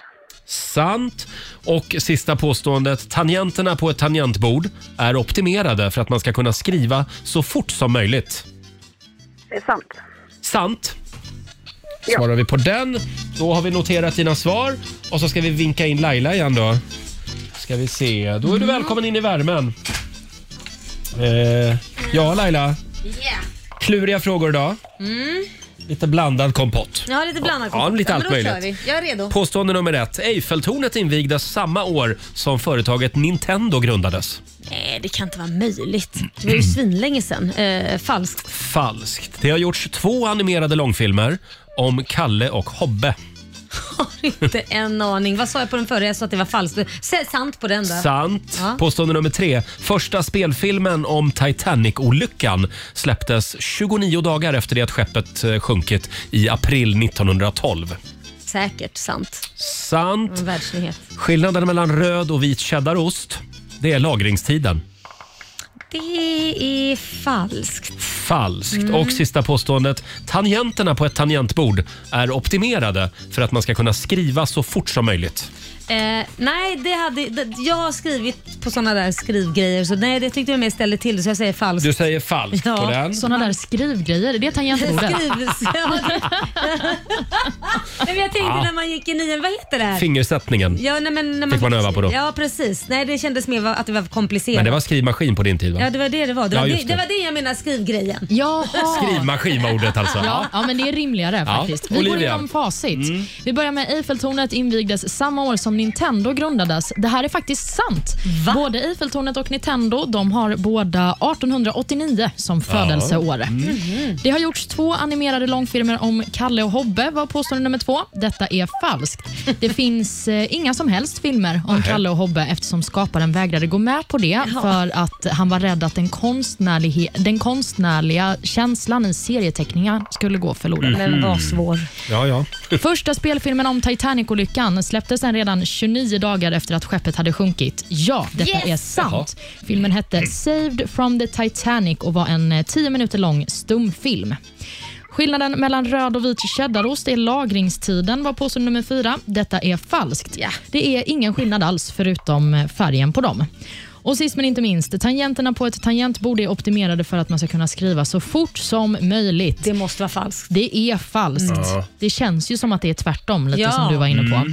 Speaker 1: Sant. Och sista påståendet. Tangenterna på ett tangentbord är optimerade för att man ska kunna skriva så fort som möjligt.
Speaker 6: Eh, sant.
Speaker 1: Sant. Svarar vi på den. Då har vi noterat dina svar. Och så ska vi vinka in Laila igen då. Ska vi se. Då är du välkommen in i värmen. Eh, ja, Laila.
Speaker 2: Yeah.
Speaker 1: Kluriga frågor idag. Lite blandad kompott.
Speaker 2: Jag har lite blandat.
Speaker 1: Ja, lite allt
Speaker 2: men då kör
Speaker 1: möjligt.
Speaker 2: vi. Jag är redo.
Speaker 1: Påstående nummer ett. Eiffeltornet invigdes samma år som företaget Nintendo grundades.
Speaker 2: Nej, det kan inte vara möjligt. Det var ju svinlänge sedan. Eh, falskt.
Speaker 1: Falskt. Det har gjorts två animerade långfilmer om Kalle och Hobbe.
Speaker 2: Har inte en aning. Vad sa jag på den förra? Jag sa att det var falskt. Säg sant på den där.
Speaker 1: Sant.
Speaker 2: Ja.
Speaker 1: Påstående nummer tre. Första spelfilmen om Titanic-olyckan släpptes 29 dagar efter det att skeppet eh, sjunkit i april 1912.
Speaker 2: Säkert sant.
Speaker 1: Sant.
Speaker 2: En världsnyhet.
Speaker 1: Skillnaden mellan röd och vit cheddarost, det är lagringstiden.
Speaker 2: Det är falskt.
Speaker 1: Falskt.
Speaker 2: Mm.
Speaker 1: Och sista påståendet. Tangenterna på ett tangentbord är optimerade för att man ska kunna skriva så fort som möjligt.
Speaker 2: Eh, nej, det hade, det, jag har skrivit på såna där skrivgrejer så nej, det tyckte jag mer ställde till det så jag säger falskt.
Speaker 1: Du säger falskt
Speaker 2: Ja,
Speaker 1: på den.
Speaker 3: Såna där skrivgrejer, det är tangentbordet.
Speaker 2: Skriv... Ja, det- nej, men jag tänkte när man gick i nian, vad heter det här?
Speaker 1: Fingersättningen.
Speaker 2: Ja, nej, men när man
Speaker 1: Fick man öva på då?
Speaker 2: Ja, precis. Nej, det kändes mer va- att det var komplicerat.
Speaker 1: Men det var skrivmaskin på din tid
Speaker 2: Ja,
Speaker 1: va?
Speaker 2: det var det det var. Det,
Speaker 1: Ja,
Speaker 2: var, det.
Speaker 1: just
Speaker 2: Det,
Speaker 1: det.
Speaker 2: var det jag menade, skrivgrejen.
Speaker 3: Jaha.
Speaker 1: Skrivmaskin var ordet alltså.
Speaker 3: Ja, ja, men det är rimligare faktiskt. Vi går
Speaker 1: Olivia.
Speaker 3: igenom facit. Vi börjar med Eiffeltornet invigdes samma år som Nintendo grundades. Det här är faktiskt sant.
Speaker 2: Va?
Speaker 3: Både Eiffeltornet och Nintendo de har båda 1889 som födelseår. Det har gjorts två animerade långfilmer om Kalle och Hobbe, var påstående nummer två. Detta är falskt. Det finns eh, inga som helst filmer om Kalle och Hobbe eftersom skaparen vägrade gå med på det för att han var rädd att den konstnärliga, den konstnärliga känslan i serieteckningar skulle gå
Speaker 1: Mhm.
Speaker 3: förlorad.
Speaker 2: Den var svår.
Speaker 1: Ja, ja.
Speaker 3: Första spelfilmen om Titanic-olyckan släpptes den redan 29 dagar efter att skeppet hade sjunkit. Ja, detta
Speaker 2: Yes! Mm.
Speaker 3: är sant. Filmen hette Saved from the Titanic och var en eh, 10 minuter lång stumfilm. Skillnaden mellan röd och vit cheddarost är lagringstiden, var påstående nummer fyra. Detta är falskt.
Speaker 2: Ja.
Speaker 3: Det är ingen skillnad alls förutom eh, färgen på dem. Och sist men inte minst, tangenterna på ett tangentbord är optimerade för att man ska kunna skriva så fort som möjligt.
Speaker 2: Det måste vara falskt.
Speaker 3: Det är falskt. Det känns ju som att det är tvärtom, lite
Speaker 2: Ja.
Speaker 3: som du var inne på.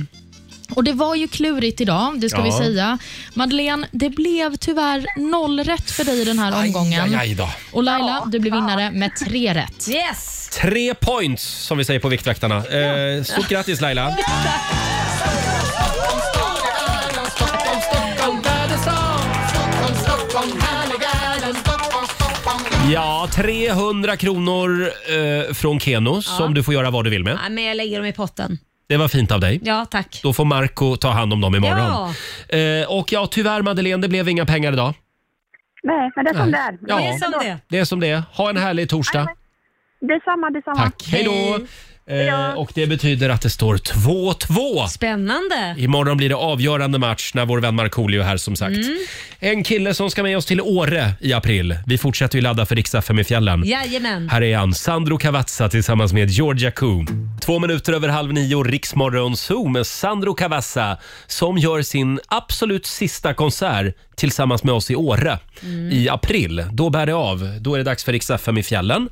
Speaker 3: Och Det var ju klurigt idag, det ska vi
Speaker 1: Ja.
Speaker 3: säga. Madeleine, det blev tyvärr noll rätt för dig i den här omgången.
Speaker 1: Aj, aj, aj då.
Speaker 3: Och Laila, du blev vinnare med tre rätt.
Speaker 2: Yes!
Speaker 1: Tre points som vi säger på Viktväktarna. Eh, stort grattis Laila! Ja, 300 kronor eh, från Keno som du får göra vad du vill med.
Speaker 2: Nej, men jag lägger dem i potten.
Speaker 1: Det var fint av dig.
Speaker 2: Ja, tack.
Speaker 1: Då får Marco ta hand om dem imorgon. Eh, och ja, tyvärr Madeleine, det blev inga pengar idag.
Speaker 6: Nej, men det är som det är.
Speaker 1: Ja.
Speaker 2: Det är som det.
Speaker 1: Det är som det är. Ha en härlig torsdag.
Speaker 6: Detsamma, detsamma.
Speaker 1: Tack. Hej då! Eh, och det betyder att det står 2-2.
Speaker 2: Spännande.
Speaker 1: Imorgon blir det avgörande match när vår vän Markoolio är här som sagt. En kille som ska med oss till Åre i april. Vi fortsätter ju ladda för riks FM i fjällen.
Speaker 2: Jajamän.
Speaker 1: Här är han, Sandro Cavazza tillsammans med Georgia Koo. Två minuter över halv nio, Riksmorgon Zoo med Sandro Cavazza som gör sin absolut sista konsert tillsammans med oss i Åre i april. Då bär det av. Då är det dags för Rix FM i fjällen.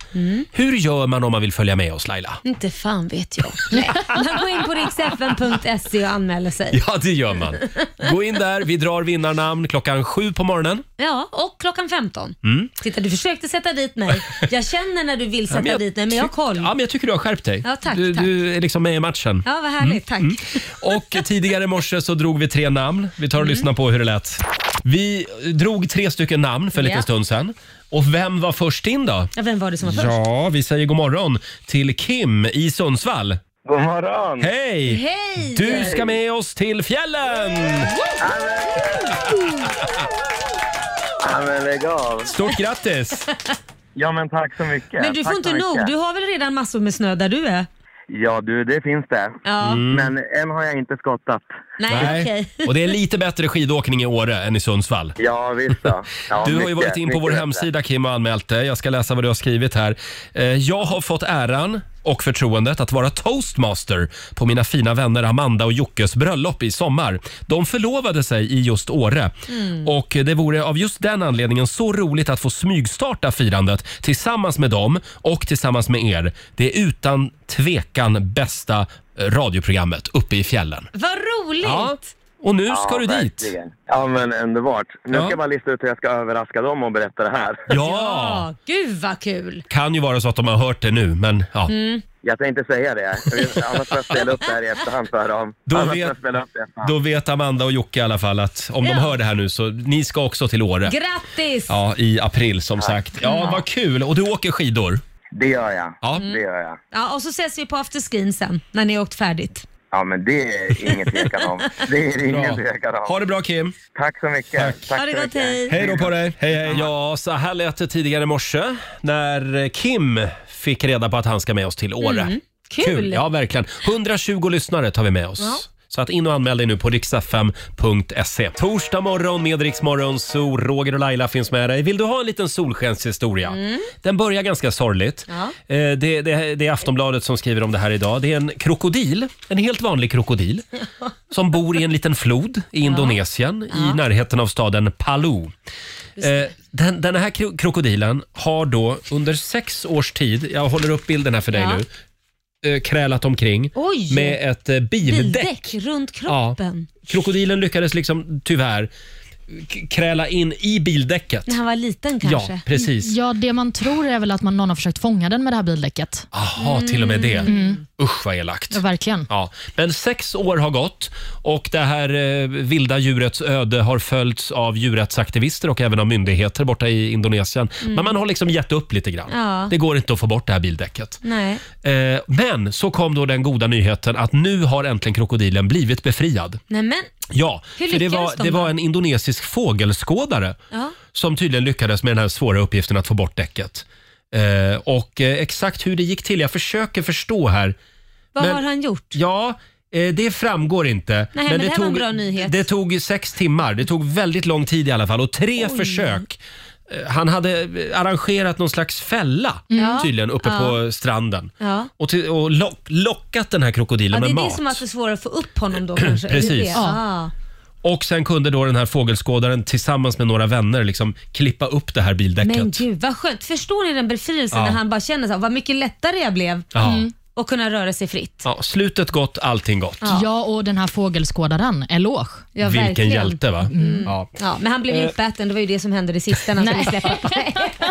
Speaker 1: Hur gör man om man vill följa med oss Laila?
Speaker 2: Inte fan vet jag. Nej. Man går in på riksfn.se och anmäler sig.
Speaker 1: Ja, det gör man. Gå in där, vi drar vinnarnamn klockan sju på morgonen.
Speaker 2: Ja, och klockan 15. Titta, du försökte sätta dit mig. Jag känner när du vill sätta dit mig, men jag har
Speaker 1: tyck-
Speaker 2: koll.
Speaker 1: Ja,
Speaker 2: Ja,
Speaker 1: men jag tycker du har skärpt dig.
Speaker 2: Ja, tack,
Speaker 1: du,
Speaker 2: tack.
Speaker 1: du är liksom med i matchen.
Speaker 2: vad härligt. Tack.
Speaker 1: Och tidigare i morse så drog vi tre namn. Vi tar och
Speaker 2: Mm.
Speaker 1: lyssnar på hur det lät. Vi drog tre stycken namn för en liten
Speaker 2: Ja.
Speaker 1: stund sedan. Och vem var först in då?
Speaker 2: Ja, vem var det som var först?
Speaker 1: Ja, vi säger god morgon till Kim i Sundsvall.
Speaker 8: God morgon!
Speaker 1: Hej!
Speaker 2: Hej!
Speaker 1: Du ska med oss till fjällen!
Speaker 8: Ja, men lägg av.
Speaker 1: Stort grattis!
Speaker 8: Ja, men tack så mycket.
Speaker 2: Men du får
Speaker 8: Tack
Speaker 2: inte
Speaker 8: så
Speaker 2: nog.
Speaker 8: mycket.
Speaker 2: Du har väl redan massor med snö där du är?
Speaker 8: Ja, du, det finns det.
Speaker 2: Ja.
Speaker 1: Mm.
Speaker 8: Men än har jag inte skottat.
Speaker 2: Nej, okej.
Speaker 1: Och det är lite bättre skidåkning i Åre än i Sundsvall.
Speaker 8: Ja, visst då. Ja,
Speaker 1: Du har ju
Speaker 8: mycket,
Speaker 1: varit in på
Speaker 8: mycket
Speaker 1: vår
Speaker 8: bättre.
Speaker 1: hemsida Kim och anmält dig. Jag ska läsa vad du har skrivit här. Eh, Jag har fått äran och förtroendet att vara toastmaster på mina fina vänner Amanda och Jockes bröllop i sommar. De förlovade sig i just Åre och det vore av just den anledningen så roligt att få smygstarta firandet tillsammans med dem och tillsammans med er. Det är utan tvekan bästa eh, radioprogrammet uppe i fjällen.
Speaker 2: Vad roligt!
Speaker 1: Ja, och nu ska
Speaker 8: Ja,
Speaker 1: du dit.
Speaker 8: verkligen. Ja, men underbart. Nu
Speaker 1: Ja.
Speaker 8: ska jag bara lista ut hur jag ska överraska dem och berätta det här.
Speaker 1: Ja,
Speaker 2: Ja, gud vad kul.
Speaker 1: kan ju vara så att de har hört det nu, men ja.
Speaker 8: Jag tänkte inte säga det. Annars får jag spela upp det här i efterhand för dem.
Speaker 1: Då
Speaker 8: Annars får
Speaker 1: vet-
Speaker 8: jag spela upp det i efterhand.
Speaker 1: Då vet Amanda och Jocke i alla fall att om de
Speaker 2: Ja.
Speaker 1: hör det här nu så ni ska också till Åre.
Speaker 2: Grattis!
Speaker 1: Ja, i april som sagt. Ja, vad kul! Och du åker skidor?
Speaker 8: Det gör jag.
Speaker 1: Ja.
Speaker 8: Det gör jag.
Speaker 2: Ja, och så ses vi på afterskin sen, när ni har åkt färdigt.
Speaker 8: Ja, men det är ingen tvekan om. Det är ingen tvekan om.
Speaker 1: Ha det bra Kim!
Speaker 8: Tack så mycket. Tack.
Speaker 2: Ha det
Speaker 8: så
Speaker 2: gott,
Speaker 8: mycket.
Speaker 2: hej.
Speaker 1: Hej då på dig! Hej, hej. Ja, så här lät det tidigare i morse när Kim fick reda på att han ska med oss till Åre.
Speaker 2: Mm. Kul.
Speaker 1: Ja, verkligen. 120 lyssnare tar vi med oss. Så att in och anmäl dig nu på riksfm.se. Torsdag morgon med Riksmorgon, så Roger och Laila finns med dig. Vill du ha en liten solskenshistoria? Den börjar ganska sorgligt.
Speaker 2: Mm. Ja.
Speaker 1: Eh, Det, det, det är Aftonbladet som skriver om det här idag. Det är en krokodil, en helt vanlig krokodil, som bor i en liten flod i Indonesien i närheten av staden Palu. Eh, Den, den här kro- krokodilen har då under sex års tid, jag håller upp bilden här för dig
Speaker 2: Ja.
Speaker 1: nu, eh, krälat omkring
Speaker 2: Oj.
Speaker 1: med ett eh, bildäck.
Speaker 2: Bildäck runt kroppen.
Speaker 1: Krokodilen lyckades liksom tyvärr k- kräla in i bildäcket.
Speaker 2: När han var liten kanske.
Speaker 1: Ja, precis.
Speaker 3: Ja, det man tror är väl att man, någon har försökt fånga den med det här bildäcket.
Speaker 1: Aha, till och med det.
Speaker 2: Mm.
Speaker 1: Usch vad elakt.
Speaker 3: Ja, verkligen.
Speaker 1: Ja, men sex år har gått och det här eh, vilda djurets öde har följts av djurrättsaktivister och även av myndigheter borta i Indonesien. Men man har liksom gett upp lite grann.
Speaker 2: Mm. Ja.
Speaker 1: Det går inte att få bort det här bildäcket.
Speaker 2: Nej.
Speaker 1: Eh, men så kom då den goda nyheten att nu har äntligen krokodilen blivit befriad.
Speaker 2: Nej men,
Speaker 1: Ja,
Speaker 2: Hur
Speaker 1: för det
Speaker 2: lyckades
Speaker 1: var,
Speaker 2: de
Speaker 1: det
Speaker 2: då?
Speaker 1: var en indonesisk fågelskådare
Speaker 2: Ja.
Speaker 1: som tydligen lyckades med den här svåra uppgiften att få bort däcket. Eh, och eh, exakt hur det gick till, jag försöker förstå här.
Speaker 2: vad
Speaker 1: Men-
Speaker 2: har han gjort?
Speaker 1: Ja, eh, det framgår inte.
Speaker 2: men det här var en bra nyhet.
Speaker 1: det tog sex timmar. Det tog väldigt lång tid i alla fall och tre försök. Eh, Han hade eh, arrangerat någon slags fälla tydligen uppe på stranden.
Speaker 2: Mm. Ja.
Speaker 1: Och, till, och lock, lockat den här
Speaker 2: Ja,
Speaker 1: krokodilen
Speaker 2: det är
Speaker 1: med
Speaker 2: det
Speaker 1: mat.
Speaker 2: som alltså- att det är svårare att få upp honom då kanske.
Speaker 1: Precis.
Speaker 2: Det är det.
Speaker 1: Ja.
Speaker 2: Ah.
Speaker 1: Och sen kunde då den här fågelskådaren tillsammans med några vänner liksom klippa upp det här bildäcket.
Speaker 2: Men gud vad skönt. Förstår ni den befrielsen
Speaker 1: Ja.
Speaker 2: när han bara känner så här, vad mycket lättare jag blev.
Speaker 1: Ja.
Speaker 2: och kunna röra sig fritt.
Speaker 1: Ja, slutet gott, allting gott.
Speaker 3: Ja. och den här fågelskådaren, eloge.
Speaker 2: Ja,
Speaker 1: Vilken Eh.
Speaker 2: verkligen. Mm.
Speaker 1: hjälte va? Ja.
Speaker 2: Ja, men han blev ju uppäten, det var ju det som hände det sista när han skulle släppa.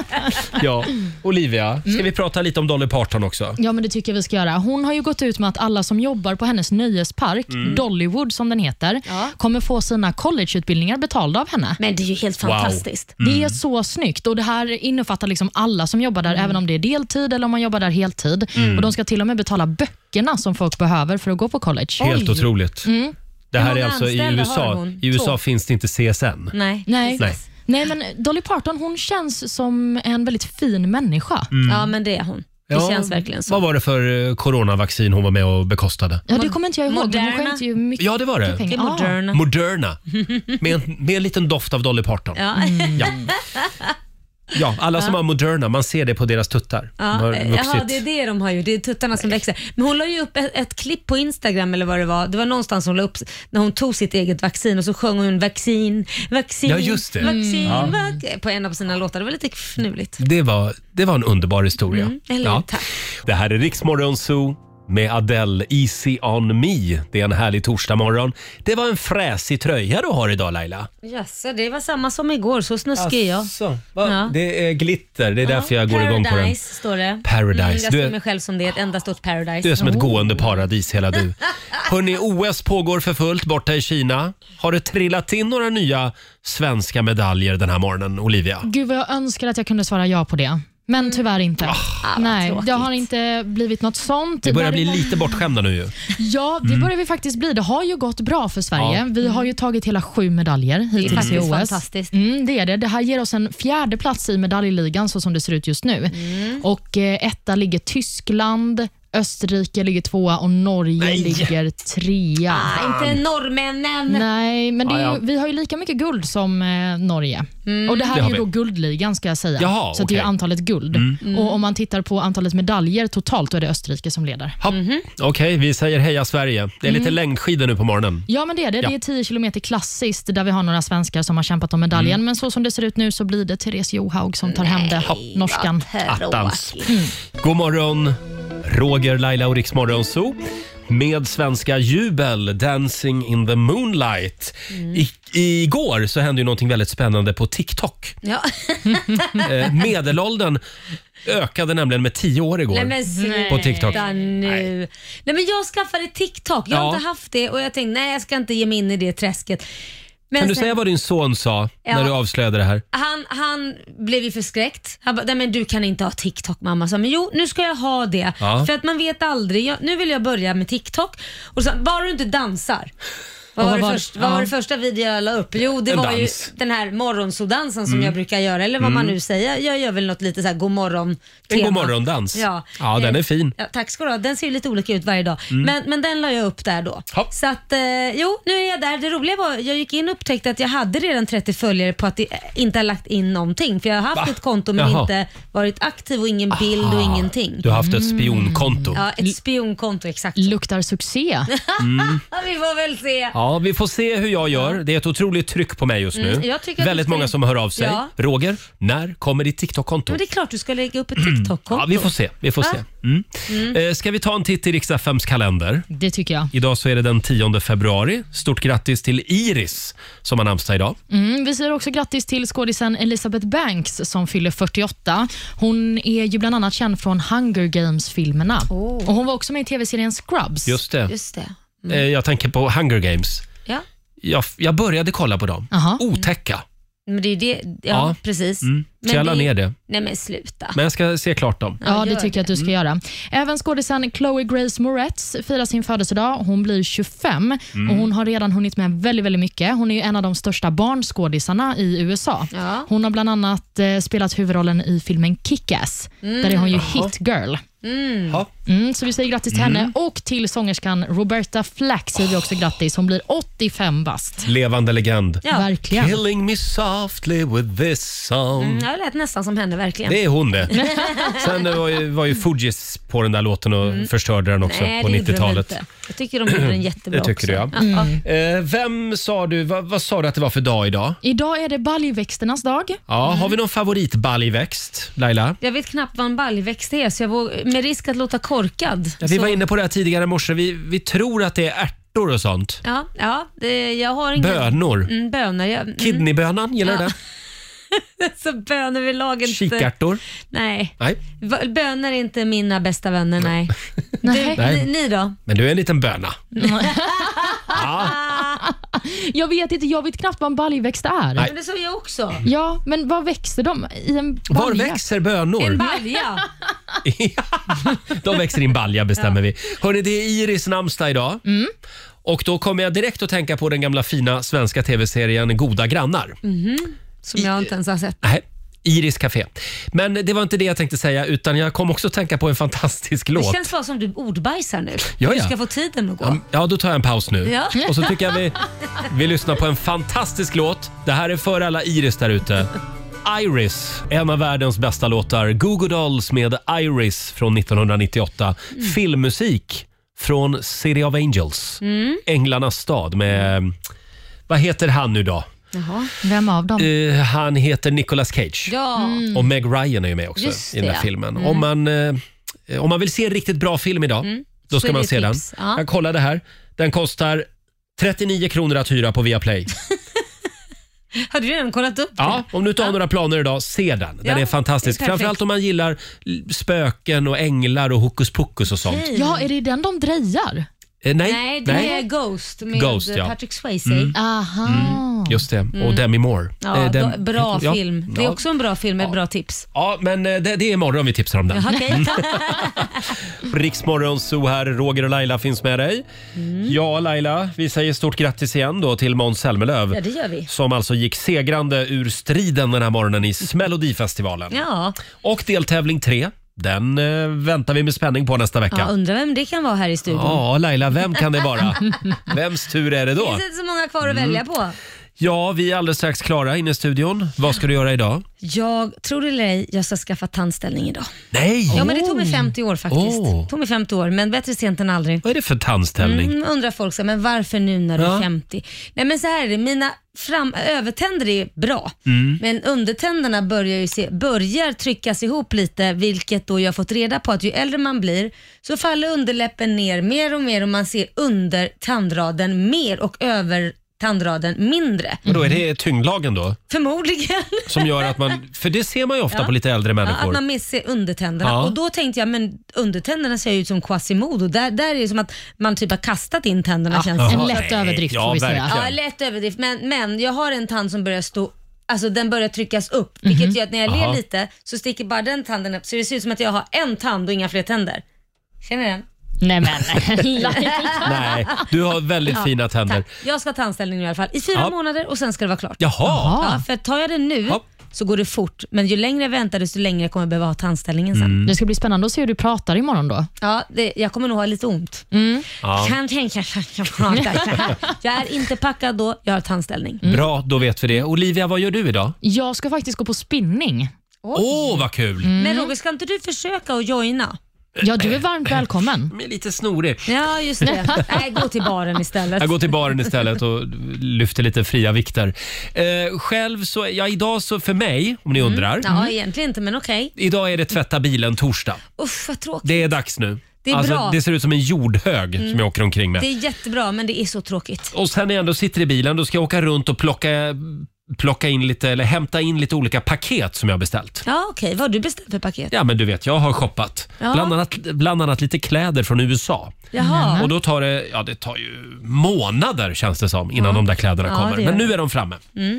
Speaker 1: ja. Olivia, ska
Speaker 2: Mm.
Speaker 1: vi prata lite om Dolly Parton också?
Speaker 3: Ja, men det tycker jag vi ska göra. Hon har ju gått ut med att alla som jobbar på hennes nöjespark, Dollywood som den heter,
Speaker 2: Ja.
Speaker 3: kommer få sina collegeutbildningar betalda av henne.
Speaker 2: Men det är ju helt
Speaker 1: Wow.
Speaker 2: fantastiskt.
Speaker 1: Mm.
Speaker 3: Det är så snyggt och det här innefattar liksom alla som jobbar där, även om det är deltid eller om man jobbar där heltid.
Speaker 1: Mm.
Speaker 3: Och De ska till och med betala böckerna som folk behöver för att gå på college.
Speaker 1: Helt otroligt. Det
Speaker 2: Mm. Hur
Speaker 1: här är
Speaker 2: många
Speaker 1: alltså i
Speaker 2: anställda har
Speaker 1: USA.
Speaker 2: hon?
Speaker 1: I USA
Speaker 2: Två.
Speaker 1: finns det inte CSN.
Speaker 2: Nej.
Speaker 3: Nej.
Speaker 1: Nej.
Speaker 3: Nej, men Dolly Parton hon känns som en väldigt fin människa.
Speaker 1: Mm.
Speaker 2: Ja, men det är hon. Det känns verkligen så.
Speaker 1: Vad var det för eh, coronavaccin hon var med och bekostade?
Speaker 3: Ja, det kommer inte jag ihåg. men Hon
Speaker 2: Moderna.
Speaker 3: skänkte ju mycket
Speaker 1: Ja, det var det.
Speaker 3: pengar.
Speaker 2: Det är Moderna.
Speaker 1: Moderna. Med en, med en liten doft av Dolly Parton.
Speaker 2: Ja.
Speaker 1: Ja. ja, alla som har Moderna, man ser det på deras tuttar. De
Speaker 2: Ja,
Speaker 1: har vuxit.
Speaker 2: jaha, det är det de har gjort. Det är tuttarna som växer. Men hon la ju upp ett, ett klipp på Instagram eller vad det var. Det var någonstans hon la upp när hon tog sitt eget vaccin och så sjöng hon vaccin, vaccin,
Speaker 1: Ja, just det. Mm.
Speaker 2: vaccin, vac- på en av sina låtar. Det var lite fnuligt.
Speaker 1: Det var, det var en underbar historia.
Speaker 2: Eller
Speaker 1: Ja.
Speaker 2: hur? tack.
Speaker 1: Det här är Riksmorgon Zoo med Adele, Easy on me. Det är en härlig torsdagmorgon. Det var en fräsig tröja du har idag Laila.
Speaker 2: Jaså, det var samma som igår. Så snuskig är jag.
Speaker 1: Asså, va?
Speaker 2: Ja.
Speaker 1: Det är glitter, det är därför jag går
Speaker 2: paradise,
Speaker 1: igång på den.
Speaker 2: står det.
Speaker 1: Paradise.
Speaker 2: Mm, jag
Speaker 1: Du
Speaker 2: ser
Speaker 1: är-
Speaker 2: mig själv som det, ett enda stort paradise.
Speaker 1: Du är som ett gående paradis hela du. Hörrni, OS pågår för fullt borta i Kina. Har det trillat in några nya svenska medaljer den här morgonen, Olivia?
Speaker 3: Gud vad jag önskar att jag kunde svara ja på det. Men tyvärr
Speaker 1: Ah.
Speaker 3: inte. Nej, det har inte blivit något sånt.
Speaker 1: Vi börjar bli
Speaker 3: Däremot-
Speaker 1: lite Mm. bortskämda nu ju.
Speaker 3: Ja, det börjar vi faktiskt bli. Det har ju gått bra för Sverige. Vi har ju tagit hela sju medaljer
Speaker 2: Det är
Speaker 3: hittills i
Speaker 2: faktiskt
Speaker 3: OS.
Speaker 2: fantastiskt.
Speaker 3: Mm, det är det. Det här ger oss en fjärde plats i medaljligan så som det ser ut just nu. Och eh, etta ligger Tyskland, Österrike ligger tvåa och Norge ligger trea.
Speaker 2: Ah, inte norrmännen.
Speaker 3: Nej, men det är ju,
Speaker 1: Ah, Ja, ja.
Speaker 3: vi har ju lika mycket guld som eh, Norge. Och Det här
Speaker 1: Det
Speaker 3: är
Speaker 1: har
Speaker 3: ju
Speaker 1: vi.
Speaker 3: då guldligan ska jag säga.
Speaker 1: Jaha,
Speaker 3: så att det
Speaker 1: okej.
Speaker 3: är
Speaker 1: Mm.
Speaker 3: antalet guld. Och Om man tittar på antalet medaljer totalt, då är det Österrike som leder.
Speaker 1: Ha.
Speaker 2: Mhm.
Speaker 1: Okej, vi säger heja Sverige. Det är lite längdskidor nu på morgonen.
Speaker 3: Ja, men det är det. Det är 10 kilometer klassiskt där vi har några svenskar som har kämpat om medaljen.
Speaker 1: Mm.
Speaker 3: Men så som det ser ut nu så blir det Therese Johaug som tar hem det. Norskan.
Speaker 1: Attans. Mm. God morgon, Roger, Laila och Riksmorgon Zoo. Med svenska jubel, Dancing in the moonlight.
Speaker 2: Mm.
Speaker 1: I, igår så hände ju någonting väldigt spännande på TikTok.
Speaker 2: Ja.
Speaker 1: Eh, medelåldern ökade nämligen med 10 år igår.
Speaker 2: Nej men sluta
Speaker 1: På TikTok.
Speaker 2: nu. Nej. men jag skaffade TikTok. Jag har
Speaker 1: Ja.
Speaker 2: inte haft det och jag tänkte nej jag ska inte ge mig in i det träsket. Men
Speaker 1: Kan du
Speaker 2: sen-
Speaker 1: säga vad din son sa
Speaker 2: Ja.
Speaker 1: när du avslöjade det här?
Speaker 2: han, han blev ju förskräckt. Han bara, nej men du kan inte ha TikTok mamma. Så, men jo, nu ska jag ha det.
Speaker 1: Ja.
Speaker 2: För att man vet aldrig. Jag, nu vill jag börja med TikTok. Och så, bara du inte dansar. Vad
Speaker 3: Och
Speaker 2: var,
Speaker 3: vad
Speaker 2: det
Speaker 3: var-
Speaker 2: först, vad var det
Speaker 3: ja.
Speaker 2: första video jag la upp? Jo, det
Speaker 1: En
Speaker 2: var ju
Speaker 1: dans. Mm.
Speaker 2: den här morgonsodansen som jag brukar göra, eller vad man nu säger. Jag gör väl något lite så här god morgon
Speaker 1: En god morgondans.
Speaker 2: Ja.
Speaker 1: ja, den är fin.
Speaker 2: Ja, tack ska du ha. Den ser ju lite olika ut varje dag. Men, men den la jag upp där då.
Speaker 1: Mm. Ja.
Speaker 2: Så att, eh, jo, nu är jag där. Det roliga var jag gick in och upptäckte att jag hade redan 30 följare på att det eh, inte har lagt in någonting. För jag har haft
Speaker 1: Va?
Speaker 2: ett konto men
Speaker 1: Jaha.
Speaker 2: inte varit aktiv och ingen bild och ingenting.
Speaker 1: Du har haft ett spionkonto.
Speaker 2: Mm. Ja, ett spionkonto exakt.
Speaker 3: Luktar succé.
Speaker 2: Ja, vi får väl se.
Speaker 1: Ja, vi får se hur jag gör. Det är ett otroligt tryck på mig just nu.
Speaker 2: Mm, jag tycker att
Speaker 1: Väldigt
Speaker 2: du ska-
Speaker 1: många som hör av sig.
Speaker 2: Ja.
Speaker 1: Roger, när kommer ditt TikTok-konto?
Speaker 2: Men det är klart du ska lägga upp ett TikTok-konto.
Speaker 1: Mm. Ja, vi får se. Vi får se. Mm. Eh, ska vi ta en titt i Riks-FMs kalender?
Speaker 3: Det tycker jag.
Speaker 1: Idag så är det den 10 februari. Stort grattis till Iris som har namnsdag idag.
Speaker 3: Mm, vi säger också grattis till skådisen Elizabeth Banks som fyller 48. Hon är ju bland annat känd från Hunger Games-filmerna.
Speaker 2: Oh.
Speaker 3: Och Hon var också med i tv-serien Scrubs.
Speaker 1: Just det.
Speaker 2: Just det.
Speaker 1: Eh, jag tänker på Hunger Games.
Speaker 2: Ja.
Speaker 1: Jag, jag började kolla på dem.
Speaker 3: Aha.
Speaker 1: Otäcka.
Speaker 2: Men det är ju det. Ja,
Speaker 1: Ja.
Speaker 2: precis. Men
Speaker 1: Så jag la
Speaker 2: det är-
Speaker 1: ner det.
Speaker 2: Nej men sluta.
Speaker 1: Men jag ska se klart dem.
Speaker 3: Ja,
Speaker 2: Ja,
Speaker 3: det
Speaker 2: gör
Speaker 3: tycker jag att du ska göra. Även skådisen Chloe Grace Moretz firar sin födelsedag. Hon blir 25 och hon har redan hunnit med väldigt, väldigt mycket. Hon är ju en av de största barnskådisarna i USA.
Speaker 2: Ja.
Speaker 3: Hon har bland annat eh, spelat huvudrollen i filmen Kick-Ass. Där är hon ju hit girl.
Speaker 1: Ja.
Speaker 3: Mm, så vi säger grattis till henne och till sångerskan Roberta Flack säger vi också grattis. Hon blir 85 bast.
Speaker 1: Levande legend.
Speaker 2: Ja. Mm.
Speaker 3: Verkligen.
Speaker 1: Killing me softly with this song.
Speaker 2: Ja, där lät nästan som henne verkligen.
Speaker 1: Det är hon det. Sen eh, var ju, var ju Fugees på den där låten och förstörde den också
Speaker 2: Mm. Nej,
Speaker 1: på
Speaker 2: det gjorde de
Speaker 1: 90-talet.
Speaker 2: inte. Jag tycker de gjorde den jättebra
Speaker 1: Det tycker du, ja.
Speaker 2: också. Ja, ja.
Speaker 1: Eh, vem sa du, vad, vad sa du att det var för dag idag?
Speaker 3: Idag är det baljväxternas dag.
Speaker 1: Ja, Har
Speaker 2: Mm.
Speaker 1: vi någon favoritbaljväxt, Laila?
Speaker 2: Jag vet knappt vad en baljväxt är, så jag våg, med risk att låta korkad.
Speaker 1: Ja, vi
Speaker 2: så,
Speaker 1: var inne på det här tidigare i morse. Vi, vi tror att det är ärtor och sånt.
Speaker 2: ja, ja, det, jag har inga...
Speaker 1: Bönor.
Speaker 2: Mm, bönor. Jag, mm,
Speaker 1: Kidneybönan, gillar du
Speaker 2: Ja.
Speaker 1: det?
Speaker 2: så bönor vill lagen
Speaker 1: Kikärtor?
Speaker 2: Nej.
Speaker 1: Nej.
Speaker 2: Va- Bönor är inte mina bästa vänner, nej.
Speaker 3: Nej.
Speaker 2: Ni,
Speaker 1: Nej.
Speaker 2: ni då?
Speaker 1: Men du är en liten böna.
Speaker 3: Jag vet inte, jag vet knappt vad en baljväxt är.
Speaker 1: Nej.
Speaker 2: Men det sa jag också.
Speaker 3: Ja, men vad växer de i en balja?
Speaker 1: Var växer bönor?
Speaker 2: En balja.
Speaker 1: De växer i en balja bestämmer vi. Hörrni, det är Iris namnsdag idag.
Speaker 2: Mm.
Speaker 1: Och då kommer jag direkt att tänka på den gamla fina svenska tv-serien Goda grannar.
Speaker 2: Mm. Som jag inte ens har sett.
Speaker 1: Nej, Iris Café. Men det var inte det jag tänkte säga utan jag kom också att tänka på en fantastisk
Speaker 2: Det
Speaker 1: låt.
Speaker 2: känns bara som du ordbajsar nu.
Speaker 1: Ja,
Speaker 2: Du
Speaker 1: ja.
Speaker 2: ska få tiden att gå.
Speaker 1: Ja, då tar jag en paus nu.
Speaker 2: Ja.
Speaker 1: Och så tycker jag vi, vi lyssnar på en fantastisk låt. Det här är för alla Iris där ute. Iris, en av världens bästa låtar. Goo Goo Dolls med Iris från 1998. Filmmusik från City of Angels. Änglarnas stad med... Vad heter han nu då?
Speaker 2: Jaha.
Speaker 3: Vem av dem?
Speaker 1: Eh, han heter Nicolas Cage.
Speaker 2: Ja.
Speaker 1: Och Meg Ryan är ju med också
Speaker 2: Mm. Just
Speaker 1: i den här
Speaker 2: det, ja. Mm.
Speaker 1: filmen. Om, man, eh, om man vill se en riktigt bra film idag, då
Speaker 2: Så
Speaker 1: ska
Speaker 2: är
Speaker 1: man
Speaker 2: det
Speaker 1: se den.
Speaker 2: tips, ja.
Speaker 1: Jag kollade här. Den kostar 39 kronor att hyra på Viaplay.
Speaker 2: Har du redan kollat upp
Speaker 1: Ja, om du inte har några planer idag, se den. Den
Speaker 2: Ja,
Speaker 1: är fantastisk.
Speaker 2: det är perfekt.
Speaker 1: Framförallt om man gillar l- spöken och änglar och hokus pokus och sånt.
Speaker 2: det?
Speaker 3: Ja, är det den de drejar?
Speaker 1: Eh, nej,
Speaker 2: Nej, det är Ghost med
Speaker 1: Ghost, ja. Mm.
Speaker 2: Patrick Swayze.
Speaker 3: Aha.
Speaker 1: Just det. Och Demi Moore.
Speaker 2: Mm. Ja,
Speaker 1: Eh, den-
Speaker 2: då- bra
Speaker 1: ja.
Speaker 2: film. Det är
Speaker 1: Ja.
Speaker 2: också en bra film med bra tips.
Speaker 1: Ja, men eh, det, det är imorgon vi tipsar om den.
Speaker 2: Jaha, okej.
Speaker 1: Riksmorgon Zoo här, Roger och Laila finns med dig.
Speaker 2: Mm.
Speaker 1: Ja, Laila, vi säger stort grattis igen då till Måns Zelmerlöw
Speaker 2: Ja, det gör vi.
Speaker 1: som alltså gick segrande ur striden den här morgonen i Melodifestivalen.
Speaker 2: Ja.
Speaker 1: Och deltävling tre, den eh, väntar vi med spänning på nästa
Speaker 2: ja,
Speaker 1: vecka.
Speaker 2: undrar vem det kan vara här i studion.
Speaker 1: Ja, Laila, vem kan det vara? Vems tur är det
Speaker 2: Det
Speaker 1: då? Mm.
Speaker 2: finns inte så många kvar att välja på.
Speaker 1: Ja, vi är alldeles strax klara inne i studion. Vad ska du göra idag?
Speaker 2: Jag, tror det eller ej, jag ska skaffa tandställning idag.
Speaker 1: Nej!
Speaker 2: Ja, men det tog mig 50 år faktiskt.
Speaker 1: Oh.
Speaker 2: tog mig 50 år, men bättre sent än aldrig.
Speaker 1: Vad är det för tandställning?
Speaker 2: Mm, undrar folk, så, här, men varför nu när du
Speaker 1: Ja.
Speaker 2: är 50? Nej men så här är det, mina fram, övertänder är bra,
Speaker 1: Mm.
Speaker 2: men undertänderna börjar, ju se, börjar tryckas ihop lite, vilket då jag har fått reda på att ju äldre man blir så faller underläppen ner mer och mer och man ser under tandraden mer och över tandraden mindre.
Speaker 1: Och då är det tyngdlagen då?
Speaker 2: Förmodligen.
Speaker 1: Som gör att man... För det ser man ju ofta på lite äldre
Speaker 2: Ja,
Speaker 1: människor.
Speaker 2: att man missar undertänderna.
Speaker 1: Ja.
Speaker 2: Och då tänkte jag, men undertänderna ser ju ut som Quasimodo. Där, där är det som att man typ har kastat in tänderna känns det
Speaker 1: Jaha.
Speaker 2: som.
Speaker 3: En lätt
Speaker 1: Nej,
Speaker 3: överdrift
Speaker 1: ja,
Speaker 3: får vi
Speaker 1: verkligen.
Speaker 3: säga.
Speaker 1: Ja.
Speaker 2: Ja, lätt överdrift. Men, men jag har en tand som börjar stå Alltså den börjar tryckas upp, vilket
Speaker 1: Mhm.
Speaker 2: gör att när jag ler
Speaker 1: Aha.
Speaker 2: lite så sticker bara den tanden upp så det ser ut som att jag har en tand och inga fler tänder. Känner du den?
Speaker 3: Nej men, Laila.
Speaker 1: Nej, du har väldigt fina tänder.
Speaker 2: Tack. Jag ska ha tandställning nu i alla fall. I fyra
Speaker 1: Ja.
Speaker 2: månader och sen ska det vara klart.
Speaker 1: Jaha,
Speaker 2: Ja, för tar jag det nu
Speaker 1: Ja.
Speaker 2: så går det fort, men ju längre jag väntar desto längre kommer jag behöva ha tandställningen
Speaker 1: Mm.
Speaker 2: sen.
Speaker 3: Det ska bli spännande att se hur du pratar imorgon då.
Speaker 2: Ja, det, jag kommer nog ha lite ont.
Speaker 1: Ja.
Speaker 2: Kan tänka sig att jag pratar så här. Jag är inte packad då, jag har tandställning.
Speaker 1: bra då vet vi det. Olivia, vad gör du idag?
Speaker 3: Jag ska faktiskt gå på spinning.
Speaker 1: Åh, vad kul!
Speaker 2: Men Roger, ska inte du försöka att joina?
Speaker 3: Ja, du är varmt välkommen.
Speaker 1: Jag är lite snorig.
Speaker 2: Ja, just det. Nej, gå till baren istället.
Speaker 1: Jag går till baren istället och lyfter lite fria vikter. Eh, själv så, ja idag så för mig, om ni undrar.
Speaker 2: Ja, egentligen inte, men okej.
Speaker 1: Idag är det tvätta bilen torsdag.
Speaker 2: Usch, vad tråkigt.
Speaker 1: Det är dags nu. Alltså,
Speaker 2: Det är bra.
Speaker 1: det ser ut som en jordhög som jag åker omkring med.
Speaker 2: Det är jättebra, men det är så tråkigt.
Speaker 1: Och sen när jag ändå sitter i bilen, då ska jag åka runt och plocka, plocka in lite, eller hämta in lite olika paket som jag har beställt.
Speaker 2: Ja, okej. Vad har du beställt för paket?
Speaker 1: Ja, men du vet, jag har shoppat.
Speaker 2: Ja.
Speaker 1: Bland, annat, bland annat lite kläder från USA.
Speaker 2: Jaha.
Speaker 1: Och då tar det, ja det tar ju månader känns det som innan de där kläderna
Speaker 2: Ja,
Speaker 1: kommer.
Speaker 2: det gör
Speaker 1: Men
Speaker 2: det. Mm.
Speaker 1: nu är de framme.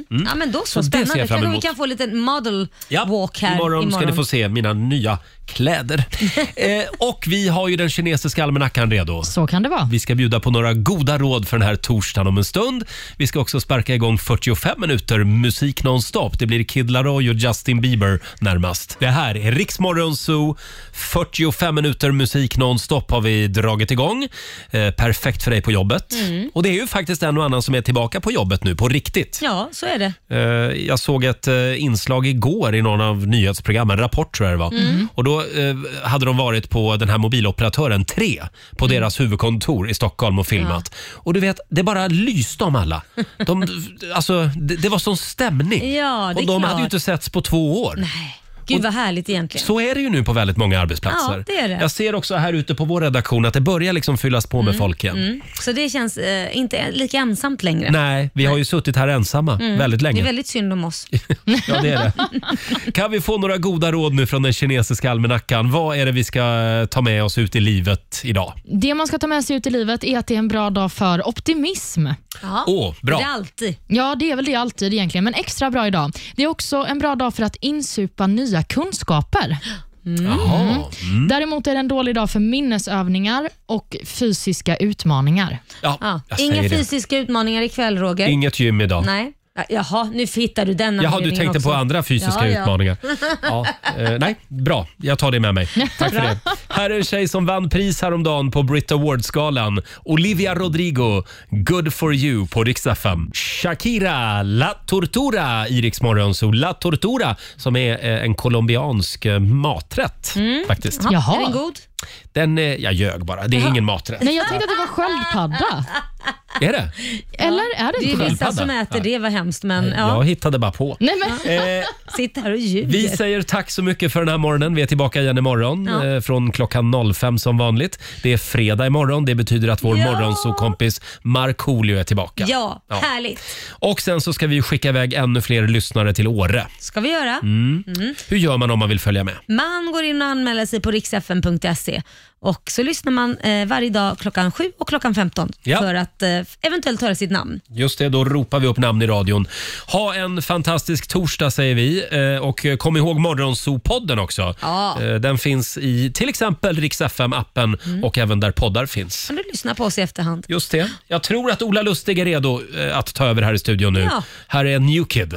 Speaker 2: Ja, men då så.
Speaker 1: Mm. det ser
Speaker 2: Spännande.
Speaker 1: jag fram
Speaker 2: Kanske vi
Speaker 1: emot.
Speaker 2: kan få en liten model
Speaker 1: Ja,
Speaker 2: walk här
Speaker 1: imorgon, ska ni få se mina nya kläder. Eh, och vi har ju den kinesiska almanackan redo.
Speaker 3: Så kan det vara.
Speaker 1: Vi ska bjuda på några goda råd för den här torsdagen om en stund. Vi ska också sparka igång 45 minuter musik nonstop. Det blir Kid Laroi och Justin Bieber närmast. Det här är Riksmorgon Zoo. 45 minuter musik nonstop har vi dragit igång. Eh, perfekt för dig på jobbet. Och det är ju faktiskt en och annan som är tillbaka på jobbet nu, på riktigt.
Speaker 2: Ja, så är det.
Speaker 1: Eh, Jag såg ett eh, inslag igår i någon av nyhetsprogrammen, Rapport tror jag det var.
Speaker 2: Mm.
Speaker 1: Och då eh, hade de varit på den här mobiloperatören 3 på
Speaker 2: Mm.
Speaker 1: deras huvudkontor i Stockholm och filmat. Och du vet, det bara lyste om alla. De, alltså, det, det var sån stämning.
Speaker 2: Ja, det
Speaker 1: och
Speaker 2: är
Speaker 1: de hade ju
Speaker 2: klart.
Speaker 1: inte setts på två år.
Speaker 2: Nej. Gud vad härligt egentligen.
Speaker 1: Så är det ju nu på väldigt många arbetsplatser.
Speaker 2: Ja, det är det.
Speaker 1: Jag ser också här ute på vår redaktion att det börjar liksom fyllas på med folk igen.
Speaker 2: Mm. Så det känns eh, inte lika ensamt längre.
Speaker 1: Nej, vi har ju suttit här ensamma väldigt länge.
Speaker 2: Det är väldigt synd om oss.
Speaker 1: Ja, det är det. Kan vi få några goda råd nu från den kinesiska almanackan? Vad är det vi ska ta med oss ut i livet idag?
Speaker 2: Mm.
Speaker 3: Det man ska ta med sig ut i livet är att det är en bra dag för optimism.
Speaker 2: Ja.
Speaker 1: Åh, bra.
Speaker 2: Det är alltid.
Speaker 3: Ja, det är väl det alltid egentligen, men extra bra idag. Det är också en bra dag för att insupa nya kunskaper.
Speaker 1: Jaha.
Speaker 3: Däremot är det en dålig dag för minnesövningar och fysiska utmaningar.
Speaker 1: Ja,
Speaker 2: Ja.
Speaker 1: jag säger
Speaker 2: Inga
Speaker 1: det.
Speaker 2: fysiska utmaningar ikväll Roger.
Speaker 1: Inget gym idag.
Speaker 2: Nej. Ja, Jaha, nu hittar du den
Speaker 1: Jaha, du
Speaker 2: anledningen
Speaker 1: tänkte
Speaker 2: också.
Speaker 1: på andra fysiska
Speaker 2: Ja, ja.
Speaker 1: utmaningar. Ja, eh, nej, bra. Jag tar det med mig. Tack för det. Här är en tjej som vann pris häromdagen på Brit Awards-galan. Olivia Rodrigo, Good for you på Rix FM. Shakira La Tortura i Rix Morgon Zoo. La Tortura som är eh, en colombiansk eh, maträtt
Speaker 2: Mm.
Speaker 1: faktiskt.
Speaker 2: Är den god?
Speaker 1: Den, eh, jag ljög bara. Det är ingen maträtt.
Speaker 3: Nej, jag tänkte att det var sköldpadda.
Speaker 1: Är det?
Speaker 3: Eller är det
Speaker 2: Det är
Speaker 3: inte
Speaker 1: ju
Speaker 3: det?
Speaker 2: vissa
Speaker 1: Sköldpadda.
Speaker 2: som äter
Speaker 1: Ja.
Speaker 2: det, var hemskt men
Speaker 1: Jag
Speaker 2: ja.
Speaker 1: hittade bara på.
Speaker 3: Nej, men,
Speaker 1: Eh,
Speaker 2: Sitt här och ljuger.
Speaker 1: Vi säger tack så mycket för den här morgonen. Vi är tillbaka igen imorgon
Speaker 2: Ja.
Speaker 1: eh, från klockan 05 som vanligt. Det är fredag imorgon. Det betyder att vår
Speaker 2: Ja.
Speaker 1: morgonsokompis Markoolio är tillbaka.
Speaker 2: Ja, härligt.
Speaker 1: Och sen så ska vi ju skicka iväg ännu fler lyssnare till Åre.
Speaker 2: Ska vi göra?
Speaker 1: Mm. Hur gör man om man vill följa med?
Speaker 2: Man går in och anmäler sig på riksfn.se och så lyssnar man eh, varje dag klockan 7 och klockan 15
Speaker 1: Ja.
Speaker 2: för att eh, eventuellt höra sitt namn.
Speaker 1: Just det, då ropar vi upp namn i radion. Ha en fantastisk torsdag säger vi Eh, och eh, kom ihåg Morgonzoo-podden också.
Speaker 2: Ja.
Speaker 1: Eh, Den finns i till exempel Rix FM-appen
Speaker 2: Mm.
Speaker 1: och även där poddar finns.
Speaker 2: Kan du lyssna på oss i efterhand?
Speaker 1: Just det. Jag tror att Ola Lustig är redo eh, att ta över här i studion nu.
Speaker 2: Ja.
Speaker 1: Här är New Kid.